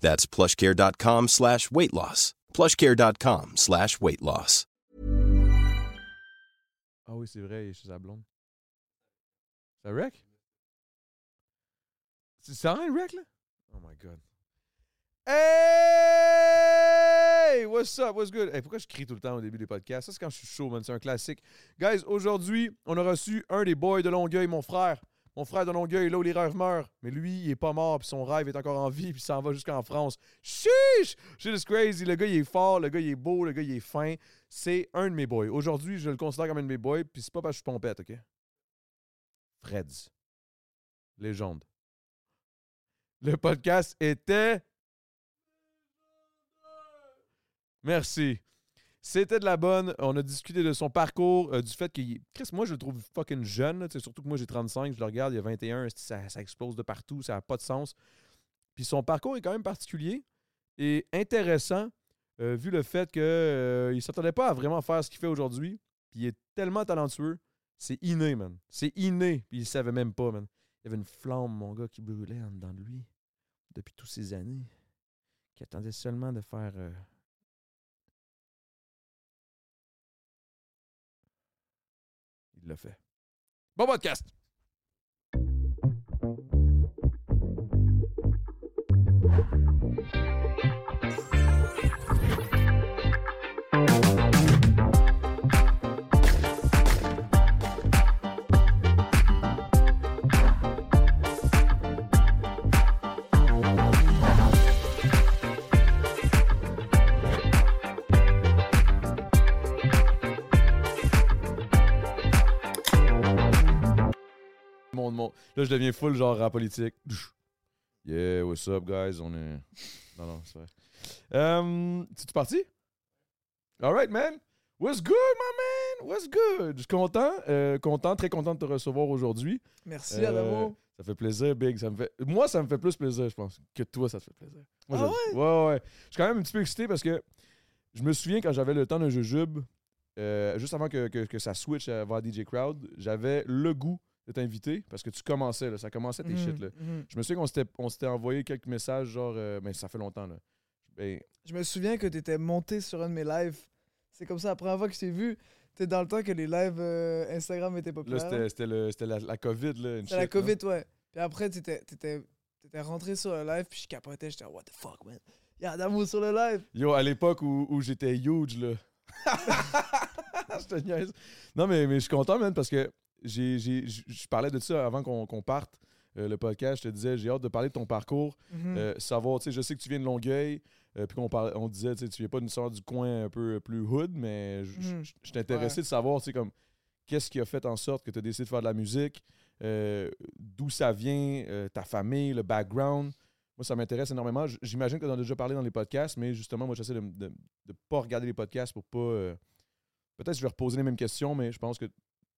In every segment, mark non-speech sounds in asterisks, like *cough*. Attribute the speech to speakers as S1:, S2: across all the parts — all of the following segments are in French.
S1: That's plushcare.com slash weight loss. plushcare.com slash weight loss.
S2: Ah oui, c'est vrai, il est chez sa blonde. C'est un wreck? C'est ça un wreck, là? Oh my god. Hey! What's up? What's good? Hey, pourquoi je crie tout le temps au début des podcasts? Ça, c'est quand je suis chaud, man. C'est un classique. Guys, aujourd'hui, on a reçu un des boys de Longueuil, mon frère. Mon frère de Longueuil, là où les rêves meurent. Mais lui, il est pas mort, puis son rêve est encore en vie, puis il s'en va jusqu'en France. Chiche! Shit is crazy. Le gars, il est fort, le gars, il est beau, le gars, il est fin. C'est un de mes boys. Aujourd'hui, je le considère comme un de mes boys, puis c'est pas parce que je suis pompette, OK? Freds. Légende. Le podcast était. Merci. C'était de la bonne. On a discuté de son parcours, euh, du fait qu'il. Chris, moi, je le trouve fucking jeune. là, tu sais, Surtout que moi, j'ai 35, je le regarde, il y a 21, ça, ça explose de partout, ça n'a pas de sens. Puis son parcours est quand même particulier et intéressant, euh, vu le fait qu'il ne s'attendait pas à vraiment faire ce qu'il fait aujourd'hui. Puis il est tellement talentueux. C'est inné, man. C'est inné. Puis il savait même pas, man. Il y avait une flamme, mon gars, qui brûlait en dedans de lui depuis toutes ces années. Qui attendait seulement de faire. euh, Il l'a fait. Bon podcast! Mon, mon- Là, je deviens full genre rap politique. *laughs* Yeah, what's up, guys? On est. Non, non, c'est vrai. Euh, C'est-tu parti? Alright, man. What's good, my man? What's good? Je suis content, euh, content, très content de te recevoir aujourd'hui.
S3: Merci,
S2: Euh,
S3: Adamo.
S2: Ça fait plaisir, Big. Ça me fait... Moi, ça me fait plus plaisir, je pense, que toi, ça te fait plaisir. Moi,
S3: Ah
S2: je- ouais? Ouais, Je suis quand même un petit peu excité parce que je me souviens quand j'avais le temps d'un jujube, euh, juste avant que, que- que ça switch euh, vers DJ Crowd, j'avais le goût de t'inviter parce que tu commençais, là, ça commençait tes
S3: Mhm,
S2: shit. Là.
S3: mhm.
S2: Je me souviens qu'on s'était- on s'était envoyé quelques messages, genre, euh, ben, ça fait longtemps. Là. Ben,
S3: Je me souviens que t'étais monté sur un de mes lives. C'est comme ça, la première fois que je t'ai vu, t'es dans le temps que les lives euh, Instagram étaient
S2: là,
S3: populaires.
S2: c'était- c'était le- c'était la, la COVID. là, une
S3: C'était la
S2: shit, là.
S3: COVID, ouais. Puis après, t'étais t'étais- t'étais rentré sur le live, puis je capotais, j'étais « What the fuck, man? Y'a Adamo sur le live!
S2: Yo, à l'époque où, où j'étais huge, là. *laughs* je te niaise. Non, mais, mais je suis content, man, parce que j'ai- j'ai- j- je parlais de ça avant qu'on qu'on parte euh, le podcast. Je te disais, j'ai hâte de parler de ton parcours. euh, savoir, tu sais, je sais que tu viens de Longueuil, euh, puis qu'on parlait- on disait, tu sais, tu viens pas d'une sorte du coin un peu plus hood, mais je- je
S3: Mhm.
S2: je- je suis intéressé de savoir, tu sais, comme, qu'est-ce qui a fait en sorte que tu as décidé de faire de la musique, euh, d'où ça vient, euh, ta famille, le background. Moi, ça m'intéresse énormément. J- J'imagine que tu en as déjà parlé dans les podcasts, mais justement, moi, j'essaie de ne pas regarder les podcasts pour pas. euh, peut-être que je vais reposer les mêmes questions, mais je pense que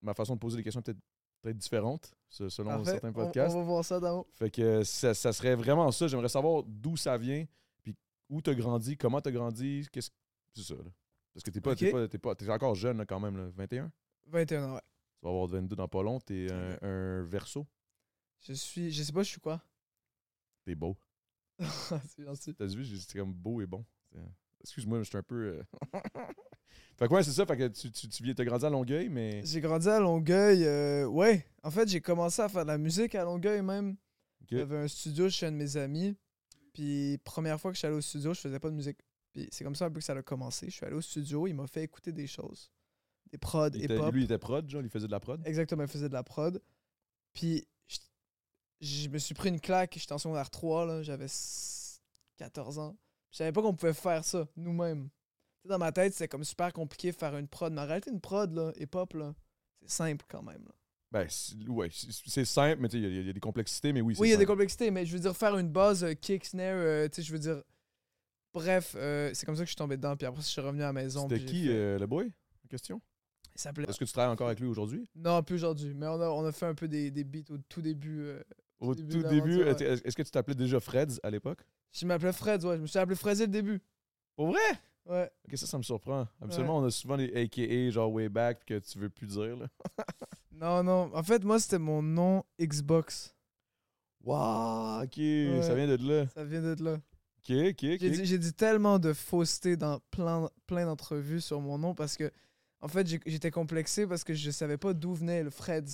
S2: ma façon de poser les questions est peut-être peut-être différente se- selon
S3: Parfait.
S2: certains
S3: On-
S2: podcasts.
S3: On, va voir ça, Adamo.
S2: Fait que ça, ça serait vraiment ça. J'aimerais savoir d'où ça vient, puis où t'as grandi, comment t'as grandi, qu'est-ce C'est ça, là. Parce que t'es pas,
S3: Ok.
S2: t'es pas, t'es pas, t'es encore jeune, là, quand même, là, 21. Tu
S3: 21 ans, ouais.
S2: vas avoir 22 dans pas long, t'es un, un verso.
S3: Je suis. Je sais pas, je suis quoi. *laughs*
S2: T'es beau.
S3: c'est gentil.
S2: T'as vu, j'ai- c'est comme beau et bon. C'est- Excuse-moi, je suis un peu. euh, *laughs* fait que ouais, c'est ça. Fait que tu, tu, tu viens te grandir à Longueuil, mais.
S3: J'ai grandi à Longueuil. euh, ouais, en fait, j'ai commencé à faire de la musique à Longueuil même.
S2: Ok.
S3: J'avais un studio chez un de mes amis. Puis, première fois que je suis allé au studio, je faisais pas de musique. Puis, c'est comme ça un peu que ça a commencé. Je suis allé au studio, il m'a fait écouter des choses. Des prods,
S2: il était-
S3: hip-hop.
S2: lui, il était prod, genre, il faisait de la prod.
S3: Exactement, il faisait de la prod. Puis, je, je me suis pris une claque. J'étais en secondaire 3, là, j'avais s- 14 ans. Je savais pas qu'on pouvait faire ça nous-mêmes. Tu sais, Dans ma tête, c'était comme super compliqué de faire une prod. Mais en réalité, une prod, là, hip-hop, là, c'est simple quand même. là.
S2: Ben, c'est- ouais, c'est c'est simple, mais tu sais, il y a- il y, a des complexités, mais oui, c'est
S3: Oui, il y a des
S2: simple.
S3: complexités, mais je veux dire, faire une base, euh, kick, snare, euh, tu sais, je veux dire. Bref, euh, c'est comme ça que je suis tombé dedans. Puis après, je suis revenu à la maison.
S2: C'était
S3: puis j'ai
S2: qui
S3: fait-
S2: euh, le boy en question
S3: Il s'appelait.
S2: Est-ce que tu travailles encore avec lui aujourd'hui
S3: Non, plus aujourd'hui. Mais on a, on a fait un peu des, des beats au tout début. euh,
S2: Au
S3: début
S2: tout
S3: de
S2: début,
S3: l'aventure,
S2: est- est-ce que tu t'appelais déjà Freds à l'époque
S3: Je m'appelais Fred, ouais. Je me suis appelé Fred dès le début.
S2: Pour vrai
S3: Ouais.
S2: Ok, ça, ça me surprend. Habituellement, on a souvent les AKA, genre way back, que tu veux plus dire. Là.
S3: Non, non. En fait, moi, c'était mon nom Xbox.
S2: Waouh, ok, ça
S3: Ouais.
S2: vient de là.
S3: Ça vient d'être là.
S2: Ok, ok, ok. *laughs*
S3: J'ai dit, j'ai dit tellement de fausseté dans plein, plein d'entrevues sur mon nom parce que, en fait, j'ai- j'étais complexé parce que je savais pas d'où venait le Fred.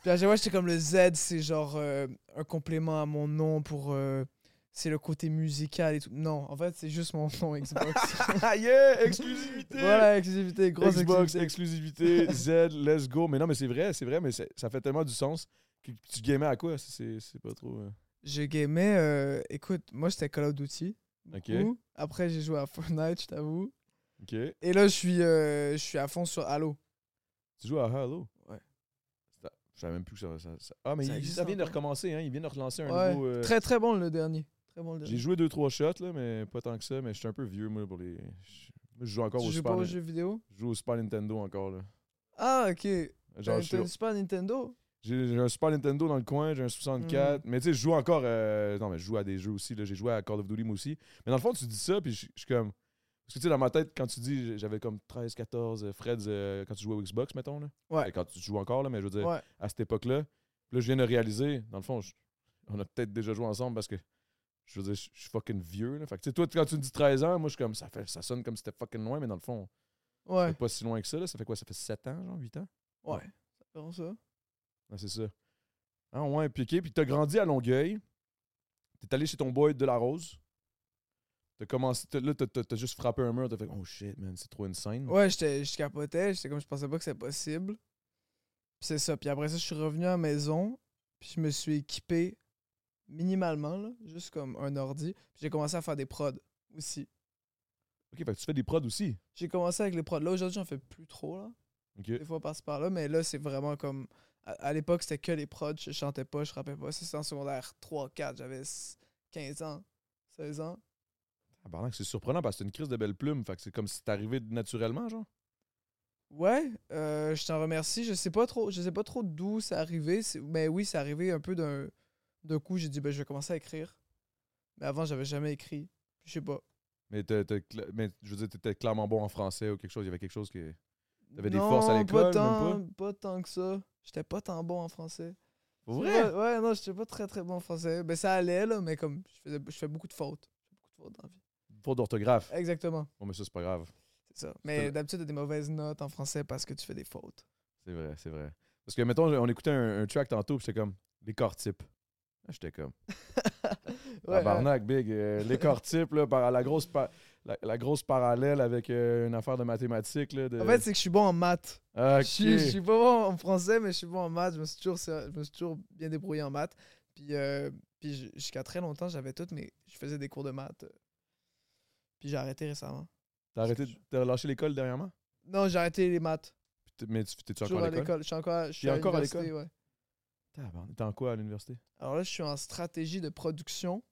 S3: Puis à chaque fois, j'étais comme le Z, c'est genre euh, un complément à mon nom pour. euh, c'est le côté musical et tout. Non, en fait, c'est juste mon
S2: *laughs*
S3: nom Xbox.
S2: Ah yeah, exclusivité
S3: voilà, exclusivité, grosse
S2: Xbox,
S3: exclusivité.
S2: exclusivité, *laughs* Z, let's go. Mais non, mais c'est vrai, c'est vrai, mais c'est- ça fait tellement du sens que tu gamais à quoi? C'est c'est pas trop... euh.
S3: Je gamais, euh, écoute, moi, j'étais Call of Duty.
S2: Ok,
S3: beaucoup. Après, j'ai joué à Fortnite, je t'avoue.
S2: ok.
S3: Et là, je suis, euh, je suis à fond sur Halo.
S2: Tu joues à Halo?
S3: Ouais.
S2: C'est- Je savais même plus que ça... ça- ça- Ah, mais
S3: Ça
S2: il-
S3: existe
S2: ça vient de
S3: encore?
S2: recommencer, hein? Il vient de relancer un
S3: Ouais.
S2: nouveau... euh,
S3: Très, très bon le dernier. Très bon le dernier.
S2: J'ai joué deux, trois shots, là, mais pas tant que ça, mais je suis un peu vieux, moi, pour les... Je moi, je joue encore
S3: Tu
S2: au
S3: joues
S2: Super... E
S3: pas aux
S2: Ni-
S3: jeux vidéo
S2: Je joue au Super Nintendo encore, là.
S3: Ah, ok.
S2: Genre,
S3: T'as
S2: je suis-
S3: t'as une Super Nintendo
S2: J'ai j'ai un Super Nintendo dans le coin, j'ai un 64.
S3: Hmm.
S2: Mais tu sais, je joue encore. euh, non, mais je joue à des jeux aussi. là. J'ai joué à Call of Duty, moi aussi. Mais dans le fond, tu dis ça, puis je je suis comme. Parce que tu sais, dans ma tête, quand tu dis j'avais comme 13, 14, euh, Fred, euh, quand tu jouais au Xbox, mettons. Là.
S3: Ouais.
S2: Et Quand tu joues encore, là, mais je veux dire,
S3: Ouais.
S2: à cette époque-là, là, je viens de réaliser, dans le fond, je- on a peut-être déjà joué ensemble parce que. Je veux dire, je je suis fucking vieux. Là. Fait que, tu sais, toi, quand tu me dis 13 ans, moi, je suis comme, ça, fait, ça sonne comme si c'était fucking loin, mais dans le fond,
S3: Ouais.
S2: c'est pas si loin que ça. Là. Ça fait quoi? Ça fait 7 ans, genre 8 ans?
S3: Ouais. C'est vraiment ça.
S2: Ah, c'est ça. Ah ouais, puis ok, puis t'as grandi à Longueuil. T'es allé chez ton boy de la Rose. T'as commencé, t'as- là t'as- t'as t'as juste frappé un mur, t'as fait oh shit man, c'est trop insane.
S3: Ouais, j'étais- je capotais. J'étais comme, je pensais pas que c'était possible. Puis c'est ça. Puis après ça, je suis revenu à la maison. Puis je me suis équipé minimalement, là, juste comme un ordi. Puis j'ai commencé à faire des prods aussi.
S2: Ok, fait que tu fais des prods aussi.
S3: J'ai commencé avec les prods. Là, aujourd'hui, j'en fais plus trop, là.
S2: Ok.
S3: des fois par-ci par-là, mais là, c'est vraiment comme. À, à l'époque, c'était que les prods, je chantais pas, je rappais pas. Ça, c'était en secondaire 3, 4, j'avais s- 15 ans, 16 ans.
S2: Tabarnak, c'est surprenant parce que c'est une crise de belle plume, fait que c'est comme si t'arrivais naturellement genre.
S3: Ouais, euh, je t'en remercie. Je sais pas trop, je sais pas trop d'où c'est arrivé, c'est- mais oui, c'est arrivé un peu d'un d'un coup. J'ai dit, ben, je vais commencer à écrire. Mais avant, j'avais jamais écrit. Je sais pas.
S2: Mais, t'as- t'as cla- mais je veux dire, t'étais clairement bon en français ou quelque chose, il y avait quelque chose que. T'avais des
S3: Non,
S2: forces à l'école,
S3: pas
S2: même
S3: tant, pas tant que ça. J'étais pas tant bon en français.
S2: Pour
S3: C'est
S2: vrai?
S3: vrai, Ouais, non, j'étais pas très très bon en français. Ben, ça allait, là, mais comme, je, faisais, je fais beaucoup de fautes. Je fais beaucoup de fautes dans la vie.
S2: Faute d'orthographe.
S3: Exactement,
S2: Bon, mais ça c'est pas grave.
S3: c'est ça.
S2: vrai.
S3: Mais d'habitude, t'as des mauvaises notes en français parce que tu fais des fautes. *laughs*
S2: C'est vrai, c'est vrai. Parce que, mettons, on écoutait un, un track tantôt, puis j'étais comme, les corps types. Là, J'étais comme,
S3: Ouais,
S2: tabarnak, big. euh, les corps types, là, par, la, grosse pa- la, la grosse parallèle avec euh, une affaire de mathématiques. Là, de...
S3: En fait, c'est que je suis bon en maths.
S2: euh, Ok.
S3: Je, suis, je suis pas bon en français, mais je suis bon en maths. Je me suis toujours, ser- je me suis toujours bien débrouillé en maths. Puis, euh, puis j- jusqu'à très longtemps, j'avais toutes mais Je faisais des cours de maths. euh. Puis j'ai arrêté récemment.
S2: T'as arrêté, de- t'as lâché l'école dernièrement?
S3: Non, j'ai arrêté les maths.
S2: Puis t'es- Mais tu t'es-tu
S3: Toujours
S2: encore
S3: à
S2: à l'école?
S3: l'école. Je suis encore, je suis
S2: T'es
S3: à
S2: encore à
S3: l'université, ouais.
S2: Tabarnak, T'es en quoi à l'université?
S3: Alors là, je suis en stratégie de production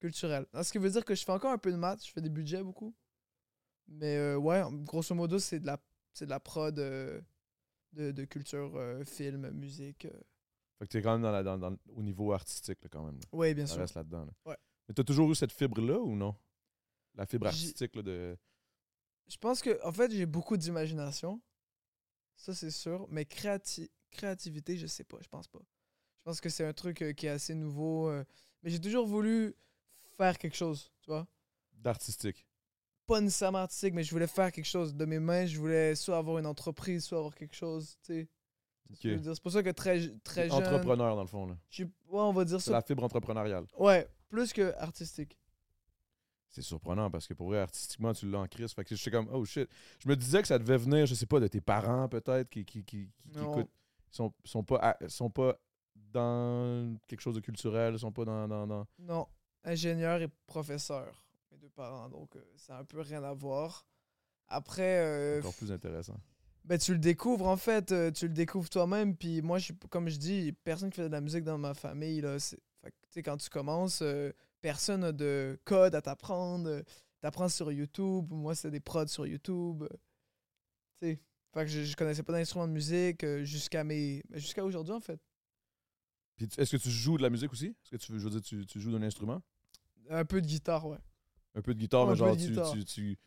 S3: culturelle. Alors, ce qui veut dire que je fais encore un peu de maths, je fais des budgets beaucoup. Mais euh, ouais, en- grosso modo, c'est de la, c'est de la prod euh, de, de culture, euh, film, musique. euh.
S2: Fait que t'es quand même dans la, dans, dans- au niveau artistique, là, quand même. là.
S3: Ouais, bien
S2: Ça
S3: sûr.
S2: reste là-dedans. là.
S3: Ouais.
S2: Mais t'as toujours eu cette fibre-là ou non? la fibre
S3: J'ai-
S2: artistique là, de.
S3: Je pense que, en fait, j'ai beaucoup d'imagination. Ça, c'est sûr. Mais créati- créativité, je sais pas. Je pense pas. Je pense que c'est un truc euh, qui est assez nouveau. euh, mais j'ai toujours voulu faire quelque chose, tu vois.
S2: d'artistique.
S3: Pas nécessairement artistique, mais je voulais faire quelque chose de mes mains. Je voulais soit avoir une entreprise, soit avoir quelque chose, tu sais. Je veux
S2: Ok.
S3: dire, C'est pour ça que très, très jeune.
S2: Entrepreneur, dans le fond. là.
S3: je suis- Ouais, on va dire
S2: C'est
S3: ça.
S2: la fibre entrepreneuriale.
S3: Ouais, plus que artistique.
S2: C'est surprenant parce que pour vrai, artistiquement, tu l'as en crise. Fait que j'étais comme, oh shit. Je me disais que ça devait venir, je sais pas, de tes parents peut-être qui, qui, qui, qui- qui
S3: Non.
S2: écoutent. Ils sont, sont, pas, à- sont pas dans quelque chose de culturel, ils sont pas dans. dans, dans-
S3: Non, ingénieur et professeur, mes deux parents, donc euh, ça a un peu rien à voir. Après, euh,
S2: Encore plus intéressant.
S3: ben, tu le découvres en fait, euh, tu le découvres toi-même. Puis moi, je, suis p- comme je dis, personne qui fait de la musique dans ma famille. Là, c'est- fait que, tu sais, quand tu commences, euh, personne n'a de code à t'apprendre. euh, T'apprends sur YouTube. Moi, c'était des prods sur YouTube. euh, tu sais. Fait que je, je connaissais pas d'instrument de musique euh, jusqu'à mes ben, jusqu'à aujourd'hui en fait.
S2: Puis tu- est-ce que tu joues de la musique aussi Est-ce que tu, je veux dire, tu, tu joues d'un instrument
S3: Un peu de guitare, ouais.
S2: Un peu de guitare,
S3: Un
S2: mais
S3: peu
S2: genre
S3: de
S2: tu,
S3: guitare.
S2: tu, tu,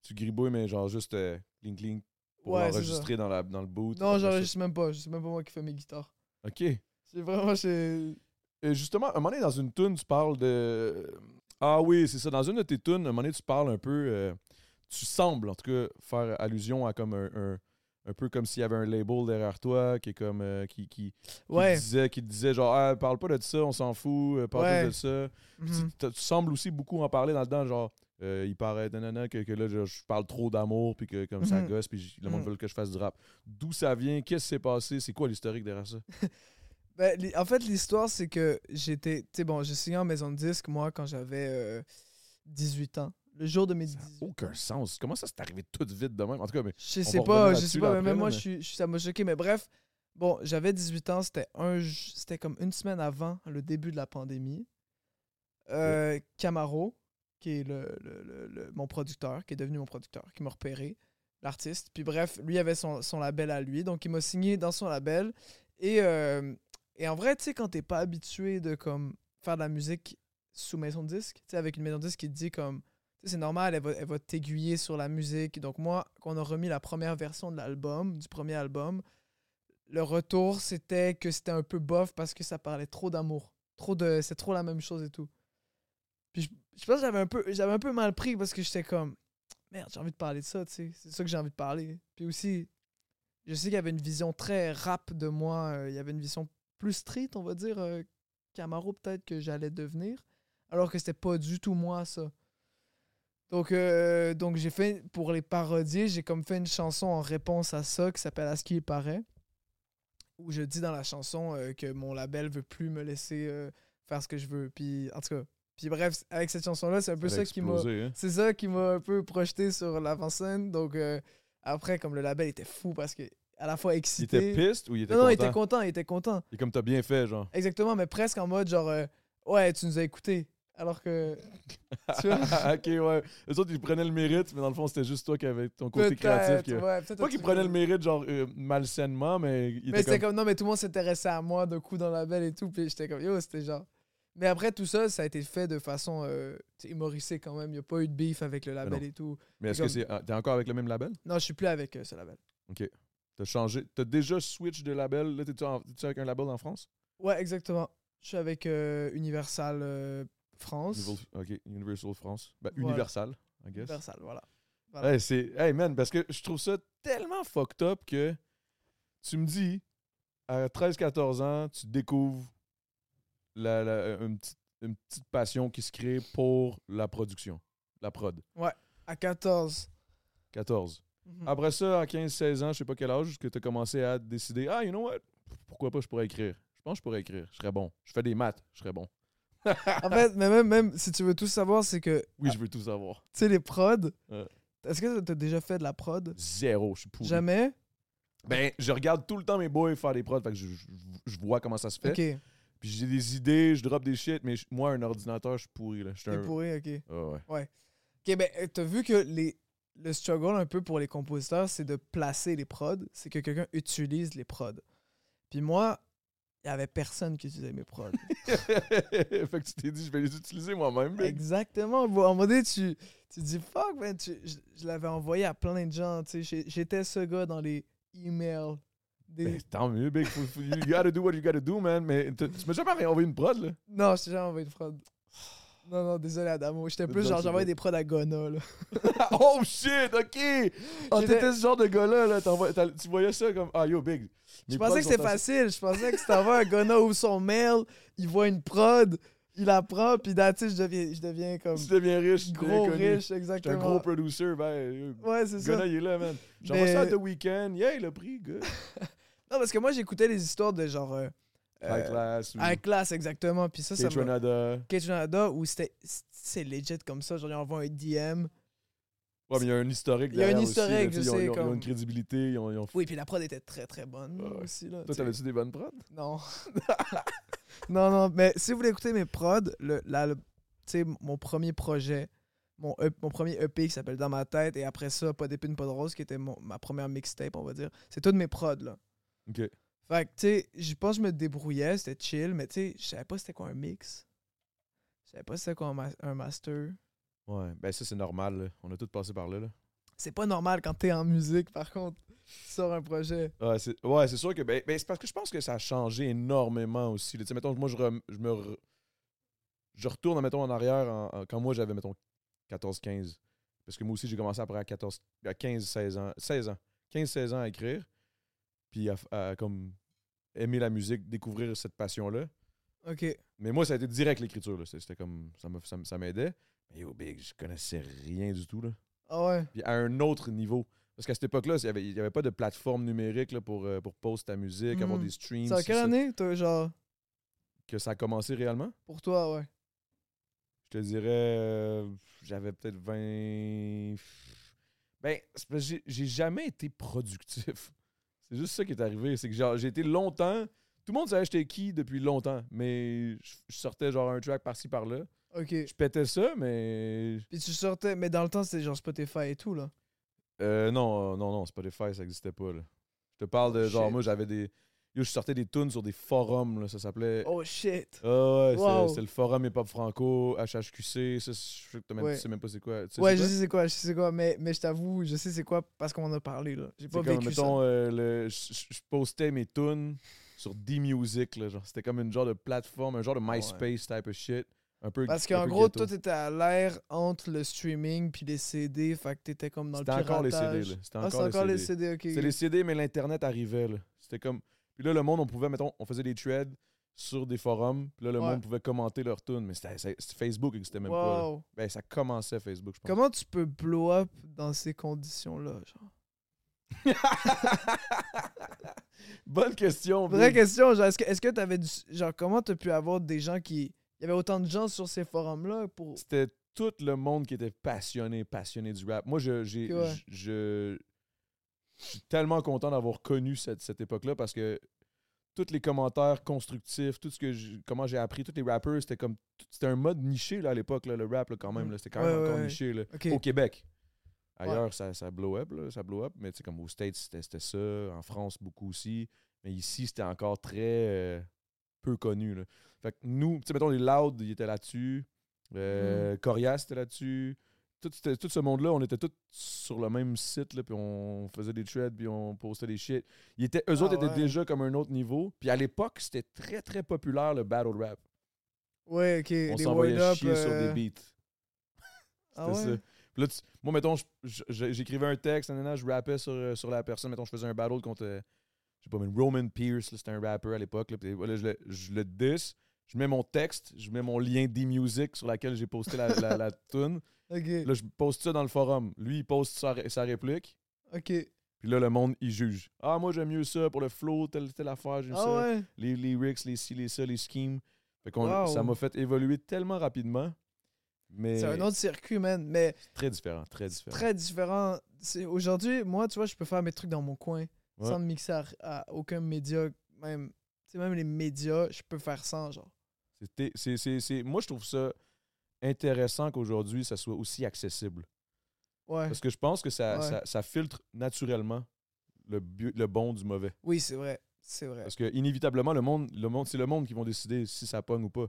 S2: tu gribouilles, mais genre juste euh, cling cling pour
S3: Ouais, c'est ça.
S2: l'enregistrer dans, la, dans le boot.
S3: Non,
S2: Après ça-
S3: j'enregistre même pas. C'est même pas moi qui fais mes guitares.
S2: Ok.
S3: C'est vraiment chez.
S2: Et justement, un moment donné, dans une tune, tu parles de. Ah oui, c'est ça. Dans une de tes tunes, un moment donné, tu parles un peu. euh, Tu sembles, en tout cas, faire allusion à comme un. un- un peu comme s'il y avait un label derrière toi qui est comme euh, qui, qui, qui
S3: Ouais.
S2: disait qui te disait genre Ah, parle pas de ça on s'en fout euh, parle
S3: Ouais.
S2: juste de ça Puis tu-
S3: Mhm.
S2: t'as- tu, sembles aussi beaucoup en parler dans le dedans genre euh, il paraît nanana, que, que là je, je parle trop d'amour puis que comme ça
S3: Mhm.
S2: gosse puis j- le monde
S3: Mhm.
S2: veut que je fasse du rap d'où ça vient qu'est-ce qui s'est passé c'est quoi l'historique derrière ça
S3: Ben, li- en fait, l'histoire, c'est que j'étais. Tu sais, bon, j'ai signé en maison de disque, moi, quand j'avais euh, 18 ans. Le jour de mes 18 ans.
S2: aucun sens comment ça c'est arrivé tout vite de même en tout cas mais
S3: Je
S2: va
S3: sais
S2: revenir
S3: pas, je
S2: là-dessus
S3: sais pas, mais
S2: après,
S3: même
S2: là,
S3: moi,
S2: mais-
S3: je suis, je suis- ça m'a choqué. Mais bref, bon, j'avais 18 ans, c'était un, j- c'était comme une semaine avant le début de la pandémie. Euh, Camaro, qui est le, le- le- le- mon producteur, qui est devenu mon producteur, qui m'a repéré, l'artiste. Puis bref, lui avait son, son label à lui, donc il m'a signé dans son label. Et, euh, et en vrai, tu sais, quand t'es pas habitué de comme faire de la musique sous maison de disque, tu sais, avec une maison de disque qui te dit comme tu sais, c'est normal, elle va, elle va t'aiguiller sur la musique. Donc moi, quand on a remis la première version de l'album, du premier album, le retour, c'était que c'était un peu bof parce que ça parlait trop d'amour. Trop de... C'est trop la même chose et tout. Puis je, je pense que j'avais un, peu, j'avais un peu mal pris parce que j'étais comme... Merde, j'ai envie de parler de ça, tu sais. C'est ça que j'ai envie de parler. Puis aussi, je sais qu'il y avait une vision très rap de moi. euh, il y avait une vision plus street, on va dire, euh, Camaro peut-être que j'allais devenir. Alors que c'était pas du tout moi, ça. Donc, euh, donc j'ai fait, pour les parodier, j'ai comme fait une chanson en réponse à ça qui s'appelle À ce qu'il paraît, où je dis dans la chanson euh, que mon label veut plus me laisser euh, faire ce que je veux. Puis, en tout cas, puis bref, avec cette chanson-là, c'est un peu
S2: Elle a
S3: ça qui m'a.
S2: explosé, hein.
S3: C'est ça qui m'a un peu projeté sur l'avant-scène. Donc euh, après, comme le label était fou parce que à la fois
S2: Il
S3: excité.
S2: était piste ou il était
S3: non, non, il
S2: content?
S3: était content, il était content.
S2: Et comme t'as bien fait,
S3: *laughs*
S2: genre.
S3: Exactement, mais presque en mode genre euh, ouais, tu nous as écoutés. Alors que Tu vois?
S2: Ah, ok, ouais. Les autres, ils prenaient le mérite, mais dans le fond, c'était juste toi qui avais ton *laughs* côté créatif.
S3: Peut-être,
S2: Qui...
S3: ouais, peut-être
S2: Pas
S3: un
S2: qu'ils
S3: petit
S2: prenaient
S3: peu.
S2: le mérite, genre, euh, malsainement, mais ils
S3: Mais
S2: étaient
S3: c'était
S2: comme...
S3: comme... non, mais tout le monde s'intéressait à moi d'un coup dans la belle et tout, puis j'étais comme yo, c'était genre. Mais après tout ça, ça a été fait de façon euh, tu sais, humoristique quand même. Il n'y a pas eu de beef avec le label
S2: non.
S3: et tout.
S2: Mais est-ce
S3: comme-
S2: que c'est... ah, T'es encore avec le même label?
S3: Non, je suis plus avec euh, ce label.
S2: T'as changé... T'as déjà switch de label? Là, t'es-tu, en- t'es-tu avec un label en France?
S3: Ouais, exactement. Je suis avec euh, Universal euh, France.
S2: Universal- Ok, Universal France. Ben,
S3: Voilà.
S2: Universal, I guess.
S3: Universal, voilà. Voilà.
S2: Hey, c'est... Hey, man, parce que je trouve ça tellement fucked up que tu me dis, à 13-14 ans, tu découvres la, la- une, petite, une petite passion qui se crée pour la production, la prod.
S3: À 14.
S2: 14.
S3: Hmm.
S2: Après ça, à 15-16 ans, je sais pas quel âge, que tu as commencé à décider, ah, you know what, pourquoi pas je pourrais écrire. Je pense que je pourrais écrire, je serais bon. Je fais des maths, je serais bon. Ah,
S3: en fait, mais même, même si tu veux tout savoir, c'est que,
S2: Oui, je veux tout savoir.
S3: tu sais, les prods.
S2: Ouais.
S3: Est-ce que t'as déjà fait de la prod
S2: Zéro, je suis pourri.
S3: Jamais
S2: Ben, je regarde tout le temps mes boys faire des prods, fait que je, je- je vois comment ça se fait.
S3: Ok, t'es
S2: Puis j'ai des idées, je drop des shit, mais je- moi, un ordinateur, je suis pourri. Là. Je suis un...
S3: pourri, ok.
S2: Ah ouais. *laughs*
S3: Ok, ben, euh, t'as vu que les, le struggle un peu pour les compositeurs, c'est de placer les prods, c'est que quelqu'un utilise les prods. Puis moi, Il y avait personne qui utilisait mes prods.
S2: fait que tu t'es dit, je vais les utiliser moi-même. mais-
S3: Exactement. bro. À un moment donné, tu, tu dis fuck, man. tu- je je l'avais envoyé à plein de gens. tu sais. J'ai- J'étais ce gars dans les emails. Des...
S2: Ben, tant mieux, Big. Faut- faut- You gotta do what you gotta do, man. Mais t- tu m'as jamais envoyé une prod, là. *laughs*
S3: Non, je t'ai jamais envoyé de prod. Non, non, désolé, Adamo. J'étais plus
S2: Non,
S3: genre,
S2: c'est
S3: j'envoyais
S2: bon.
S3: des prods à Gona, là.
S2: oh shit, ok! Oh,
S3: J'étais-
S2: t'étais ce genre de gars-là, là. t'envoies- t'as- Tu voyais ça comme. Ah yo, Big.
S3: Je pensais que c'était
S2: facile.
S3: facile. Je pensais que si t'envoies un Gona ouvre son mail, il voit une prod, il la prend, puis là, tu sais, je deviens, je deviens comme
S2: Tu deviens riche, tu
S3: gros
S2: deviens connu.
S3: riche,
S2: T'es un
S3: exactement.
S2: gros producer, ben. euh,
S3: Ouais, c'est ça.
S2: Gunna, il est là, man. J'envoie ça à
S3: Mais-
S2: The Weeknd. Yeah, il a pris, good.
S3: Non, parce que moi, j'écoutais les histoires de genre. Euh,
S2: High
S3: euh,
S2: class. ou
S3: High class, exactement. Puis ça, ça
S2: Kate
S3: me.
S2: Renada.
S3: Cage Canada où c'était c'est legit comme ça genre ils envoient un DM
S2: Ouais, mais il y a un historique
S3: Il y a un
S2: derrière aussi,
S3: historique,
S2: là, tu
S3: je
S2: ils ont-
S3: sais,
S2: Ils ont- ils ont
S3: comme-
S2: une crédibilité, ils ont. ils ont-
S3: oui puis la prod était très très bonne
S2: Ouais.
S3: aussi là
S2: Toi,
S3: tu sais.
S2: t'avais-tu des bonnes prods?
S3: non *laughs* non non mais si vous voulez écouter mes prods le, la- le- tu sais mon premier projet mon, E- mon premier EP qui s'appelle Dans ma tête et après ça Pas d'épine pas de rose qui était mon- ma première mixtape on va dire c'est toutes mes prods là
S2: Ok.
S3: fait que tu sais je pense que je me débrouillais c'était chill mais tu sais je savais pas c'était quoi un mix je savais pas c'était quoi un, ma- un master
S2: Ouais, ben ça, c'est normal, là. On a tous passé par là, là.
S3: c'est pas normal quand t'es en musique par contre tu sors un projet
S2: Ouais, Ah, c'est ouais, c'est sûr que. Ben, ben, c'est parce que je pense que ça a changé énormément aussi. là. Tu sais, mettons, que moi, je, rem- je me. re- je retourne, mettons, en arrière en- en- quand moi, j'avais, mettons, 14-15. Parce que moi aussi, j'ai commencé après à, 14, à 15-16 ans. 16 ans. 15-16 ans à écrire. Puis à, f- à, comme, aimer la musique, découvrir cette passion-là.
S3: ok
S2: Mais moi, ça a été direct l'écriture. là. C'était c'était comme. Ça m'a- ça m- ça m'aidait. Mais yo, Big, je connaissais rien du tout, là.
S3: Ah ouais.
S2: puis à un autre niveau. Parce qu'à cette époque-là, il n'y avait, il y avait pas de plateforme numérique là, pour, euh, pour poster ta musique, avoir
S3: Mhm.
S2: des streams.
S3: C'est en
S2: c'est
S3: quelle
S2: ça
S3: année, toi, genre,
S2: que ça a commencé réellement?
S3: pour toi, ouais.
S2: Je te dirais, euh, j'avais peut-être 20... Ben, c'est parce que j'ai- j'ai jamais été productif. *laughs* C'est juste ça qui est arrivé. C'est que genre, j'ai été longtemps... Tout le monde savait j'étais qui depuis longtemps, mais je, je sortais genre un track par-ci, par-là.
S3: Ok.
S2: Je pétais ça, mais...
S3: Puis tu sortais, mais dans le temps, c'était genre Spotify et tout, là.
S2: Euh, non, euh, non, non, Spotify, ça n'existait pas. Là. Je te parle de
S3: Oh,
S2: genre,
S3: shit.
S2: moi, j'avais des. Yo, je sortais des tunes sur des forums, là, ça s'appelait.
S3: Oh shit.
S2: Ah ouais, c'était-
S3: Wow.
S2: c'était le forum Hip Hop Franco, HHQC, ça, je sais que t'as même-
S3: Ouais.
S2: tu sais même pas c'est quoi. Tu sais
S3: Ouais,
S2: c'est
S3: je
S2: quoi?
S3: sais c'est quoi, je sais c'est quoi, mais, mais je t'avoue, je sais c'est quoi parce qu'on en a parlé, là. J'ai
S2: C'est
S3: pas
S2: comme,
S3: vécu ça.
S2: mettons, euh, le- je je- je postais mes tunes sur D-Music, là, genre. C'était comme une genre de plateforme, un genre de
S3: Ah Ouais.
S2: MySpace type of shit. Un peu.
S3: Parce
S2: un
S3: qu'en
S2: peu
S3: gros,
S2: ghetto.
S3: toi, t'étais à l'air entre le streaming puis les CD, fait que t'étais comme dans le
S2: C'était encore les CD,
S3: piratage.
S2: là. C'était
S3: Ah, c'est
S2: encore les CD.
S3: CD, ok.
S2: C'était les CD, mais l'Internet arrivait. là. C'était comme. Puis là, le monde, on pouvait, mettons, on faisait des threads sur des forums. Puis là, le
S3: Ouais.
S2: monde pouvait commenter leurs tunes. Mais c'était, c'est- c'est- Facebook n'existait même pas. là.
S3: Wow.
S2: Ben, ça commençait Facebook, je pense.
S3: Comment tu peux blow up dans ces conditions-là, genre?
S2: *laughs* Bonne question.
S3: Vraie
S2: Big.
S3: question, genre, est-ce que est-ce que t'avais du. Genre, comment t'as pu avoir des gens qui. Il y avait autant de gens sur ces forums-là pour.
S2: C'était tout le monde qui était passionné, passionné du rap. Moi, je, j'ai,
S3: Ok, ouais.
S2: je, je- je suis tellement content d'avoir connu cette, cette époque-là parce que tous les commentaires constructifs, tout ce que je- comment j'ai appris, tous les rappers, c'était comme c'était un mode niché là, à l'époque, là, le rap là, quand même.
S3: Mm.
S2: là. c'était quand
S3: Ouais,
S2: même
S3: ouais,
S2: encore
S3: ouais.
S2: niché. là.
S3: Ok.
S2: au Québec. Ailleurs, ça, ça blow up, là, ça blow up, mais tu sais, comme aux States, c'était c'était ça, en France, beaucoup aussi. Mais ici, c'était encore très euh, peu connu. Là. Fait que nous, tu sais, mettons, les Loud, ils étaient là-dessus, euh,
S3: Mm-hmm.
S2: Corias était là-dessus. Tout, c'était- tout ce monde-là, on était tous sur le même site, là, puis on faisait des threads, puis on postait des shit. Ils étaient, eux
S3: Ah
S2: autres étaient
S3: ouais.
S2: déjà comme un autre niveau. Puis à l'époque, c'était très, très populaire, le battle rap.
S3: Ouais, ok.
S2: On
S3: des
S2: s'envoyait
S3: word-up,
S2: chier sur
S3: euh,
S2: des beats.
S3: ah
S2: C'était
S3: ouais?
S2: ça. Puis là, tu- moi, mettons, je- je- je- j'écrivais un texte, nanana, je rappais sur, euh, sur la personne. Mettons, je faisais un battle contre, euh, je sais pas, mais Roman Pierce, là, c'était un rapper à l'époque. là, puis voilà, je, le, je le diss, je mets mon texte, je mets mon lien D-Music sur laquelle j'ai posté la, la,
S3: *laughs*
S2: la toune.
S3: Ok.
S2: Là, je poste ça dans le forum. Lui, il poste sa, ré- sa réplique.
S3: Ok.
S2: Puis là, le monde, il juge. Ah, moi, j'aime mieux ça pour le flow, telle, telle affaire, j'aime
S3: Ah
S2: ça.
S3: ouais?
S2: Les lyrics, les ci, les ça, les schemes. Fait qu'on-
S3: Wow.
S2: Ça m'a fait évoluer tellement rapidement. Mais
S3: C'est un autre circuit, man. Mais
S2: très différent, très
S3: c'est
S2: différent.
S3: très différent. C'est- Aujourd'hui, moi, tu vois, je peux faire mes trucs dans mon coin
S2: Ouais.
S3: sans me mixer à, à aucun média. Même, tu sais, même les médias, je peux faire sans, genre.
S2: C'était- c'est- c'est- c'est- moi, je trouve ça intéressant qu'aujourd'hui, ça soit aussi accessible.
S3: Ouais.
S2: Parce que je pense que ça,
S3: Ouais.
S2: ça, ça filtre naturellement le, bu- le bon du mauvais.
S3: Oui, c'est vrai. C'est vrai.
S2: Parce que inévitablement, le monde, le monde, c'est le monde qui vont décider si ça pogne ou pas.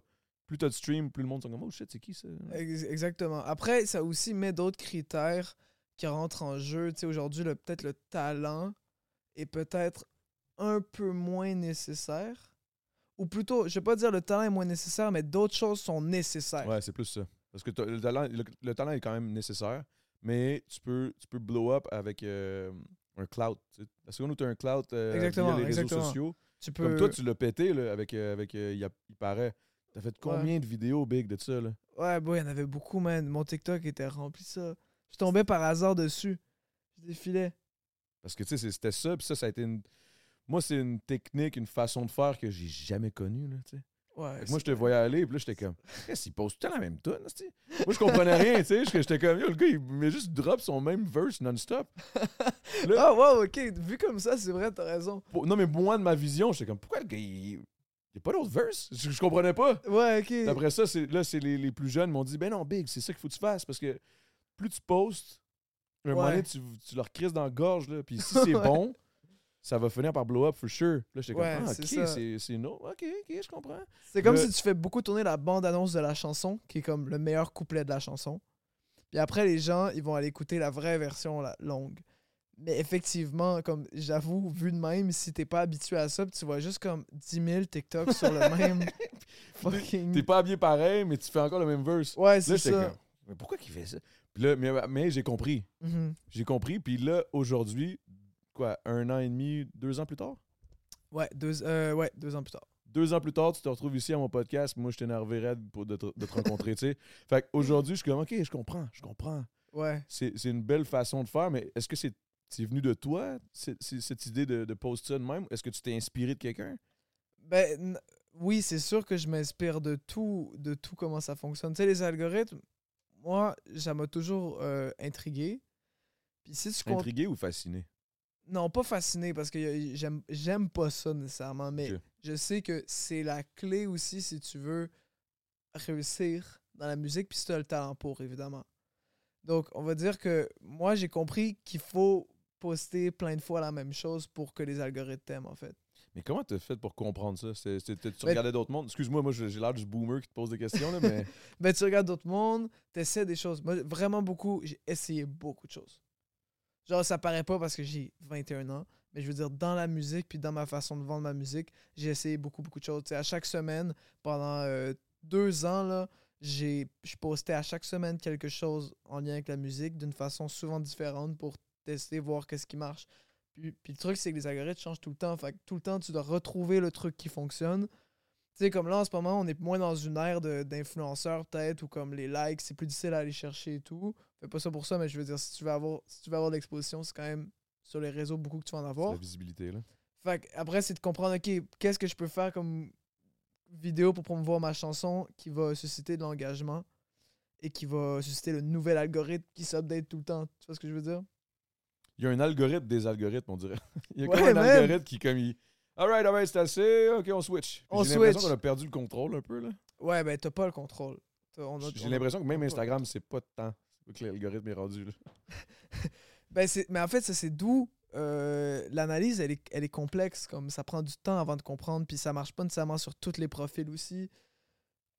S2: Plus t'as de stream, plus le monde sont comme Oh shit, c'est qui ça?
S3: Ex- Exactement. Après, ça aussi met d'autres critères qui rentrent en jeu. Tu sais, aujourd'hui, le- peut-être le talent est peut-être un peu moins nécessaire. Ou plutôt, je vais pas dire le talent est moins nécessaire, mais d'autres choses sont nécessaires.
S2: Ouais, c'est plus ça. Parce que t'as- le talent, le, le talent est quand même nécessaire, mais tu peux, tu peux blow up avec euh, un cloud. tu sais. La seconde où tu as un cloud euh,
S3: Exactement,
S2: via les réseaux
S3: exactement.
S2: sociaux,
S3: Tu peux...
S2: comme toi, tu l'as pété là, avec, euh, avec euh, il, y a- il paraît. T'as fait combien de vidéos big de ça? Là?
S3: Ouais, bon, il y en avait beaucoup, man. Mon TikTok était rempli de ça. Je tombais par hasard dessus. Je défilais.
S2: Parce que tu sais, c'est- c'était ça, puis ça, ça a été une. Moi, c'est une technique, une façon de faire que j'ai jamais connue. Là, tu sais.
S3: Ouais,
S2: Fait que moi,
S3: c'est-
S2: je te voyais aller, puis là, j'étais comme, Chris, il pose tout le temps la même tonne, Moi, je comprenais
S3: *laughs*
S2: rien, tu sais. J'étais- J'étais comme, Yo, le gars, il met juste drop son même verse non-stop.
S3: Ah, wow, ok. Vu comme ça, c'est vrai, t'as raison.
S2: Pour- Non, mais moi, de ma vision, j'étais comme, pourquoi le gars, il il y a pas d'autre verse? Je, je comprenais pas.
S3: Ouais, ok.
S2: Après ça, c'est- là, c'est les, les plus jeunes m'ont dit, ben non, Big, c'est ça qu'il faut que tu fasses, parce que plus tu postes, un moment
S3: Ouais.
S2: donné, tu, tu leur crises dans la gorge, là,
S3: *laughs*
S2: puis si c'est bon, ça va finir par blow up for sure. Là, j'étais
S3: Ouais,
S2: comme, ah,
S3: c'est
S2: ok,
S3: ça.
S2: c'est- c'est no, ok, ok, je comprends.
S3: C'est comme
S2: Le-
S3: si tu fais beaucoup tourner la bande-annonce de la chanson, qui est comme le meilleur couplet de la chanson. Puis après, les gens, ils vont aller écouter la vraie version la longue. Mais effectivement, comme j'avoue, vu de même, si t'es pas habitué à ça, puis tu vois juste comme 10 000 TikTok sur le
S2: *laughs*
S3: même
S2: T'es
S3: fucking...
S2: pas habillé pareil, mais tu fais encore le même verse.
S3: Ouais,
S2: Là,
S3: c'est
S2: j'étais
S3: ça.
S2: comme, mais pourquoi qu'il fait ça? Puis là, mais, mais j'ai compris.
S3: Mhm.
S2: J'ai compris. Puis là, aujourd'hui, quoi, un an et demi, deux ans plus tard?
S3: Ouais, deux, euh, ouais, deux ans plus tard.
S2: Deux ans plus tard, tu te retrouves ici à mon podcast. Moi, je t'énerverais pour de te, de te rencontrer, tu *laughs* sais. Fait qu'aujourd'hui, je suis comme, OK, je comprends, je comprends.
S3: Ouais.
S2: C'est c'est une belle façon de faire, mais est-ce que c'est c'est venu de toi, c'est- c'est- cette idée de, de poster ça de même? Est-ce que tu t'es inspiré de quelqu'un?
S3: Ben n- oui, c'est sûr que je m'inspire de tout, de tout comment ça fonctionne. Tu sais, les algorithmes, moi, ça m'a toujours euh, intrigué. Puis si tu comptes...
S2: Intrigué ou fasciné?
S3: Non, pas fasciné, parce que y a- j'aime, j'aime pas ça nécessairement, mais
S2: Ok.
S3: je sais que c'est la clé aussi si tu veux réussir dans la musique, puis si tu as le talent pour, évidemment. Donc, on va dire que moi, j'ai compris qu'il faut poster plein de fois la même chose pour que les algorithmes t'aiment, en fait.
S2: Mais comment t'as fait pour comprendre ça? C'était- c'était- tu
S3: Ben-
S2: regardais d'autres mondes? Excuse-moi, moi, j'ai j'ai l'air du boomer qui te pose des questions, là, *laughs* mais...
S3: Ben, tu regardes d'autres mondes, tu essaies des choses. Moi, vraiment beaucoup, j'ai essayé beaucoup de choses. Genre, ça paraît pas parce que j'ai 21 ans, mais je veux dire, dans la musique, puis dans ma façon de vendre ma musique, j'ai essayé beaucoup, beaucoup de choses. Tu sais, à chaque semaine, pendant euh, deux ans, là, j'ai, je postais à chaque semaine quelque chose en lien avec la musique d'une façon souvent différente pour tester, voir qu'est-ce qui marche. Puis, puis le truc, c'est que les algorithmes changent tout le temps. Fait que tout le temps, tu dois retrouver le truc qui fonctionne. Tu sais, comme là, en ce moment, on est moins dans une ère de- d'influenceurs, peut-être, ou comme les likes, c'est plus difficile à aller chercher et tout. Fais pas ça pour ça, mais je veux dire, si tu veux avoir, si tu veux avoir de l'exposition, c'est quand même sur les réseaux beaucoup que tu vas en
S2: C'est
S3: avoir.
S2: La visibilité, là.
S3: Fait que après, c'est de comprendre, OK, qu'est-ce que je peux faire comme vidéo pour promouvoir ma chanson qui va susciter de l'engagement et qui va susciter le nouvel algorithme qui s'update tout le temps. Tu vois ce que je veux dire?
S2: Il y a un algorithme des algorithmes, on dirait. *laughs* Il y a
S3: Ouais,
S2: comme un
S3: même.
S2: algorithme qui, comme il. Alright, alright, c'est assez. Ok, on switch. Puis
S3: On
S2: J'ai l'impression
S3: switch.
S2: qu'on a perdu le contrôle un peu, là.
S3: Ouais, ben, t'as pas le contrôle. T'as- on a-
S2: J'ai
S3: on a-
S2: l'impression que même
S3: on a-
S2: Instagram, c'est pas de temps. C'est pas que l'algorithme est rendu, là.
S3: Ben, c'est- mais en fait, ça, c'est d'où euh, l'analyse, elle est, elle est complexe. Comme ça prend du temps avant de comprendre, puis ça marche pas nécessairement sur tous les profils aussi.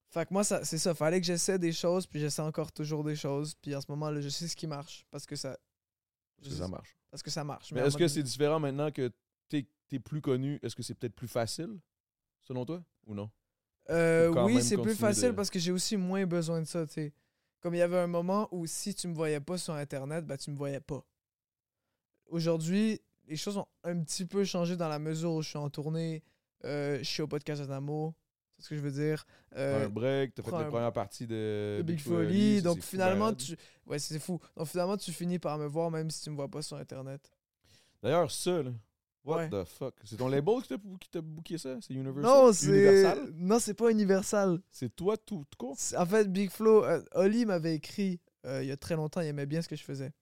S3: Fait que moi, ça, c'est ça. Fallait que j'essaie des choses, puis j'essaie encore toujours des choses. Puis en ce moment, là, je sais ce qui marche parce que ça.
S2: Parce que ça marche.
S3: Parce que ça marche.
S2: Mais
S3: à un
S2: est-ce
S3: moment
S2: que
S3: donné-
S2: c'est différent maintenant que t'es es plus connu? Est-ce que c'est peut-être plus facile, selon toi, ou non?
S3: Euh,
S2: Faut quand
S3: oui,
S2: même
S3: c'est plus
S2: continuer
S3: facile
S2: de-
S3: parce que j'ai aussi moins besoin de ça, tu sais. Comme il y avait un moment où si tu me voyais pas sur Internet, bah tu me voyais pas. Aujourd'hui, les choses ont un petit peu changé dans la mesure où je suis en tournée, euh, je suis au podcast d'amour, c'est ce que je veux dire.
S2: Prends
S3: Euh,
S2: un break, t'as fait
S3: prends
S2: la
S3: un-
S2: première partie de.
S3: de Big Folly, donc finalement tu... Ouais, c'est fou. Donc finalement, tu finis par me voir même si tu me vois pas sur Internet.
S2: Ben, D'ailleurs, ça, là. What
S3: Ouais.
S2: the fuck? C'est ton label qui t'a- qui t'a booké ça? C'est Universal?
S3: Non, c'est...
S2: Universal?
S3: Non, c'est pas universal.
S2: C'est toi tout tout court?
S3: C'est- En fait, Big Flo, euh, Oli m'avait écrit euh, il y a très longtemps, il aimait bien ce que je faisais.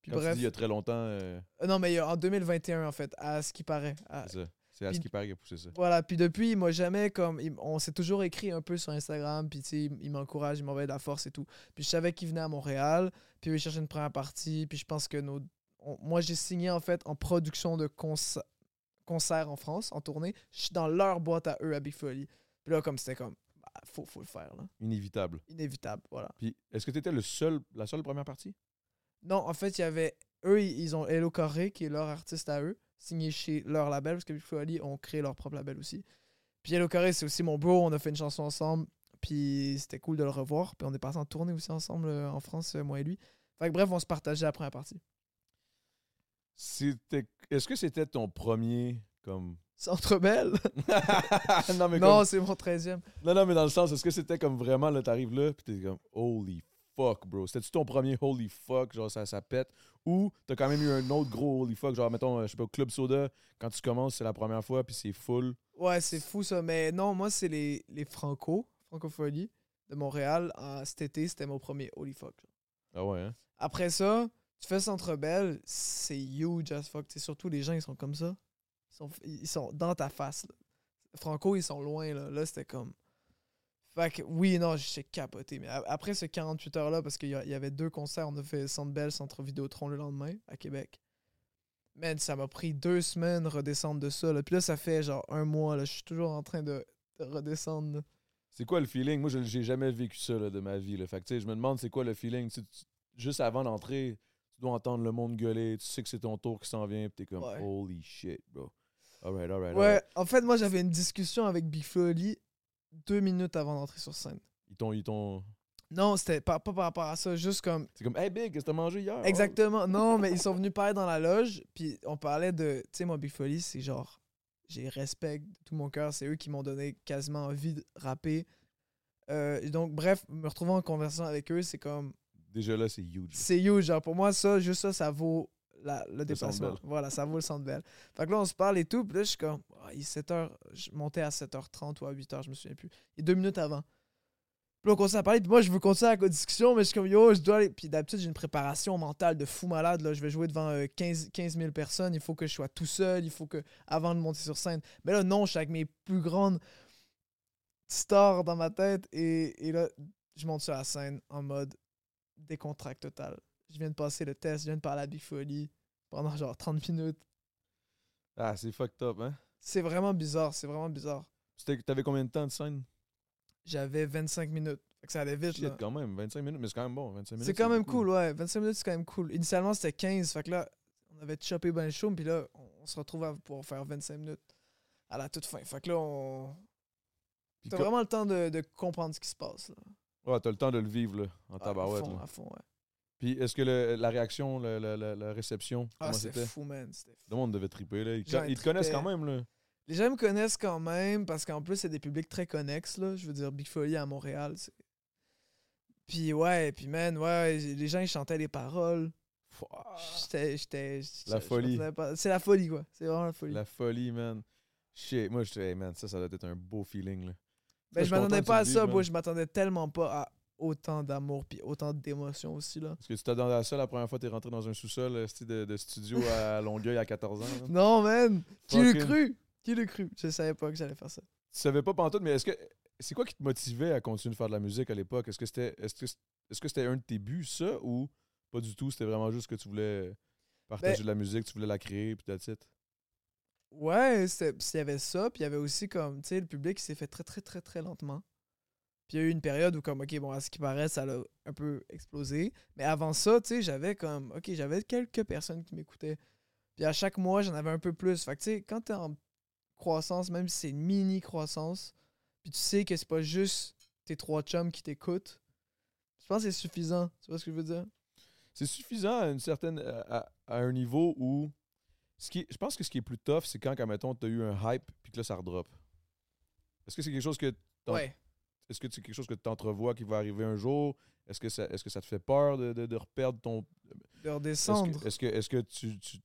S3: Puis
S2: Quand tu
S3: bref,
S2: dis il y a très longtemps, euh,
S3: euh, non mais il y a- en 2021 en fait, à ce qui paraît. à-
S2: c'est ça. C'est à ce
S3: Ah. Puis-
S2: qui paraît qu'il a poussé ça.
S3: Voilà, puis depuis, il m'a jamais comme, il- on s'est toujours écrit un peu sur Instagram, puis tu sais, il, il m'encourage, il m'envoie de la force et tout. Puis je savais qu'il venait à Montréal, puis il cherchait une première partie, puis je pense que nos, on- moi j'ai signé en fait en production de conce- concert en France, en tournée. Je suis dans leur boîte à eux à Big Folie. Puis là, comme c'était comme, bah, faut, faut le faire, là.
S2: Inévitable.
S3: Inévitable, voilà.
S2: Puis, est-ce que tu étais le seul, la seule première partie?
S3: Non, en fait, il y avait. Eux, ils ils ont Hello Corée, qui est leur artiste à eux, signé chez leur label, parce que Big Flo et Ali ont créé leur propre label aussi. Puis Hello Corée, c'est aussi mon bro, on a fait une chanson ensemble, puis c'était cool de le revoir, puis on est parti en tournée aussi ensemble euh, en France, euh, moi et lui. Fait que bref, on se partageait la première partie. *laughs*
S2: C'était... Est-ce que c'était ton premier, comme...
S3: Centre Belle
S2: *laughs* non, mais
S3: Non,
S2: comme-
S3: c'est mon 13e.
S2: non, non, mais dans le sens, est-ce que c'était comme vraiment, là, t'arrives là, puis t'es comme, holy fuck, bro. C'était-tu ton premier holy fuck, genre, ça, ça pète? Ou t'as quand même eu un autre gros holy fuck, genre, mettons, euh, je sais pas, Club Soda, quand tu commences, c'est la première fois, puis c'est full.
S3: Ouais, c'est fou ça, mais non, moi, c'est les, les Franco, Francophonie, de Montréal. Euh, cet été, c'était mon premier Holy Fuck.
S2: Ah ouais, hein?
S3: Après ça, tu fais Centre Bell, c'est huge as fuck. C'est surtout les gens, ils sont comme ça. Ils sont, ils sont dans ta face. là. Franco, ils sont loin. Là, là c'était comme. Fait que oui, non, j'ai capoté. Mais a- après ce 48 heures-là, parce qu'il y, a- il y avait deux concerts, on a fait Centre Bell, Centre Vidéotron le lendemain, à Québec. Man, ça m'a pris deux semaines de redescendre de ça. Là. Puis là, ça fait genre un mois. là, Je suis toujours en train de, de redescendre. là.
S2: C'est quoi le feeling? Moi, je j'ai jamais vécu ça là, de ma vie. Là. Fait que, tu sais, je me demande c'est quoi le feeling. Tu- tu- juste avant d'entrer, tu dois entendre le monde gueuler, tu sais que c'est ton tour qui s'en vient, puis t'es comme
S3: Ouais.
S2: holy shit, bro. Alright, alright,
S3: Ouais,
S2: alright.
S3: en fait, moi, j'avais une discussion avec Big Flo et Oli deux minutes avant d'entrer sur scène.
S2: Ils t'ont, ils t'ont.
S3: Non, c'était pas, pas par rapport à ça, juste comme.
S2: C'est comme Hey Big, qu'est-ce que t'as mangé hier? Ah,
S3: Exactement. Non, mais ils sont venus parler dans la loge, puis on parlait de. Tu sais, moi, Big Folly, c'est genre. J'ai respect de tout mon cœur. C'est eux qui m'ont donné quasiment envie de rapper. Euh, et donc, bref, me retrouver en conversation avec eux, c'est comme.
S2: Oh, Déjà là, c'est huge.
S3: C'est you, genre, pour moi, ça, juste ça, ça vaut la- le
S2: Centre
S3: déplacement.
S2: Bell.
S3: Voilà, ça vaut le centre belle. Fait que là, on se parle et tout, puis là, je suis comme. Ah, il est 7h. Je montais à 7h30 ou à 8h, je me souviens plus. Et deux minutes avant. Puis là, on continue à parler. Puis moi, je veux continuer la discussion, mais je suis comme, yo, je dois aller. Puis d'habitude, j'ai une préparation mentale de fou malade. Là. Je vais jouer devant euh, 15, 15 000 personnes. Il faut que je sois tout seul. Il faut que, avant de monter sur scène. Mais là, non, je suis avec mes plus grandes stars dans ma tête. Et, et là, je monte sur la scène en mode décontract total. Je viens de passer le test. Je viens de parler à Big Folie pendant genre 30 minutes.
S2: Ah, c'est fucked up, hein?
S3: C'est vraiment bizarre. C'est vraiment bizarre.
S2: C'était- T'avais combien de temps de scène?
S3: J'avais 25 minutes. Fait que ça allait vite.
S2: Shit,
S3: là.
S2: quand même, 25 minutes, mais c'est quand même bon. 25 minutes.
S3: C'est quand même cool, ouais. 25 minutes, c'est quand même cool. Initialement, c'était 15. Fait que là, on avait chopé ben le show, puis là, on, on se retrouve à pouvoir faire 25 minutes à la toute fin. Fait que là, on.
S2: Puis
S3: T'as
S2: co-
S3: vraiment le temps de, de comprendre ce qui se passe. Là.
S2: Ouais, t'as le temps de le vivre, là, en
S3: Ah,
S2: tabarouette.
S3: à fond,
S2: là.
S3: à fond, ouais.
S2: Puis est-ce que le- la réaction, le- la, la- la réception,
S3: Ah,
S2: comment
S3: c'était
S2: c'était?
S3: fou, man. c'était fou.
S2: Le monde devait triper, là. Ils,
S3: Les gens,
S2: ils
S3: ils
S2: te connaissent
S3: tripaient.
S2: quand même, là.
S3: Les gens me connaissent quand même, parce qu'en plus, c'est des publics très connexes, là. Je veux dire, Big Folie à Montréal, c'est. Puis ouais, puis man, ouais, les gens, ils chantaient les paroles.
S2: Ah,
S3: J'étais. j'étais-
S2: La
S3: je- je
S2: folie.
S3: comprenais pas. C'est la folie, quoi. C'est vraiment la folie.
S2: La folie, man. Shit, moi, je te- hey, man, ça, ça doit être un beau feeling, là. Moi,
S3: Ben, je
S2: suis content
S3: m'attendais
S2: que
S3: pas
S2: tu
S3: à
S2: le dises,
S3: ça,
S2: man.
S3: bro. Je m'attendais tellement pas à autant d'amour puis autant d'émotions aussi, là.
S2: Parce que tu t'attendais à ça la première fois que t'es rentré dans un sous-sol euh, style de, de studio
S3: *laughs*
S2: à Longueuil à 14 ans. là.
S3: Non, man! Qui l'eût
S2: Fucking-
S3: cru? Qui l'eût cru? Je savais pas que j'allais faire ça.
S2: Tu savais pas pantoute, mais est-ce que c'est quoi qui te motivait à continuer de faire de la musique à l'époque? Est-ce que c'était est-ce que est-ce que c'était un de tes buts, ça, ou pas du tout? C'était vraiment juste que tu voulais partager
S3: Ben-
S2: de la musique, tu voulais la créer, puis that's it.
S3: Ouais, c'était- il y avait ça, puis il y avait aussi comme, tu sais, le public il s'est fait très, très, très, très lentement. Puis il y a eu une période où, comme, ok, bon, à ce qui paraît, ça l'a un peu explosé. Mais avant ça, tu sais, j'avais comme, ok, j'avais quelques personnes qui m'écoutaient. Puis à chaque mois, j'en avais un peu plus. Fait que, tu sais, quand t'es en croissance, même si c'est une mini croissance, puis tu sais que c'est pas juste tes trois chums qui t'écoutent, je pense que c'est suffisant. Tu vois ce que je veux dire?
S2: C'est suffisant à une certaine à, à- à un niveau où ce qui, je pense que ce qui est plus tough, c'est quand, quand mettons, t'as eu un hype, puis que là, ça redrop. Est-ce que c'est quelque chose que Donc,
S3: Ouais.
S2: Est-ce que c'est quelque chose que tu entrevois qui va arriver un jour? Est-ce que ça, est-ce que ça te fait peur de, de, de reperdre ton.
S3: De
S2: Est-ce que-
S3: redescendre.
S2: Est-ce que, est-ce que tu. tu-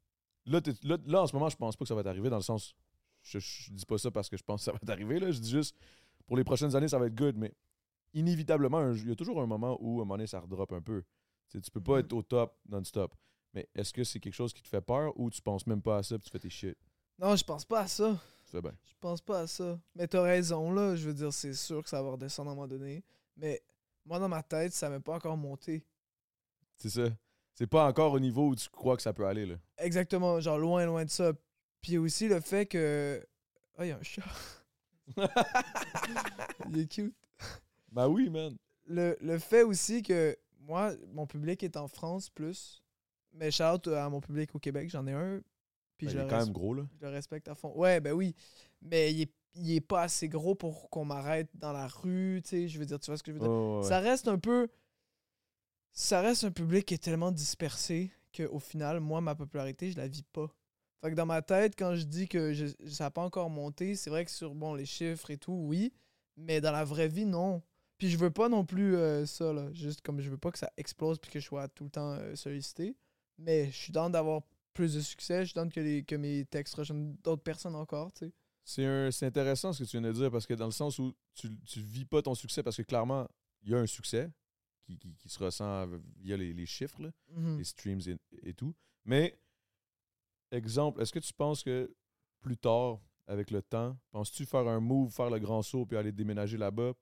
S2: Là, t'es- là, là, en ce moment, je pense pas que ça va t'arriver dans le sens. Je, je dis pas ça parce que je pense que ça va t'arriver. Là. Je dis juste, pour les prochaines années, ça va être good, mais inévitablement, un- il y a toujours un moment où, à un moment donné, ça redrop un peu. Tu sais, tu peux pas
S3: Mhm.
S2: être au top non-stop. Mais est-ce que c'est quelque chose qui te fait peur ou tu penses même pas à ça puis tu fais tes shit?
S3: Non, je pense pas à ça.
S2: Tu fais bien.
S3: Je pense pas à ça. Mais t'as raison, là. Je veux dire, c'est sûr que ça va redescendre à un moment donné. Mais moi, dans ma tête, ça m'a pas encore monté.
S2: C'est ça. C'est pas encore au niveau où tu crois que ça peut aller. Là.
S3: Exactement, genre loin, loin de ça. Puis aussi le fait que. Oh, il y a
S2: *laughs*
S3: un chat. il est cute.
S2: Bah oui, man.
S3: Le, le fait aussi que moi, mon public est en France plus. Mais shout out à mon public au Québec, j'en ai un. Puis
S2: Ben,
S3: je
S2: il
S3: le
S2: est quand
S3: res-
S2: même gros, là.
S3: je le respecte à fond. Ouais, ben oui. Mais il est, il est pas assez gros pour qu'on m'arrête dans la rue, tu sais. Je veux dire, tu vois ce que je veux dire?
S2: Ouais, ouais,
S3: Ça reste un peu. Ça reste un public qui est tellement dispersé qu'au final, moi, ma popularité, je la vis pas. Fait que dans ma tête, quand je dis que je- ça n'a pas encore monté, c'est vrai que sur bon, les chiffres et tout, oui. Mais dans la vraie vie, non. Puis je veux pas non plus euh, ça, là. Juste comme je veux pas que ça explose puis que je sois tout le temps euh, sollicité. Mais je suis dans d'avoir plus de succès. Je suis dans que, les, que mes textes rejoignent d'autres personnes encore, tu sais.
S2: C'est un- c'est intéressant ce que tu viens de dire parce que dans le sens où tu, tu vis pas ton succès parce que clairement, il y a un succès qui, qui- qui se ressent via les, les chiffres, là,
S3: Mhm.
S2: les streams et, et tout. Mais, exemple, est-ce que tu penses que plus tard, avec le temps, penses-tu faire un move, faire le grand saut puis aller déménager là-bas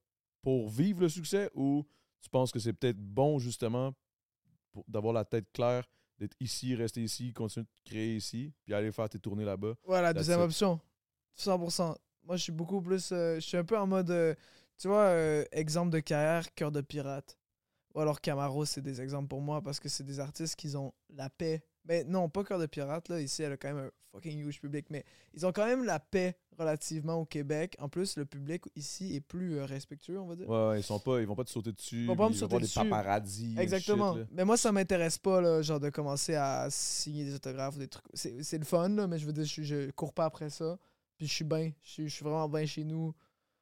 S2: pour vivre le succès ou tu penses que c'est peut-être bon justement pour d'avoir la tête claire, d'être ici, rester ici, continuer de créer ici puis aller faire tes tournées là-bas?
S3: Ouais, la
S2: That's
S3: deuxième
S2: it.
S3: option. 100%. Moi, je suis beaucoup plus. euh, je suis un peu en mode. euh, tu vois, euh, exemple de carrière, cœur de pirate. Ou alors Camaro, c'est des exemples pour moi parce que c'est des artistes qui ont la paix. Mais non, pas cœur de pirate, là. Ici, elle a quand même un fucking huge public. Mais ils ont quand même la paix relativement au Québec. En plus, le public ici est plus euh, respectueux, on va dire.
S2: Ouais, ouais, ils sont pas, ils vont pas te sauter dessus.
S3: Ils vont pas me
S2: puis
S3: sauter
S2: avoir
S3: dessus.
S2: des euh, paparazzis.
S3: Exactement. mais moi, ça m'intéresse pas, là, genre de commencer à signer des autographes ou des trucs. C'est c'est le fun, là, mais je veux dire, je, je cours pas après ça. Puis je suis bien. Je, suis- je suis vraiment bien chez nous.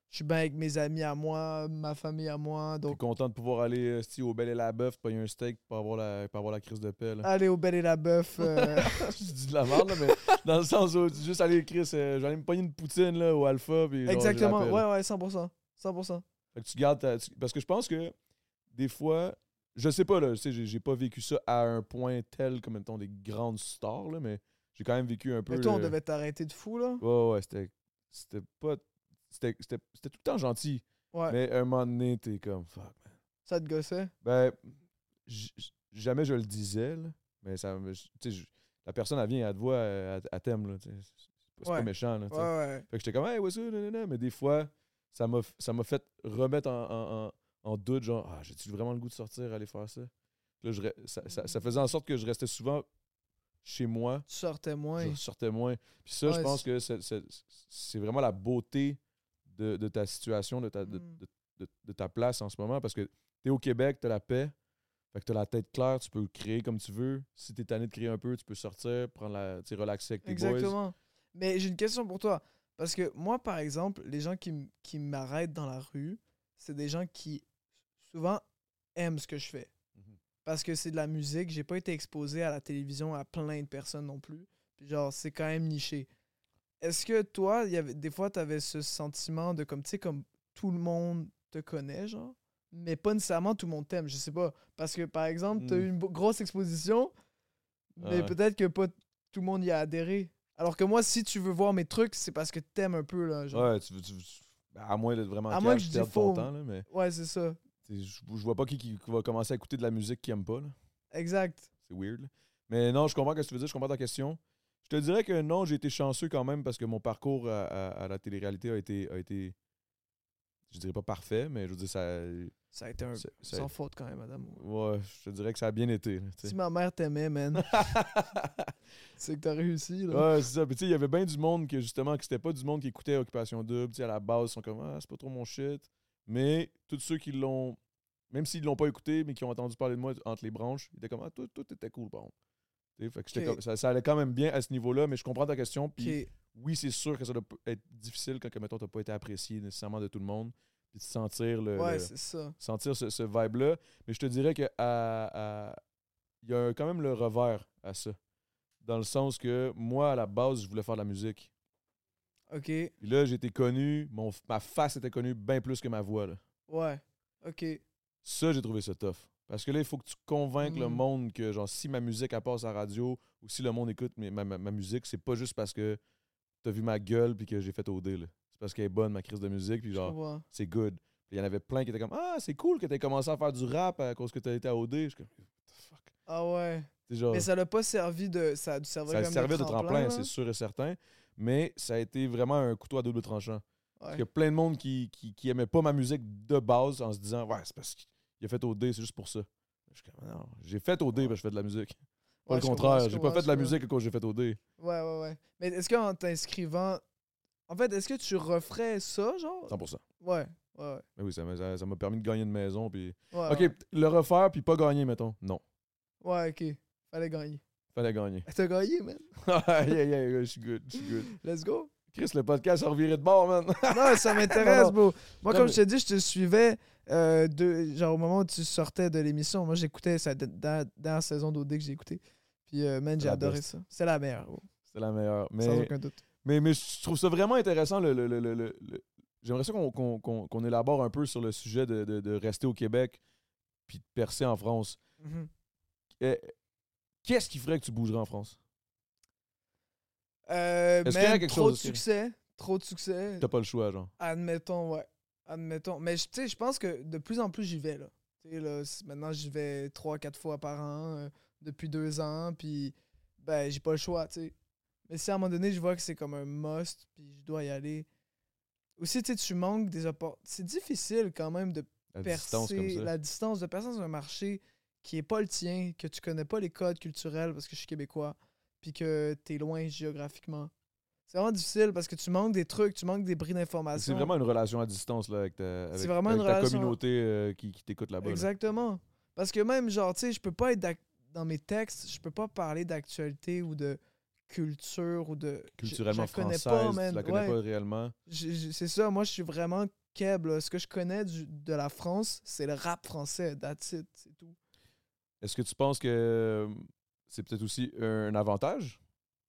S3: Je suis bien avec mes amis à moi, ma famille à moi.
S2: Donc,
S3: Donc,
S2: content de pouvoir aller euh, sti, au Bel et la Bœuf, payer un steak, pas avoir la, pas avoir la crise de paix. là.
S3: allez au Bel et la Bœuf. euh,
S2: *laughs* je dis de la merde, là, mais dans le sens où tu- juste aller, Chris, euh, je vais aller me pogner une poutine là, au Alpha. Puis, genre, je
S3: exactement.
S2: l'appelle.
S3: Ouais, ouais, 100%. 100%.
S2: Fait que tu gardes ta- tu- Parce que je pense que des fois, je sais pas, là, tu sais, j'ai- j'ai pas vécu ça à un point tel comme, mettons, des grandes stars, là, mais j'ai quand même vécu un peu. euh,
S3: Mais toi, on
S2: le-
S3: devait t'arrêter de fou, là.
S2: Ouais, ouais, c'était. C'était pas. C'était c'était- c'était tout le temps gentil.
S3: Ouais.
S2: Mais un moment donné, t'es comme, fuck, man.
S3: Ça te gossait.
S2: Ben, j- j- jamais je le disais, là, mais ça, me- je- tu sais, je- la personne, elle vient, elle te voit, euh, elle, elle t'aime, là, tu sais. c'est c'est pas
S3: Ouais.
S2: méchant. Là, tu
S3: Ouais,
S2: sais.
S3: ouais.
S2: Fait que j'étais comme, hey, what's up, nanana, mais des fois, ça m'a f- ça m'a fait remettre en, en- en- en doute, genre, ah, j'ai-tu vraiment le goût de sortir, aller faire ça? Là, je re- ça, ça- ça faisait en sorte que je restais souvent chez moi,
S3: Tu sortais moins.
S2: je sortais moins. Puis ça, je
S3: Ouais,
S2: pense que c'est- c'est c'est vraiment la beauté de, de ta situation, de ta, de-
S3: Mm.
S2: de- de, de ta place en ce moment parce que tu es au Québec, tu as la paix. Fait que tu as la tête claire, tu peux créer comme tu veux. Si tu es tanné de créer un peu, tu peux sortir, prendre la, tu sais, relaxer avec tes boys.
S3: Exactement. Mais j'ai une question pour toi. Parce que moi, par exemple, les gens qui, m- qui m'arrêtent dans la rue, c'est des gens qui souvent aiment ce que je fais.
S2: Mhm.
S3: Parce que c'est de la musique, j'ai pas été exposé à la télévision à plein de personnes non plus. Puis genre, c'est quand même niché. Est-ce que toi, il y avait, des fois, t'avais ce sentiment de comme, tu sais, comme tout le monde te connaît, genre, mais pas nécessairement tout le monde t'aime, je sais pas. Parce que par exemple, t'as
S2: Mm.
S3: eu une bo- grosse exposition,
S2: Ah
S3: mais
S2: ouais.
S3: peut-être que pas tout le monde y a adhéré. Alors que moi, si tu veux voir mes trucs, c'est parce que t'aimes un peu, là. Genre.
S2: Ouais, tu, veux- tu veux- ben, à moins d'être vraiment
S3: À
S2: calme,
S3: moins que
S2: tu
S3: je
S2: perdes
S3: dise
S2: ton
S3: faux.
S2: temps, là, mais
S3: Ouais, c'est ça.
S2: tu sais, je je vois pas qui, qui va commencer à écouter de la musique qu'il aime pas. là.
S3: Exact.
S2: C'est weird. là. Mais non, je comprends ce que tu veux dire, je comprends ta question. Je te dirais que non, j'ai été chanceux quand même parce que mon parcours à, à- à la télé-réalité a été, a été, je dirais pas parfait, mais je veux dire, ça,
S3: Ça a été un.
S2: ça- ça-
S3: Sans faute quand même, madame.
S2: ouais, je te dirais que ça a bien été. là, tu sais.
S3: Si ma mère
S2: *laughs*
S3: t'aimait, man, *laughs* c'est que t'as réussi, là. *laughs*
S2: Ouais, c'est ça. Puis tu sais, il y avait bien du monde que justement, que c'était pas du monde qui écoutait Occupation Double. Tu sais, à la base, ils sont comme, ah, c'est pas trop mon shit. Mais tous ceux qui l'ont, même s'ils l'ont pas écouté, mais qui ont entendu parler de moi entre les branches, ils étaient comme, ah, tout, tout était cool, bon. Tu sais, Fait que j'étais
S3: Ok.
S2: comme- ça, ça allait quand même bien à ce niveau-là, mais je comprends ta question. Puis
S3: Ok.
S2: oui, c'est sûr que ça doit p- être difficile quand, que, mettons, t'as pas été apprécié nécessairement de tout le monde. Puis de sentir le.
S3: Ouais,
S2: le-
S3: c'est ça.
S2: sentir ce, ce vibe-là. Mais je te dirais que à- à- il y a un- quand même le revers à ça. Dans le sens que moi, à la base, je voulais faire de la musique.
S3: Ok.
S2: Puis là, j'étais connu, mon, f- ma face était connue bien plus que ma voix. là.
S3: Ouais. Ok.
S2: Ça, j'ai trouvé ça tough. Parce que là, il faut que tu convainques le
S3: Mm.
S2: monde que, genre, si ma musique, elle passe à la radio, ou si le monde écoute mes- ma, ma- ma musique, c'est pas juste parce que t'as vu ma gueule puis que j'ai fait OD. là. C'est parce qu'elle est bonne, ma crise de musique, puis
S3: Je
S2: genre,
S3: comprends.
S2: c'est good. Puis Il y en avait plein qui étaient comme Ah, c'est cool que tu commencé à faire du rap à cause que tu as été à OD. Je suis comme, What the fuck.
S3: Ah ouais.
S2: C'est genre-
S3: Mais ça l'a pas servi de. Ça a dû servir
S2: ça
S3: comme
S2: servait de tremplin,
S3: là.
S2: c'est sûr et certain. Mais ça a été vraiment un couteau à double tranchant.
S3: Ouais.
S2: Il y a plein de monde qui, qui, qui aimait pas ma musique de base en se disant Ouais, c'est parce qu'il a fait OD, c'est juste pour ça. Je suis comme, Non, j'ai fait OD parce que je fais de la musique. Pas
S3: Ouais,
S2: le
S3: je comprends,
S2: contraire,
S3: je
S2: j'ai pas
S3: comprends,
S2: fait de la
S3: je comprends.
S2: musique quand j'ai fait OD.
S3: Ouais, ouais, ouais. Mais est-ce qu'en t'inscrivant. En fait, est-ce que tu referais ça, genre
S2: 100%.
S3: Ouais, ouais, ouais.
S2: Mais oui, ça m'a ça- ça m'a permis de gagner une maison. Puis...
S3: ouais,
S2: Ok,
S3: ouais.
S2: le refaire puis pas gagner, mettons. Non,
S3: Ouais, ok. Fallait gagner. *laughs*
S2: fallait gagner. *laughs*
S3: T'as gagné, man.
S2: yeah, yeah, yeah, je suis good, je suis good.
S3: Let's go.
S2: Chris, le podcast a reviré de bord, man.
S3: Non, ça m'intéresse,
S2: Non,
S3: bro. Moi,
S2: Non,
S3: comme
S2: mais-
S3: je te dis, je te suivais euh, de, genre au moment où tu sortais de l'émission. Moi, j'écoutais ça dans, dans la saison d'OD que j'ai écouté. Puis, euh, man, j'ai
S2: La
S3: adoré
S2: best.
S3: ça. C'est la meilleure, bro.
S2: *laughs* C'est la meilleure. Mais...
S3: Sans aucun doute.
S2: Mais, mais je trouve ça vraiment intéressant. Le, le- le- le- le- le- J'aimerais ça qu'on qu'on- qu'on- qu'on élabore un peu sur le sujet de, de- de rester au Québec puis de percer en France.
S3: Mhm.
S2: Eh, Qu'est-ce qui ferait que tu bougerais en France?
S3: Euh,
S2: Est-ce qu'il y a
S3: man,
S2: quelque
S3: trop
S2: chose
S3: de
S2: aussi?
S3: succès. Trop de succès.
S2: T'as pas le choix, genre.
S3: Admettons, ouais. Admettons. Mais je- tu sais, je pense que de plus en plus, j'y vais, là. Tu sais, là, c- maintenant, j'y vais 3-4 fois par an euh, depuis deux ans. Puis, ben, j'ai pas le choix, tu sais. Mais si à un moment donné, je vois que c'est comme un must, puis je dois y aller. Aussi, tu sais, tu manques des opportunités. C'est difficile quand même de
S2: À distance comme
S3: percer
S2: ça.
S3: la distance de personne sur un marché qui est pas le tien, que tu connais pas les codes culturels parce que je suis québécois, puis que tu es loin géographiquement. C'est vraiment difficile parce que tu manques des trucs, tu manques des bris d'informations.
S2: C'est vraiment une relation à distance là, avec ta, avec-
S3: C'est vraiment
S2: avec
S3: une
S2: ta
S3: relation-
S2: communauté euh, qui, qui t'écoute là-bas. là.
S3: Exactement. Parce que même, genre, tu sais, je peux pas être d'ac- dans mes textes, je peux pas parler d'actualité ou de culture ou de. je-
S2: Culturellement
S3: je la connais
S2: française,
S3: pas, man.
S2: tu la connais
S3: Ouais.
S2: pas réellement.
S3: J'ai- j'ai- C'est ça, moi je suis vraiment keb. là. Ce que je connais du- de la France, c'est le rap français, that's it, c'est tout.
S2: Est-ce que tu penses que euh, c'est peut-être aussi un avantage?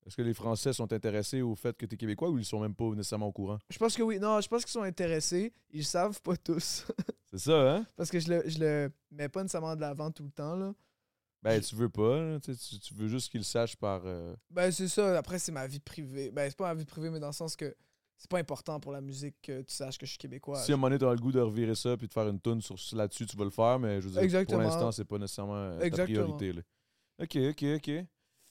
S2: Est-ce que les Français sont intéressés au fait que tu es québécois ou ils sont même pas nécessairement au courant?
S3: Je pense que oui, non, je pense qu'ils sont intéressés, ils savent pas tous. *laughs*
S2: C'est ça, hein?
S3: Parce que je le, je le mets pas nécessairement de l'avant tout le temps, là.
S2: Ben, tu veux pas. là, tu, sais, tu- tu veux juste qu'ils le sachent par. euh,
S3: Ben, c'est ça. Après, c'est ma vie privée. Ben, c'est pas ma vie privée, mais dans le sens que c'est pas important pour la musique que tu saches que je suis québécois.
S2: si à un moment donné, tu as le goût de revirer ça puis de faire une tune sur, sur- là-dessus, tu vas le faire, mais je veux dire,
S3: Exactement.
S2: pour l'instant, c'est pas nécessairement euh, ta
S3: Exactement.
S2: priorité. là. Ok, ok, ok.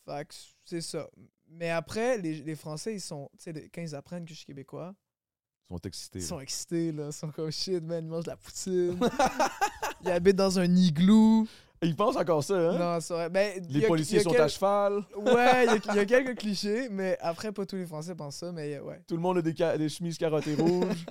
S3: Fait que c'est ça. Mais après, les, les Français, ils sont. Tu sais, les- quand ils apprennent que je suis québécois,
S2: Ils sont excités.
S3: ils
S2: là.
S3: sont excités, là. Ils sont comme shit, man. Ils mangent de la poutine.
S2: *laughs*
S3: ils habitent dans un igloo.
S2: Et Ils pensent encore ça, hein?
S3: Non, c'est vrai. Ben, il y
S2: Les
S3: a- il
S2: policiers
S3: y a
S2: sont
S3: quel-
S2: à cheval.
S3: Ouais, il y, a- il y a quelques clichés, mais après, pas tous les Français pensent ça, mais euh, ouais.
S2: Tout le monde a des, ca- des chemises carottées
S3: *laughs*
S2: rouges.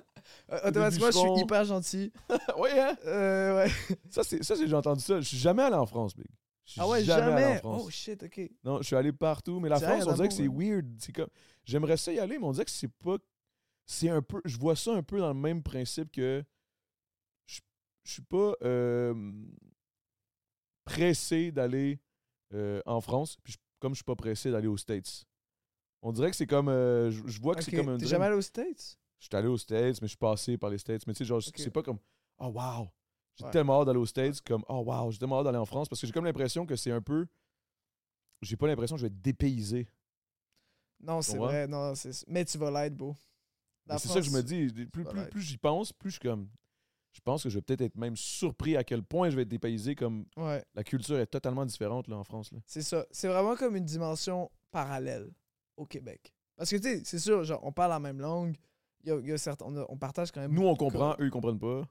S3: Euh, automatiquement, je suis
S2: bûcherons. *laughs*
S3: hyper gentil.
S2: oui, hein?
S3: Euh, ouais.
S2: Ça, c'est, ça, c'est- j'ai entendu ça. Je suis jamais allé en France, Big. Je suis
S3: Ah ouais,
S2: jamais, allé en
S3: jamais.
S2: France.
S3: Oh shit, ok.
S2: non, je suis allé partout, mais la
S3: C'est
S2: France,
S3: rien
S2: on dirait que c'est
S3: d'amour,
S2: weird. C'est comme... J'aimerais ça y aller, mais on dirait que c'est pas. C'est un peu. Je vois ça un peu dans le même principe que. Je je suis pas euh, pressé d'aller euh, en France, puis je- comme je suis pas pressé d'aller aux States. On dirait que c'est comme. euh, je je vois que
S3: Ok,
S2: c'est comme un.
S3: T'es jamais allé aux States?
S2: Je suis allé aux States, mais je suis passé par les States. Mais tu sais, genre,
S3: Ok.
S2: c'est pas comme Oh wow! J'ai
S3: Ouais.
S2: tellement hâte d'aller aux States, comme Oh wow, j'ai tellement hâte d'aller en France parce que j'ai comme l'impression que c'est un peu. J'ai pas l'impression que je vais être dépaysé.
S3: Non, c'est
S2: Ouais.
S3: vrai. Non, c'est- mais tu vas l'être, beau. La
S2: Mais C'est ça que je me
S3: France,
S2: dis. Plus,
S3: vas
S2: plus,
S3: l'être.
S2: plus j'y pense, plus je suis comme. Je pense que je vais peut-être être même surpris à quel point je vais être dépaysé, comme
S3: Ouais,
S2: la culture est totalement différente là, en France. Là.
S3: c'est ça. C'est vraiment comme une dimension parallèle au Québec. Parce que, tu sais, c'est sûr, genre, on parle la même langue. Il y a, il y a certains, on, a- on partage quand même.
S2: Nous, on
S3: beaucoup de
S2: comprend,
S3: codes.
S2: eux, ils comprennent pas.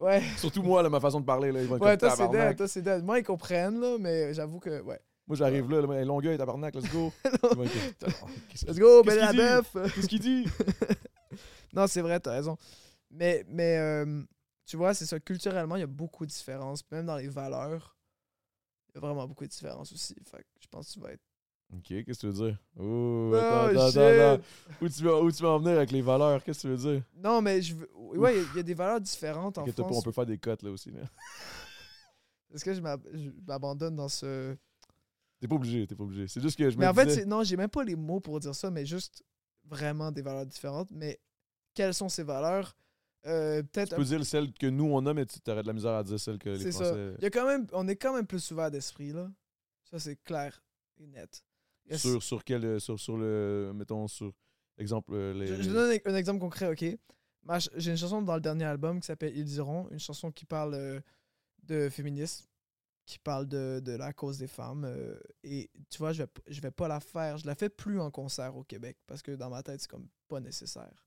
S3: Ouais,
S2: Surtout moi, là, ma façon de parler, là, ils vont être
S3: ouais
S2: comme,
S3: toi, c'est
S2: Tabarnak.
S3: dead. Toi, c'est dead. Moi, ils comprennent, là, mais j'avoue que,
S2: *laughs*
S3: ouais.
S2: Moi, j'arrive là, là, longueuil, tabarnak, let's
S3: *laughs*
S2: go. Ils vont être comme, Tabarnak, qu'est-ce
S3: Let's go,
S2: Qu'est-ce
S3: belle la
S2: qu'il dit?
S3: bœuf!
S2: Qu'est-ce qu'il dit?
S3: Non, c'est vrai, t'as raison. Mais, mais euh, tu vois, c'est ça. Culturellement, il y a beaucoup de différences. Puis Même dans les valeurs, il y a vraiment beaucoup de différences aussi. Fait que je pense que tu vas être.
S2: Ok, qu'est-ce que tu veux dire? Oh,
S3: Oh,
S2: attends, attends,
S3: shit.
S2: attends, attends. Où tu, vas, où tu vas en venir avec les valeurs? Qu'est-ce que tu veux dire?
S3: Non, mais je veux. Ouais, il y a- il y, a des valeurs différentes en
S2: Inquiète-toi pas, on
S3: France.
S2: peut faire des cotes là aussi. là. *laughs*
S3: Est-ce que je m'ab- je m'abandonne dans ce.
S2: T'es pas obligé, t'es pas obligé. C'est juste que je
S3: Mais
S2: me
S3: en fait,
S2: disais-
S3: c'est- non, j'ai même pas les mots pour dire ça, mais juste vraiment des valeurs différentes. Mais quelles sont ces valeurs Euh, Peut-être.
S2: tu peux dire celle que nous on a, mais tu aurais de la misère à dire celle que les
S3: C'est ça.
S2: Français.
S3: Il y a quand même, on est quand même plus ouvert d'esprit, là. Ça, c'est clair et net. Il y a-
S2: Sur, sur quel. euh, Sur, sur le. Mettons, sur. Exemple, euh, les.
S3: Je,
S2: les-
S3: je donne un, un exemple concret, ok? Ma ch- J'ai une chanson dans le dernier album qui s'appelle Ils diront, une chanson qui parle euh, de féminisme. qui parle de, de la cause des femmes. euh, et tu vois, je vais, p- je vais pas la faire. Je la fais plus en concert au Québec parce que dans ma tête, c'est comme pas nécessaire.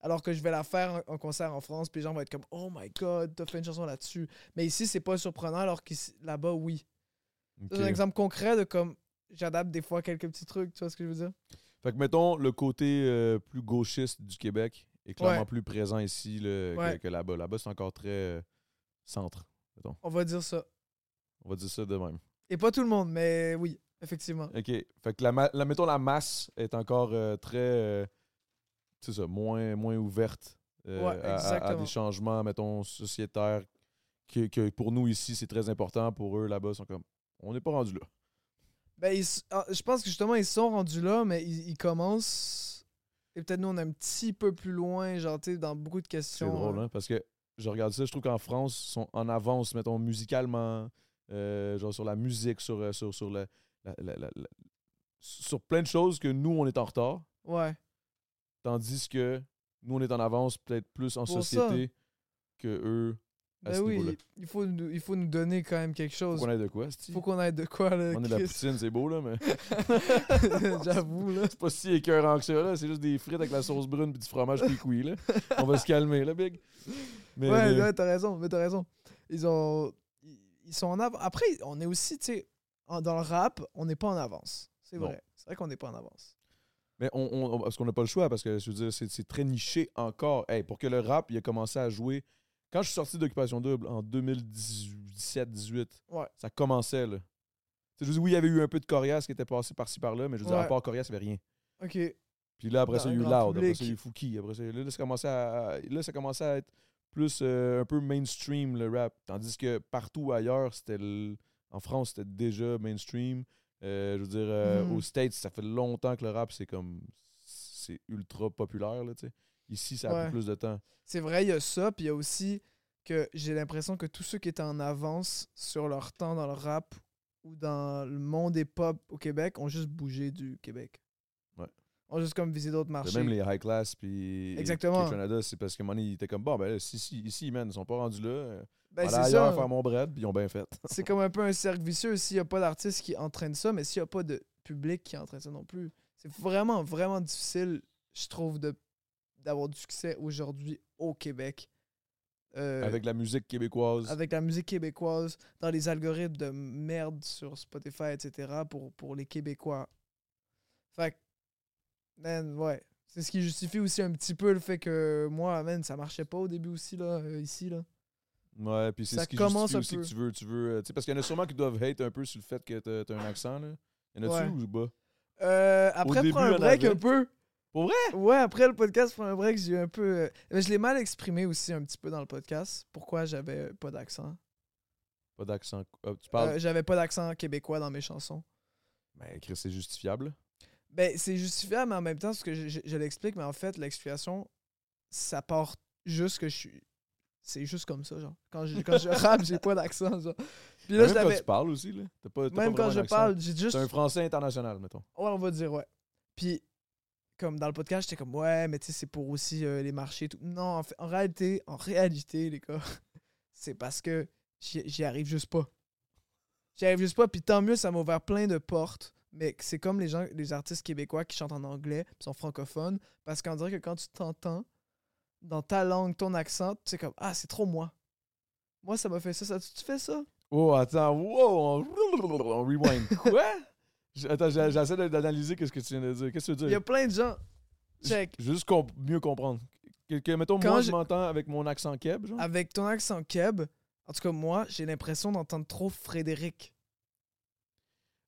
S3: Alors que je vais la faire en, en concert en France, puis les gens vont être comme Oh my god, t'as fait une chanson là-dessus. Mais ici, c'est pas surprenant, alors que là-bas, oui. C'est un
S2: Ok.
S3: exemple concret de comme j'adapte des fois quelques petits trucs, tu vois ce que je veux dire?
S2: Fait que mettons le côté euh, plus gauchiste du Québec est clairement
S3: Ouais.
S2: plus présent ici là, que-
S3: Ouais.
S2: que, là-bas. Là-bas, c'est encore très euh, centre.
S3: On va dire ça.
S2: On va dire ça de même.
S3: Et pas tout le monde, mais oui, effectivement.
S2: OK. Fait que la, ma- la- mettons la masse est encore euh, très euh, c'est ça, moins, moins ouverte euh,
S3: Ouais,
S2: à- à- à,
S3: exactement.
S2: des changements, mettons, sociétaires que, que pour nous ici, c'est très important. Pour eux, là-bas, ils sont comme on n'est pas rendu là.
S3: Ben, ils s- ah, je pense que justement, ils sont rendus là, mais ils, ils commencent. Et peut-être nous, on est un petit peu plus loin, genre, tu sais, dans beaucoup de
S2: C'est
S3: questions.
S2: drôle, hein? Parce que je regarde ça, je trouve qu'en France, ils sont en avance, mettons, musicalement, euh, genre sur la musique, sur, euh, sur, sur, la- la- la- la- la- sur plein de choses que nous, on est en retard,
S3: Ouais.
S2: tandis que nous, on est en avance, peut-être plus en
S3: Pour ça.
S2: société que eux. À
S3: Ben
S2: ce niveau-là.
S3: oui, il faut, nous, il faut nous donner quand même quelque
S2: Faut
S3: chose.
S2: qu'on ait de quoi, c'ti?
S3: Faut qu'on aille de quoi, là.
S2: On est de la
S3: Chris.
S2: poutine, c'est beau, là, mais *laughs*
S3: *laughs* J'avoue, là.
S2: c'est pas si écœurant que ça, là. C'est juste des frites avec la sauce brune puis du
S3: *laughs*
S2: fromage cuit là. *laughs* On va se calmer, là, Big. Mais,
S3: ouais,
S2: mais-
S3: ouais, t'as raison, mais t'as raison. Ils ont. ils- Ils sont en avance. Après, on est aussi, tu sais, en- dans le rap, on n'est pas en avance. C'est
S2: Non.
S3: vrai. C'est vrai qu'on n'est pas en avance.
S2: Mais on, on- on- parce qu'on n'a pas le choix, parce que je veux dire, c'est, c'est très niché encore. Hey, pour que le rap il a commencé à jouer. Quand je suis sorti d'Occupation Double en 2017-18,
S3: Ouais.
S2: ça commençait là. Tu sais, Je veux dire, oui, il y avait eu un peu de Corias qui était passé par-ci par-là, mais je veux dire, à
S3: Ouais.
S2: part Corias, il n'y avait rien.
S3: Ok.
S2: Puis là, après
S3: Dans
S2: ça,
S3: un
S2: il y a eu
S3: grand
S2: Loud, après ça, il y a eu
S3: public.
S2: Fouki, après ça, là, là, ça commençait à, là, ça commençait à être plus euh, un peu mainstream le rap. Tandis que partout ailleurs, c'était le- en France, c'était déjà mainstream. Euh, je veux dire, euh,
S3: Mhm.
S2: aux States, ça fait longtemps que le rap, c'est comme. C'est ultra populaire, là, tu sais. Ici, ça a pris
S3: Ouais.
S2: plus de temps.
S3: C'est vrai, il y a ça, puis il y a aussi que j'ai l'impression que tous ceux qui étaient en avance sur leur temps dans le rap ou dans le monde des pop au Québec ont juste bougé du Québec.
S2: Ouais.
S3: Ont juste comme visé d'autres marchés.
S2: Même les high class, puis.
S3: Exactement.
S2: le Canada, c'est parce que mon ils étaient comme, bon, ben là, si, si, ici, man, ils sont pas rendus là. euh,
S3: Ben,
S2: voilà
S3: c'est
S2: ailleurs
S3: ça.
S2: faire mon bread, puis ils ont bien fait.
S3: C'est comme un peu un cercle vicieux s'il n'y a pas d'artiste qui entraîne ça, mais s'il n'y a pas de public qui entraîne ça non plus. C'est vraiment, vraiment difficile, je trouve, de d'avoir du succès aujourd'hui au Québec. Euh,
S2: Avec la musique québécoise.
S3: avec la musique québécoise, dans les algorithmes de merde sur Spotify, etc., pour, pour les Québécois. Fait que, man, ouais. C'est ce qui justifie aussi un petit peu le fait que moi, man, ça marchait pas au début aussi, là, euh, ici, là.
S2: Ouais, puis c'est
S3: Ça
S2: ce qui
S3: commence
S2: justifie
S3: un
S2: aussi que
S3: peu.
S2: tu veux. Tu veux euh, tu sais, parce qu'il y en a sûrement qui doivent hate un peu sur le fait que t'as- t'as un accent. Là. Y en a-tu
S3: Ouais.
S2: ou pas?
S3: Euh, après,
S2: début, il
S3: prends
S2: y
S3: un
S2: en
S3: break
S2: avait.
S3: un peu.
S2: Pour vrai?
S3: Ouais, après le podcast, prends un break, j'ai eu un peu... euh, mais je l'ai mal exprimé aussi un petit peu dans le podcast, pourquoi j'avais euh, pas d'accent.
S2: Pas d'accent. Ah, tu parles.
S3: Euh, j'avais pas d'accent québécois dans mes chansons.
S2: Ben, Chris, c'est justifiable.
S3: Ben, c'est justifiable, mais en même temps, ce que je, je- je l'explique, mais en fait, l'explication, ça part juste que je suis. C'est juste comme ça, genre. Quand je,
S2: *laughs*
S3: quand je rappe, j'ai pas d'accent, genre. Puis là,
S2: même
S3: je
S2: quand tu
S3: l'avais.
S2: parles aussi, là. T'as pas, t'as pas
S3: Même quand
S2: vraiment
S3: je
S2: un accent.
S3: parle, j'ai juste.
S2: T'es un français international, mettons.
S3: Ouais, on va dire, ouais. Puis, comme dans le podcast, j'étais comme, ouais, mais tu sais, c'est pour aussi euh, les marchés et tout. Non, en, fait- en réalité, en réalité, les gars, *laughs* c'est parce que j'y j'y arrive juste pas. J'y arrive juste pas, puis tant mieux, ça m'a ouvert plein de portes. Mais que c'est comme les gens, les artistes québécois qui chantent en anglais, puis sont francophones, parce qu'on dirait que quand tu t'entends dans ta langue, ton accent, c'est comme, ah, c'est trop moi. Moi, ça m'a fait ça, ça, tu tu fais ça?
S2: Oh, attends. Wow! On, *laughs* on rewind. Quoi? Je- Attends, j'ai- j'essaie de- d'analyser qu'est-ce que tu viens de dire. Qu'est-ce que tu veux
S3: Il y a
S2: dire?
S3: plein de gens. Check.
S2: J- Juste comp- mieux comprendre. Que, que, mettons,
S3: Quand
S2: moi, je
S3: je-
S2: m'entends avec mon accent keb, genre.
S3: Avec ton accent keb, en tout cas, moi, j'ai l'impression d'entendre trop Frédéric.